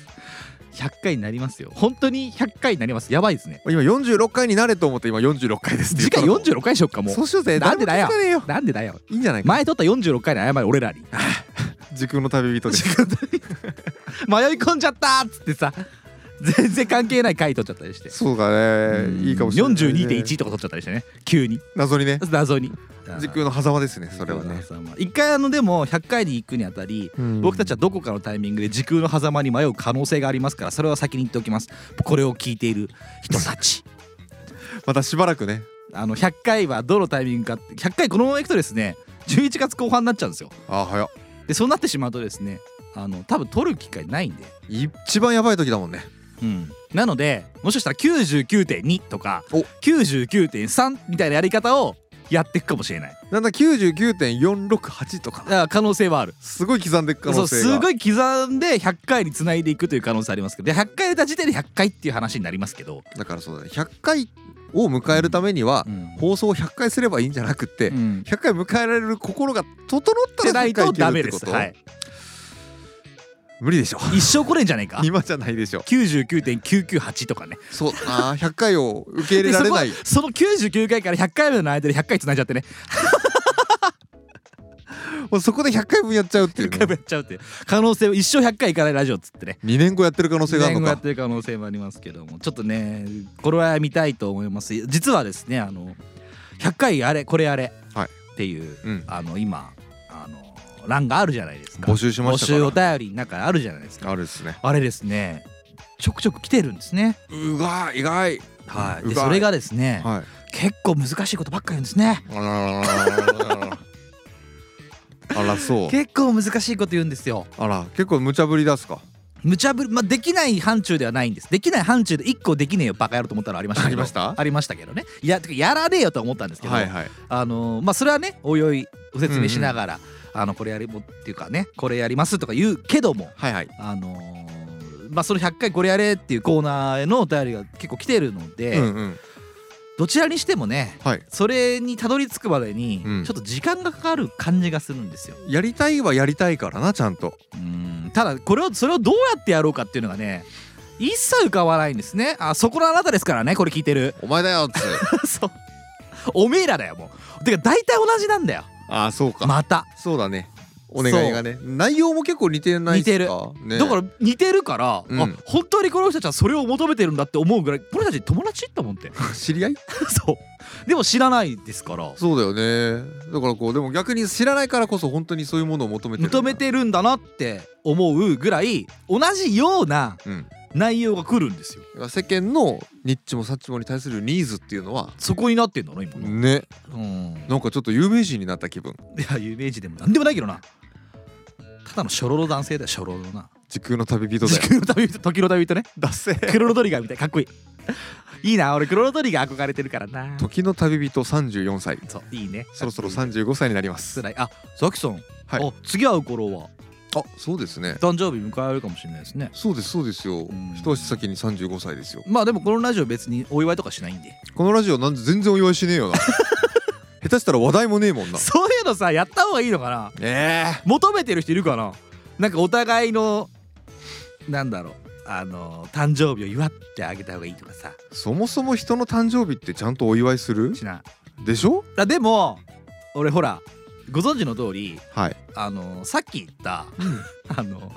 Speaker 2: 100回になりますよ本当に100回になりますやばいですね
Speaker 1: 今46回になれと思って今46回ですって
Speaker 2: 次回
Speaker 1: 言ったら
Speaker 2: 46回にしよっかも
Speaker 1: そう
Speaker 2: う
Speaker 1: しようぜ
Speaker 2: なんでだよ
Speaker 1: 誰も気づかねえよ
Speaker 2: なんでだよ
Speaker 1: いいんじゃないか
Speaker 2: 前撮った46回の謝る俺らに
Speaker 1: 時空の旅人です
Speaker 2: 迷い込んじゃったーっつってさ全然関係ない回撮っちゃったりして
Speaker 1: そうだねいいかもしれないね
Speaker 2: 42.1とか撮っちゃったりしてね急に
Speaker 1: 謎にね
Speaker 2: 謎に
Speaker 1: 時空の狭間ですねそれはね
Speaker 2: 一回あのでも100回に行くにあたり、
Speaker 1: うん
Speaker 2: 僕たちはどこかのタイミングで時空の狭間に迷う可能性がありますからそれは先に言っておきますこれを聞いている人たち
Speaker 1: またしばらくね
Speaker 2: あの100回はどのタイミングかって100回このままいくとですね11月後半になっちゃうんですよ
Speaker 1: あー早っ
Speaker 2: でそうなってしまうとですねあの多分撮る機会ないんで
Speaker 1: 一番やばい時だもんね
Speaker 2: うん、なのでもしかしたら99.2とか
Speaker 1: お
Speaker 2: 99.3みたいなやり方をやっていくかもしれない
Speaker 1: なんだ99.468とか
Speaker 2: だから可能性はある
Speaker 1: すごい刻んでいく可
Speaker 2: そ
Speaker 1: 能
Speaker 2: う
Speaker 1: 性
Speaker 2: す
Speaker 1: が
Speaker 2: ごい刻んで100回につないでいくという可能性ありますけどで100回入れた時点で100回っていう話になりますけど、
Speaker 1: だからそうだね100回を迎えるためには、
Speaker 2: うん
Speaker 1: 放送を100回すればいいんじゃなくって、
Speaker 2: うん、
Speaker 1: 100回迎えられる心が整っ
Speaker 2: で
Speaker 1: たら
Speaker 2: ない
Speaker 1: 100回
Speaker 2: と
Speaker 1: いける
Speaker 2: ダ
Speaker 1: っ
Speaker 2: メ
Speaker 1: て
Speaker 2: で
Speaker 1: こ
Speaker 2: す、
Speaker 1: と、
Speaker 2: はい、
Speaker 1: 無理でしょ
Speaker 2: 一生これんじゃねえか
Speaker 1: 今じゃないでしょ
Speaker 2: 99.998とかね
Speaker 1: そうあー100回を受け入れ
Speaker 2: で
Speaker 1: ら
Speaker 2: そ
Speaker 1: れ
Speaker 2: こ
Speaker 1: ない
Speaker 2: その99回から100回までの間で100回つないじゃってね
Speaker 1: も うそこで100回分やっちゃうっていう、
Speaker 2: 100回
Speaker 1: ね、
Speaker 2: もやっちゃうっていう可能性を一生100回いかないラジオっつってね
Speaker 1: 2年後やってる可能性がある
Speaker 2: 年
Speaker 1: の
Speaker 2: 後や
Speaker 1: か
Speaker 2: ってる可能性もありますけどもちょっとねこれは見たいと思います実はですねあの100回あれこれあれ
Speaker 1: はい
Speaker 2: っていう、
Speaker 1: うん
Speaker 2: あの今あの欄があるじゃないですか
Speaker 1: 募集しましたから
Speaker 2: 募集お便りの中あるじゃないですか
Speaker 1: あるですね
Speaker 2: あれですねちょくちょく来てるんですね
Speaker 1: うが意外
Speaker 2: は
Speaker 1: う
Speaker 2: で
Speaker 1: が
Speaker 2: それがですね、
Speaker 1: はい
Speaker 2: 結構難しいことばっかり言うんですね
Speaker 1: あららららららあらそう
Speaker 2: 結構難しいこと言うんですよ
Speaker 1: あら結構無茶ぶり出すか
Speaker 2: 無茶ぶり、まあ、できない範疇ではないんですできない範疇で1個できねえよバカやろと思ったらありましたけど
Speaker 1: ありました
Speaker 2: ありましたけどねいやてかやらねえよとは思ったんですけど、
Speaker 1: はいはい
Speaker 2: あのーまあそれはねおいおいご説明しながら、あのこれやりもっていうかねこれやりますとか言うけども
Speaker 1: はいはい
Speaker 2: あのーまあその100回これやれっていうコーナーへのお便りが結構来てるので、
Speaker 1: うんうん
Speaker 2: どちらにしてもね
Speaker 1: はい
Speaker 2: それにたどり着くまでに
Speaker 1: うん
Speaker 2: ちょっと時間がかかる感じがするんですよ。
Speaker 1: やりたいはやりたいからなちゃんと
Speaker 2: うんただこれをそれをどうやってやろうかっていうのがね一切浮かばないんですね。あそこのあなたですからねこれ聞いてる。
Speaker 1: お前だよっつ
Speaker 2: そうおめえらだよもう。てか大体同じなんだよ
Speaker 1: ああそうか、
Speaker 2: また。
Speaker 1: そうだねお願いがね内容も結構似てないっすか似て
Speaker 2: だから似てるから、
Speaker 1: うん
Speaker 2: あ本当にこの人たちはそれを求めてるんだって思うぐらいこの人たち友達って思って
Speaker 1: ら知り合い
Speaker 2: そうでも知らないですから
Speaker 1: そうだよねだからこうでも逆に知らないからこそ本当にそういうものを求めてるんだ
Speaker 2: 認めてるんだなって思うぐらい同じような
Speaker 1: うん
Speaker 2: 内容が来るんですよ
Speaker 1: 世間のニッチもサッチもに対するニーズっていうのは
Speaker 2: そこになってんのね今の
Speaker 1: ね
Speaker 2: うん
Speaker 1: なんかちょっと有名人になった気分
Speaker 2: いや有名人でもなんでもないけどなただの初老の男性だよ初老のな
Speaker 1: 時空の旅人だ
Speaker 2: 時
Speaker 1: よ
Speaker 2: 空の旅人時の旅人ね
Speaker 1: だせ
Speaker 2: クロロトリガーみたいかっこいいいいな俺クロロトリガー憧れてるからな
Speaker 1: 時の旅人34歳
Speaker 2: そういいね
Speaker 1: そろそろ35歳になります
Speaker 2: 辛いあザキさん、
Speaker 1: はい
Speaker 2: あ次会う頃は
Speaker 1: あそうですね
Speaker 2: 誕生日迎えるかもしれないですね
Speaker 1: そうですそうですよ
Speaker 2: ん
Speaker 1: 一足先に35歳ですよ
Speaker 2: まあでもこのラジオ別にお祝いとかしないんで
Speaker 1: このラジオなんで全然お祝いしねえよな 下手したら話題もねえもんな
Speaker 2: そういうのさやった方がいいのかな
Speaker 1: ええ
Speaker 2: 求めてる人いるかななんかお互いのなんだろうあの誕生日を祝ってあげた方がいいとかさ
Speaker 1: そもそも人の誕生日ってちゃんとお祝いする
Speaker 2: しない
Speaker 1: でしょ
Speaker 2: あでも俺ほらご存知の通り
Speaker 1: はい
Speaker 2: あのさっき言ったあの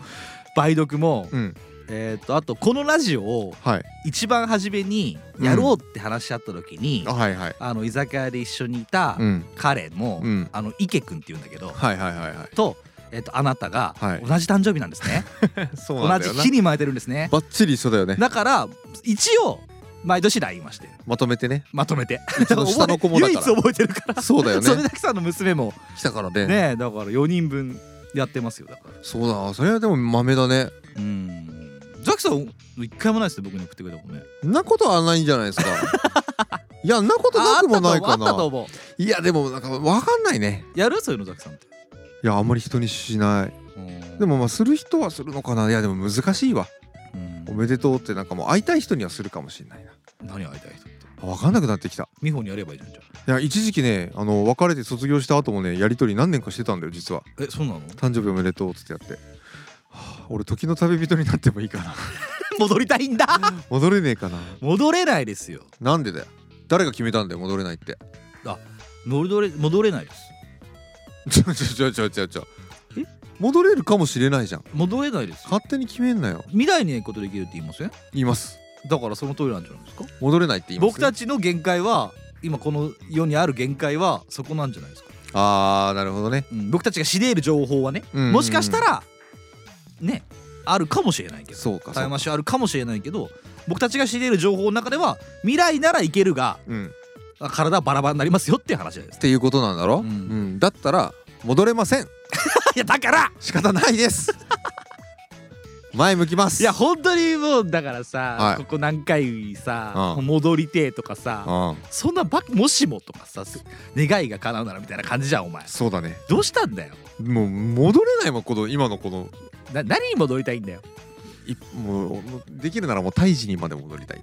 Speaker 2: 梅毒も、
Speaker 1: うん
Speaker 2: えっ、とあとこのラジオを
Speaker 1: はい
Speaker 2: 一番初めにやろうって話し合った時に、
Speaker 1: あはいはい
Speaker 2: あの居酒屋で一緒にいた
Speaker 1: うん
Speaker 2: 彼も、
Speaker 1: うん
Speaker 2: あの池君っていうんだけど
Speaker 1: はいはいはいは
Speaker 2: と,、えっとあなたが
Speaker 1: はい
Speaker 2: 同じ誕生日なんですね、
Speaker 1: い そうなんだ
Speaker 2: 同
Speaker 1: よ
Speaker 2: じ
Speaker 1: な
Speaker 2: 日に巻いてるんですね
Speaker 1: バッチリ一緒だよね
Speaker 2: だから一応毎年 LINE はしてる
Speaker 1: まとめてね
Speaker 2: まとめて
Speaker 1: ちの下の子もだ
Speaker 2: 唯
Speaker 1: か
Speaker 2: 一
Speaker 1: ら
Speaker 2: 覚えてるから
Speaker 1: そうだよね
Speaker 2: それだけさんの娘も
Speaker 1: 来たからね
Speaker 2: ねえだから4人分やってますよだから
Speaker 1: そうだそれはでも豆だね
Speaker 2: うんザキさん一回もないですね僕に送ってくれたもんね
Speaker 1: んなことはないんじゃないです かいやんなことなくもない
Speaker 2: ああ
Speaker 1: か
Speaker 2: ったと
Speaker 1: な
Speaker 2: 思うあったと思
Speaker 1: いやでもなんかわかんないね
Speaker 2: うやるそういうのザキさんって
Speaker 1: いやあんまり人にしないでもまあする人はするのかないやでも難しいわ
Speaker 2: う
Speaker 1: お
Speaker 2: ん
Speaker 1: めでとうってなんかもう会いたい人にはするかもしれないな
Speaker 2: 何会いたい人って
Speaker 1: あわかんなくなってきた
Speaker 2: 美穂にやればいいじゃんじゃ
Speaker 1: いや一時期ねあの別れて卒業した後もねやり取り何年かしてたんだよ実は
Speaker 2: あえそうなの
Speaker 1: 誕生日おめでとうっつってやって、はあ、俺時の旅人になってもいいかな
Speaker 2: 戻りたいんだ
Speaker 1: 戻れねえかな
Speaker 2: 戻れないですよ
Speaker 1: なんでだよ誰が決めたんだよ戻れないって
Speaker 2: 戻れ戻れないです
Speaker 1: ちょちょちょちょちょちょ
Speaker 2: え
Speaker 1: 戻れるかもしれないじゃん
Speaker 2: 戻れないです
Speaker 1: 勝手に決めんなよ
Speaker 2: 未来にことできるって言いません
Speaker 1: 言います
Speaker 2: だからその通りなんじゃないですか
Speaker 1: 戻れないって言います
Speaker 2: 僕たちの限界は今この世にある限界はそこなんじゃないですか、
Speaker 1: あーなるほどね
Speaker 2: うん、僕たちが知り得る情報はね、
Speaker 1: うんうんうん
Speaker 2: もしかしたらねあるかもしれないけど
Speaker 1: そうかそ
Speaker 2: タイ
Speaker 1: う
Speaker 2: ム
Speaker 1: か
Speaker 2: マシュあるかもしれないけど僕たちが知り得る情報の中では未来ならいけるが
Speaker 1: うんっ
Speaker 2: あ体はバラバラになりますよっていう話です
Speaker 1: ていうことなんだろ、
Speaker 2: うん
Speaker 1: うん、だ ったら戻れません
Speaker 2: いやだから
Speaker 1: 仕方ないです 前向きます
Speaker 2: いや本当にもうだからさ、
Speaker 1: はい
Speaker 2: ここ何回さ、
Speaker 1: うん
Speaker 2: 戻りてえとかさ、
Speaker 1: うん
Speaker 2: そんなばもしもとかさす願いが叶うならみたいな感じじゃんお前
Speaker 1: そうだね
Speaker 2: どうしたんだよ
Speaker 1: もう戻れないもんこの今のこの
Speaker 2: な何に戻りたいんだよ
Speaker 1: いもうもうできるならもう胎児にまで戻りたい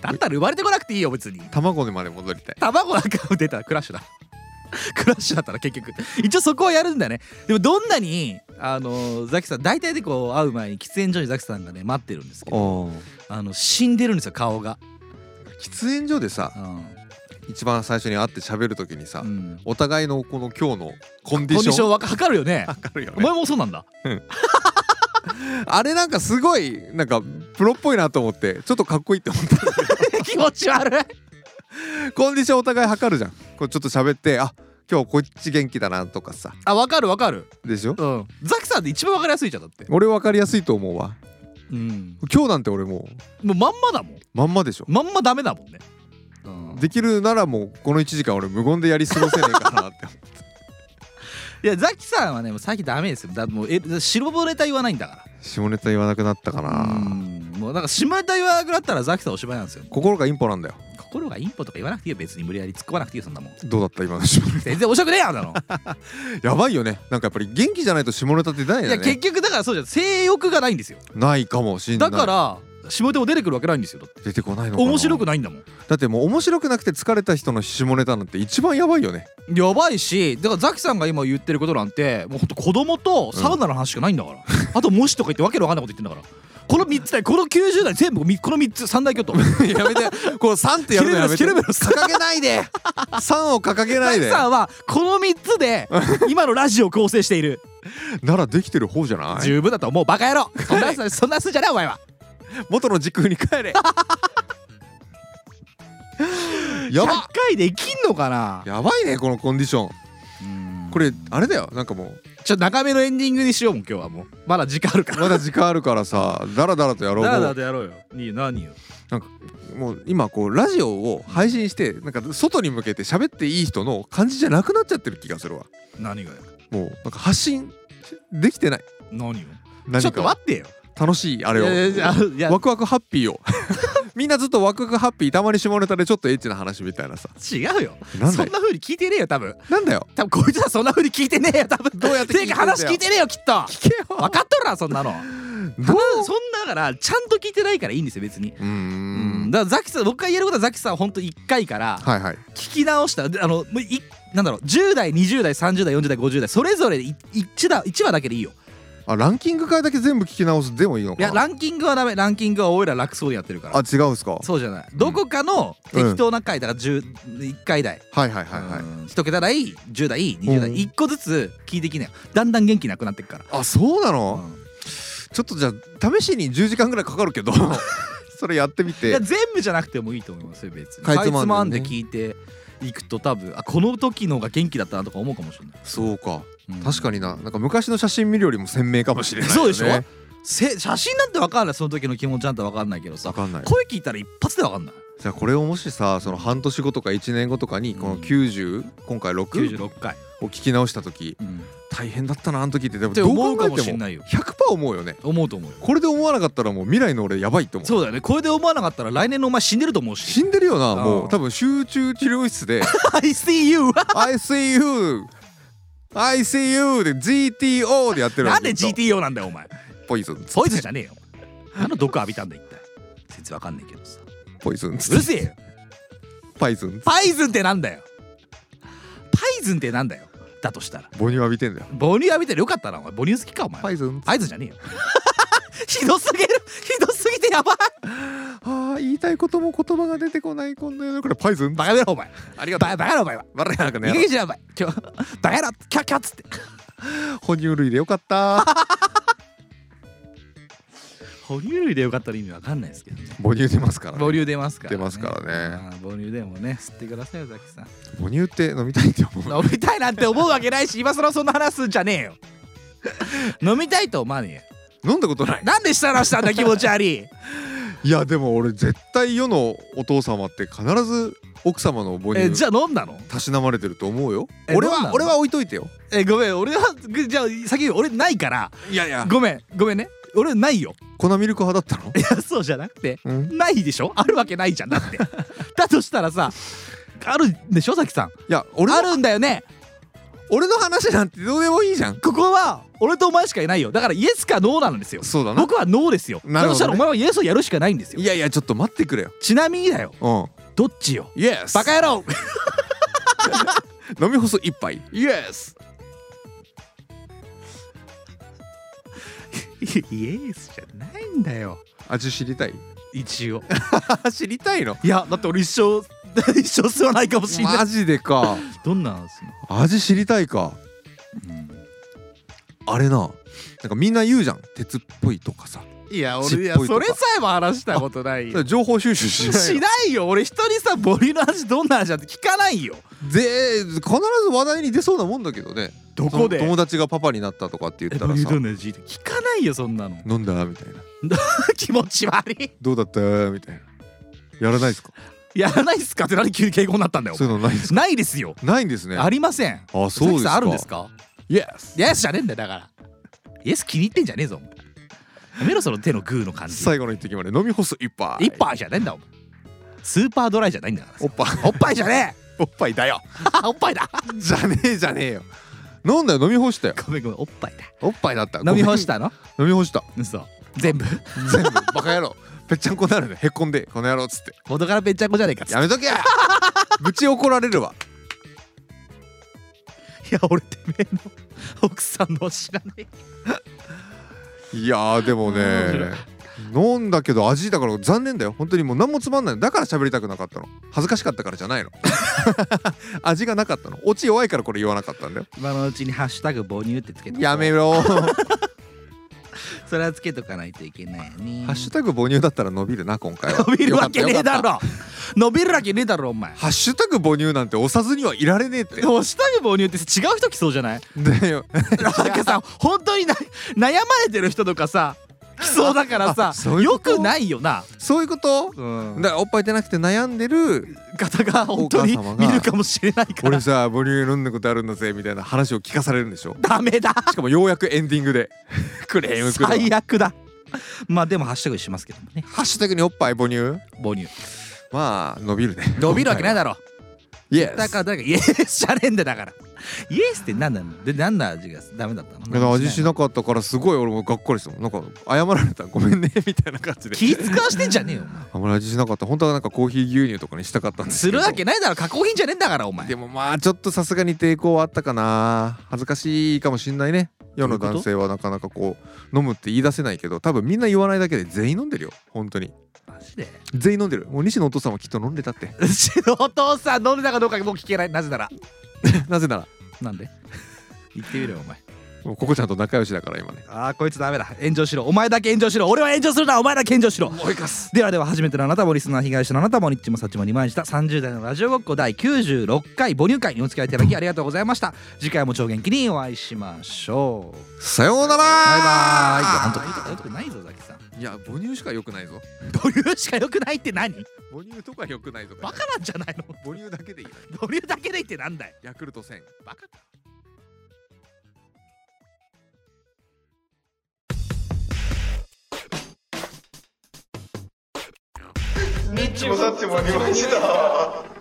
Speaker 2: だったら生まれてこなくていいよ別に
Speaker 1: 卵にまで戻りたい
Speaker 2: 卵なんか出たらクラッシュだ クラッシュだったら結局一応そこはやるんだねでもどんなにあのザキさん大体でこう会う前に喫煙所にザキさんがね待ってるんですけどあの死んでるんですよ顔が、
Speaker 1: 喫煙所でさ
Speaker 2: うん
Speaker 1: 一番最初に会って喋る時にさ、
Speaker 2: うん
Speaker 1: お互いのこの今日のコンディ
Speaker 2: コン
Speaker 1: シ
Speaker 2: ディシ
Speaker 1: ョ
Speaker 2: ョ
Speaker 1: ン
Speaker 2: ンわか測るよね
Speaker 1: わかるよ
Speaker 2: お
Speaker 1: ね
Speaker 2: 前もそうなんだ
Speaker 1: あれなんかすごいなんかプロっぽいなと思ってちょっとかっこいいって思った
Speaker 2: 気持ち悪い
Speaker 1: コンディションお互い測るじゃんこうちょっと喋ってあ今日こっち元気だなとかさ
Speaker 2: あわかるわかる
Speaker 1: でしょ
Speaker 2: うんザキさんで一番わかりやすいじゃんだって
Speaker 1: 俺分かりやすいと思うわ
Speaker 2: うん
Speaker 1: 今日なんて俺もう
Speaker 2: もうまんまだもん
Speaker 1: まんまでしょ
Speaker 2: まんまダメだもんね、うん
Speaker 1: できるならもうこの1時間俺無言でやり過ごせねえかなって
Speaker 2: いやザキさんはねもう最近ダメですよだってもうえ白ぼれた言わないんだから
Speaker 1: 下ネタ言わなくなったか
Speaker 2: う
Speaker 1: なん
Speaker 2: もうなんか島田言わなくなったらザキさんおしまいなんですよ
Speaker 1: 心がインポなんだよ
Speaker 2: 心がインポとか言わなくていいよ別に無理やり突っ込まなくていいよそんな もん
Speaker 1: どうだった今の下ネ
Speaker 2: 全然面白くねえやんだの
Speaker 1: タ やばいよねなんかやっぱり元気じゃないと下ネタって出ない
Speaker 2: い
Speaker 1: よ
Speaker 2: や結
Speaker 1: ね
Speaker 2: 局だからそうじゃん性欲がないんですよ
Speaker 1: ないかもしんな
Speaker 2: だ
Speaker 1: い
Speaker 2: から下手も出てくるわけないんですよだって
Speaker 1: 出てこないのかな
Speaker 2: 面白くないんだもん
Speaker 1: だってもう面白くなくて疲れた人の下ネタなんて一番やばいよね
Speaker 2: やばいしだからザキさんが今言ってることなんてもうほんと子供とサウナの話しかないん だから、あと模試とか言ってわけのわかんないこと言ってんだからこの3つ代この90代全部みこの3つ三大巨頭
Speaker 1: やめてこう3ってやるのやめて
Speaker 2: キルベロスキルベロ
Speaker 1: 掲げないで3を掲げな
Speaker 2: ザ
Speaker 1: い
Speaker 2: キ
Speaker 1: で
Speaker 2: さんはこの3 つで今のラジオを構成している
Speaker 1: ならできてる方じゃない
Speaker 2: 十分だと思うバカ 野郎そんなやつそんなやつじゃないお前は
Speaker 1: 元の時空に帰れやば
Speaker 2: 100回できんのかな
Speaker 1: やばいねこのコンディションこれあれだよなんかもう
Speaker 2: ちょっと長めのエンディングにしようもん今日はもうまだ時間あるから
Speaker 1: まだ時間あるからさダラダラとやろうもう
Speaker 2: とやろうよいいよ何よ
Speaker 1: もう今こうラジオを配信してなんか外に向けて喋っていい人の感じじゃなくなっちゃってる気がするわ
Speaker 2: 何がよ
Speaker 1: もうなんか発信できてない
Speaker 2: 何よちょ
Speaker 1: 何
Speaker 2: っと
Speaker 1: か
Speaker 2: 待ってよ
Speaker 1: 楽しいあ
Speaker 2: い
Speaker 1: れを
Speaker 2: やいやいや
Speaker 1: ワクワクハッピーを みんなずっとワクワクハッピーたまに下ネタでちょっとエッチな話みたいなさ
Speaker 2: 違うよ
Speaker 1: なん
Speaker 2: そ
Speaker 1: だ
Speaker 2: ん
Speaker 1: よ
Speaker 2: な風に聞いてねえよ多分
Speaker 1: なんだよ
Speaker 2: 多分こいつはそんな風に聞いてねえよ多分
Speaker 1: どうやって聞いてんだよ
Speaker 2: てか話聞いてねえよきっと
Speaker 1: 聞けよ
Speaker 2: 分かっとるわそんなの
Speaker 1: どう
Speaker 2: そんなだからちゃんと聞いてないからいいんですよ別に
Speaker 1: うーん
Speaker 2: だからザキさん僕が言えることはザキさんは本当1回から
Speaker 1: はいはい
Speaker 2: 聞き直したであのもういなんだろう10代20代30代40代50代それぞれ 1, だ一話だけでいいよ
Speaker 1: あランキング会だけ全部聞き直すでもいいの
Speaker 2: い
Speaker 1: か
Speaker 2: や
Speaker 1: な
Speaker 2: ランキングはダメランキングは俺ら楽そうにやってるから
Speaker 1: あ違うんすか
Speaker 2: そうじゃないどこかの適当な回だから1回台、
Speaker 1: はいはいはいはい
Speaker 2: うん一桁台10代20代
Speaker 1: うん
Speaker 2: 1個ずつ聞いてきなよだんだん元気なくなってくから
Speaker 1: あそうなの、
Speaker 2: うん
Speaker 1: ちょっとじゃあ試しに10時間ぐらいかかるけど それやってみ
Speaker 2: い
Speaker 1: て
Speaker 2: や全部じゃなくてもいいと思いますよ別に
Speaker 1: か
Speaker 2: か
Speaker 1: いつ
Speaker 2: いつ
Speaker 1: まんでね
Speaker 2: まんで聞いていくと多分あこの時の方が元気だったなとか思うかもしれない、
Speaker 1: そうか
Speaker 2: うん
Speaker 1: 確かにななんか昔の写真見るよりも鮮明かもしれないよね
Speaker 2: そうでしょせ写真なんて分かんないその時の気持ちなんて分かんないけどさ
Speaker 1: わかんない
Speaker 2: 声聞いたら一発で分かんない
Speaker 1: じゃあこれをもしさその半年後とか1年後とかにこの90今回6
Speaker 2: 96回、
Speaker 1: を聞き直した時
Speaker 2: うん
Speaker 1: 大変だったなあの時ってでも
Speaker 2: って
Speaker 1: どう
Speaker 2: 思
Speaker 1: 考
Speaker 2: う
Speaker 1: え
Speaker 2: かもしてん
Speaker 1: も
Speaker 2: ないよ
Speaker 1: 100%思うよね
Speaker 2: 思うと思うよ
Speaker 1: これで思わなかったらもう未来の俺やばいと思う
Speaker 2: そうだよねこれで思わなかったら来年のお前死んでると思うし
Speaker 1: 死んでるよなも
Speaker 2: う
Speaker 1: うん多分集中治療室で
Speaker 2: I see you
Speaker 1: I see you I see you で GTO でやってるわ
Speaker 2: なん
Speaker 1: け
Speaker 2: で GTO なんだよお前
Speaker 1: ポイズン
Speaker 2: ポイズンじゃねえよ何の毒浴びたんだ一体説わかんないけどさ
Speaker 1: ポイズン
Speaker 2: うるせえよ
Speaker 1: パイズン
Speaker 2: パイズンってなんだよパイズンってなんだよだとしたら
Speaker 1: 母乳浴びてんだよ
Speaker 2: 母乳浴びてるよかったなお前母乳好きかお前
Speaker 1: パイズン
Speaker 2: パイズンじゃねえよ ひどすぎるひどすぎてやばい
Speaker 1: ああ言いたいことも言葉が出てこないこんな夜からパイズン
Speaker 2: バカだろお前ありがとうババカだろお前は
Speaker 1: バレなく
Speaker 2: いい加減にしろお前ちょ バカだろキャッキャッつって
Speaker 1: 哺乳類でよかった
Speaker 2: 哺乳類でよかったら意味わかんないですけどね
Speaker 1: 母乳出ますから、ね、
Speaker 2: 母乳出ますから、ね、
Speaker 1: 出ますからね
Speaker 2: あー母乳でもね吸ってくださいよザキさん
Speaker 1: 母乳って飲みたいって思う
Speaker 2: 飲みたいなんて思うわけないし今更そんな話すんじゃねえよ 飲みたいと思わねえ
Speaker 1: 飲んだことない
Speaker 2: よなんでしたらしたんだ気持ち悪 い
Speaker 1: いやでも俺絶対世のお父様って必ず奥様の母
Speaker 2: え
Speaker 1: 乳
Speaker 2: じゃあ飲んだの
Speaker 1: たしなまれてると思うよ
Speaker 2: え
Speaker 1: 俺
Speaker 2: どうな
Speaker 1: は
Speaker 2: の
Speaker 1: 俺は置いといてよ
Speaker 2: えごめん俺はぐじゃあ先に俺ないから
Speaker 1: いやいや
Speaker 2: ごめんごめんね俺ないよ
Speaker 1: 粉ミルク派だったの
Speaker 2: いやそうじゃなくて
Speaker 1: うんい
Speaker 2: ないでしょあるわけないじゃんだって だとしたらさあるでしょさきさん
Speaker 1: や俺
Speaker 2: あ
Speaker 1: の
Speaker 2: るんだよね
Speaker 1: 俺の話なんてどうでもいいじゃん
Speaker 2: ここは俺とお前しかいないよだからイエスかノーなんですよ
Speaker 1: そうだな
Speaker 2: 僕はノーですよ、
Speaker 1: な
Speaker 2: だ
Speaker 1: るほど
Speaker 2: と
Speaker 1: ね
Speaker 2: したらお前はイエスをやるしかないんですよ
Speaker 1: いやいやちょっと待ってくれよ
Speaker 2: ちなみにだよ
Speaker 1: う
Speaker 2: どっちよ
Speaker 1: んイエス
Speaker 2: バカ野郎
Speaker 1: 飲み干す一杯イエス
Speaker 2: イエスじゃないんだよ
Speaker 1: 味知りた い
Speaker 2: 一応
Speaker 1: 知りたいの
Speaker 2: いやだって俺一生 一生吸わないかもしれない
Speaker 1: マジでか
Speaker 2: どんなんすんの
Speaker 1: 味知りたいかあれななんかみんな言うじゃん鉄っぽいとかさ
Speaker 2: いや
Speaker 1: 俺いやそれさ
Speaker 2: えも話したことない
Speaker 1: だから情報収集しない
Speaker 2: しないよ俺人にさボリュの味どんな味だって聞かないよ
Speaker 1: で必ず話題に出そうなもんだけどね
Speaker 2: ど
Speaker 1: その友達がパパになったとかって言
Speaker 2: え
Speaker 1: った
Speaker 2: ボ
Speaker 1: ら
Speaker 2: リュ
Speaker 1: さ
Speaker 2: ードの味って聞かないよそんな の
Speaker 1: 飲んだみたいな
Speaker 2: 気持ち悪い
Speaker 1: どうだったみたいなやらないですか
Speaker 2: やらないっすかって何急に敬語になったんだよ
Speaker 1: そういうのないですか
Speaker 2: ないですよ
Speaker 1: ないんですね
Speaker 2: ありません
Speaker 1: あそうです
Speaker 2: さきさ
Speaker 1: か
Speaker 2: んあるんですか
Speaker 1: イエス
Speaker 2: イエスじゃねえんだよだからイエス気に入ってんじゃねえぞお前やめろその手のグーの感じ
Speaker 1: 最後の一滴まで飲み干す一杯
Speaker 2: 一杯じゃねえんだお前スーパードライじゃないんだから
Speaker 1: おっぱい
Speaker 2: おっぱいじゃねえ
Speaker 1: おっぱいだよ
Speaker 2: あ おっぱいだ
Speaker 1: じゃねえじゃねえよ飲んだよ飲み干したよ
Speaker 2: ごめんごめんおっぱいだ
Speaker 1: おっぱいだった
Speaker 2: 飲み干したの
Speaker 1: 飲み干した
Speaker 2: 嘘全部
Speaker 1: 全部バカ野郎 ぺっちゃんこになるねへっこんでこの野郎っつって
Speaker 2: 元からぺっちゃんこじゃねえかっつって
Speaker 1: やめとけ ぶち怒られるわ
Speaker 2: いや俺てめえの奥さんの知らない
Speaker 1: いやーでもね飲んだけど味だから残念だよ本当にもう何もつまんないだから喋りたくなかったの恥ずかしかったからじゃないの 味がなかったのオチ弱いからこれ言わなかったんだよ
Speaker 2: 今のうちに「ハッシュタグ母乳」ってつけとこう
Speaker 1: やめろー
Speaker 2: それはつけとかないといけないよね
Speaker 1: ハッシュタグ母乳だったら伸びるな今回は
Speaker 2: 伸びるわけねえだ
Speaker 1: よかったよか
Speaker 2: ろ 伸びるわけねえだろお前
Speaker 1: ったハッシュタグ母乳なんて押さずにはいられねえって
Speaker 2: でも下に母乳って違う人来そうじゃない
Speaker 1: で
Speaker 2: なんかさ本当にな悩まれてる人とかさ来そうだからさ
Speaker 1: あそういう
Speaker 2: よ
Speaker 1: こと
Speaker 2: くないよな、
Speaker 1: そういうこと
Speaker 2: うん
Speaker 1: だからおっぱい出なくて悩んでる
Speaker 2: 方が本当
Speaker 1: お
Speaker 2: に
Speaker 1: 母様
Speaker 2: 見
Speaker 1: が
Speaker 2: るかもしれないか
Speaker 1: 俺
Speaker 2: ら
Speaker 1: さ母乳飲んだことあるんだぜみたいな話を聞かされるんでしょ
Speaker 2: ダメだ
Speaker 1: しかもようやくエンディング でクレームくるわ
Speaker 2: 最悪だまあでもハッシュタグにしますけどもね
Speaker 1: ハッシュタグにおっぱい母乳
Speaker 2: 母乳
Speaker 1: まあ伸びるね
Speaker 2: 伸びる わけないだろ
Speaker 1: イエス
Speaker 2: だからだからイエスじゃねえんだよだからイエスって何なので何の味がダメだった
Speaker 1: いや
Speaker 2: の
Speaker 1: 味しなかったからすごい俺もがっかりしたもんなんか謝られたごめんねみたいな感じで
Speaker 2: 気使わしてんじゃねえよお前
Speaker 1: あんまり味しなかった本当はなんかコーヒー牛乳とかにしたかったんです
Speaker 2: す
Speaker 1: け
Speaker 2: る
Speaker 1: ど
Speaker 2: わけないだろ加工品じゃねえんだからお前
Speaker 1: でもまあちょっとさすがに抵抗はあったかな恥ずかしいかもしんないね世の
Speaker 2: どういうこと
Speaker 1: 男性はなかなかこう飲むって言い出せないけど多分みんな言わないだけで全員飲んでるよ本当に
Speaker 2: マジで
Speaker 1: 全員飲んでるもう西野お父さんはきっと飲んでたって
Speaker 2: うちのお父さん飲んでたかどうかもう聞けないなぜなら
Speaker 1: なぜなら
Speaker 2: なんで言ってみろよお前
Speaker 1: もうココちゃんと仲良しだから今ね
Speaker 2: あーこいつダメだ炎上しろお前だけ炎上しろ俺は炎上するなお前だけ炎上しろ
Speaker 1: 追いかす
Speaker 2: ではでは初めてのあなたもリスナー被害者のあなたもニッチもサッチも2枚した30代のラジオごっこ第96回母乳会にお付き合いいただきありがとうございました次回も超元気にお会いしましょう
Speaker 1: さようなら
Speaker 2: バイバーイいや本当によくないぞザキさん
Speaker 1: いや母乳しか良くないぞ
Speaker 2: 母乳しかよくないって何
Speaker 1: 母乳とか良くないぞ
Speaker 2: バカなんじゃないの
Speaker 1: 母乳だけでいいな
Speaker 2: 母乳だけでいいってなんだよ
Speaker 1: ヤクルト1000バカ
Speaker 6: ニッチもサッチもありました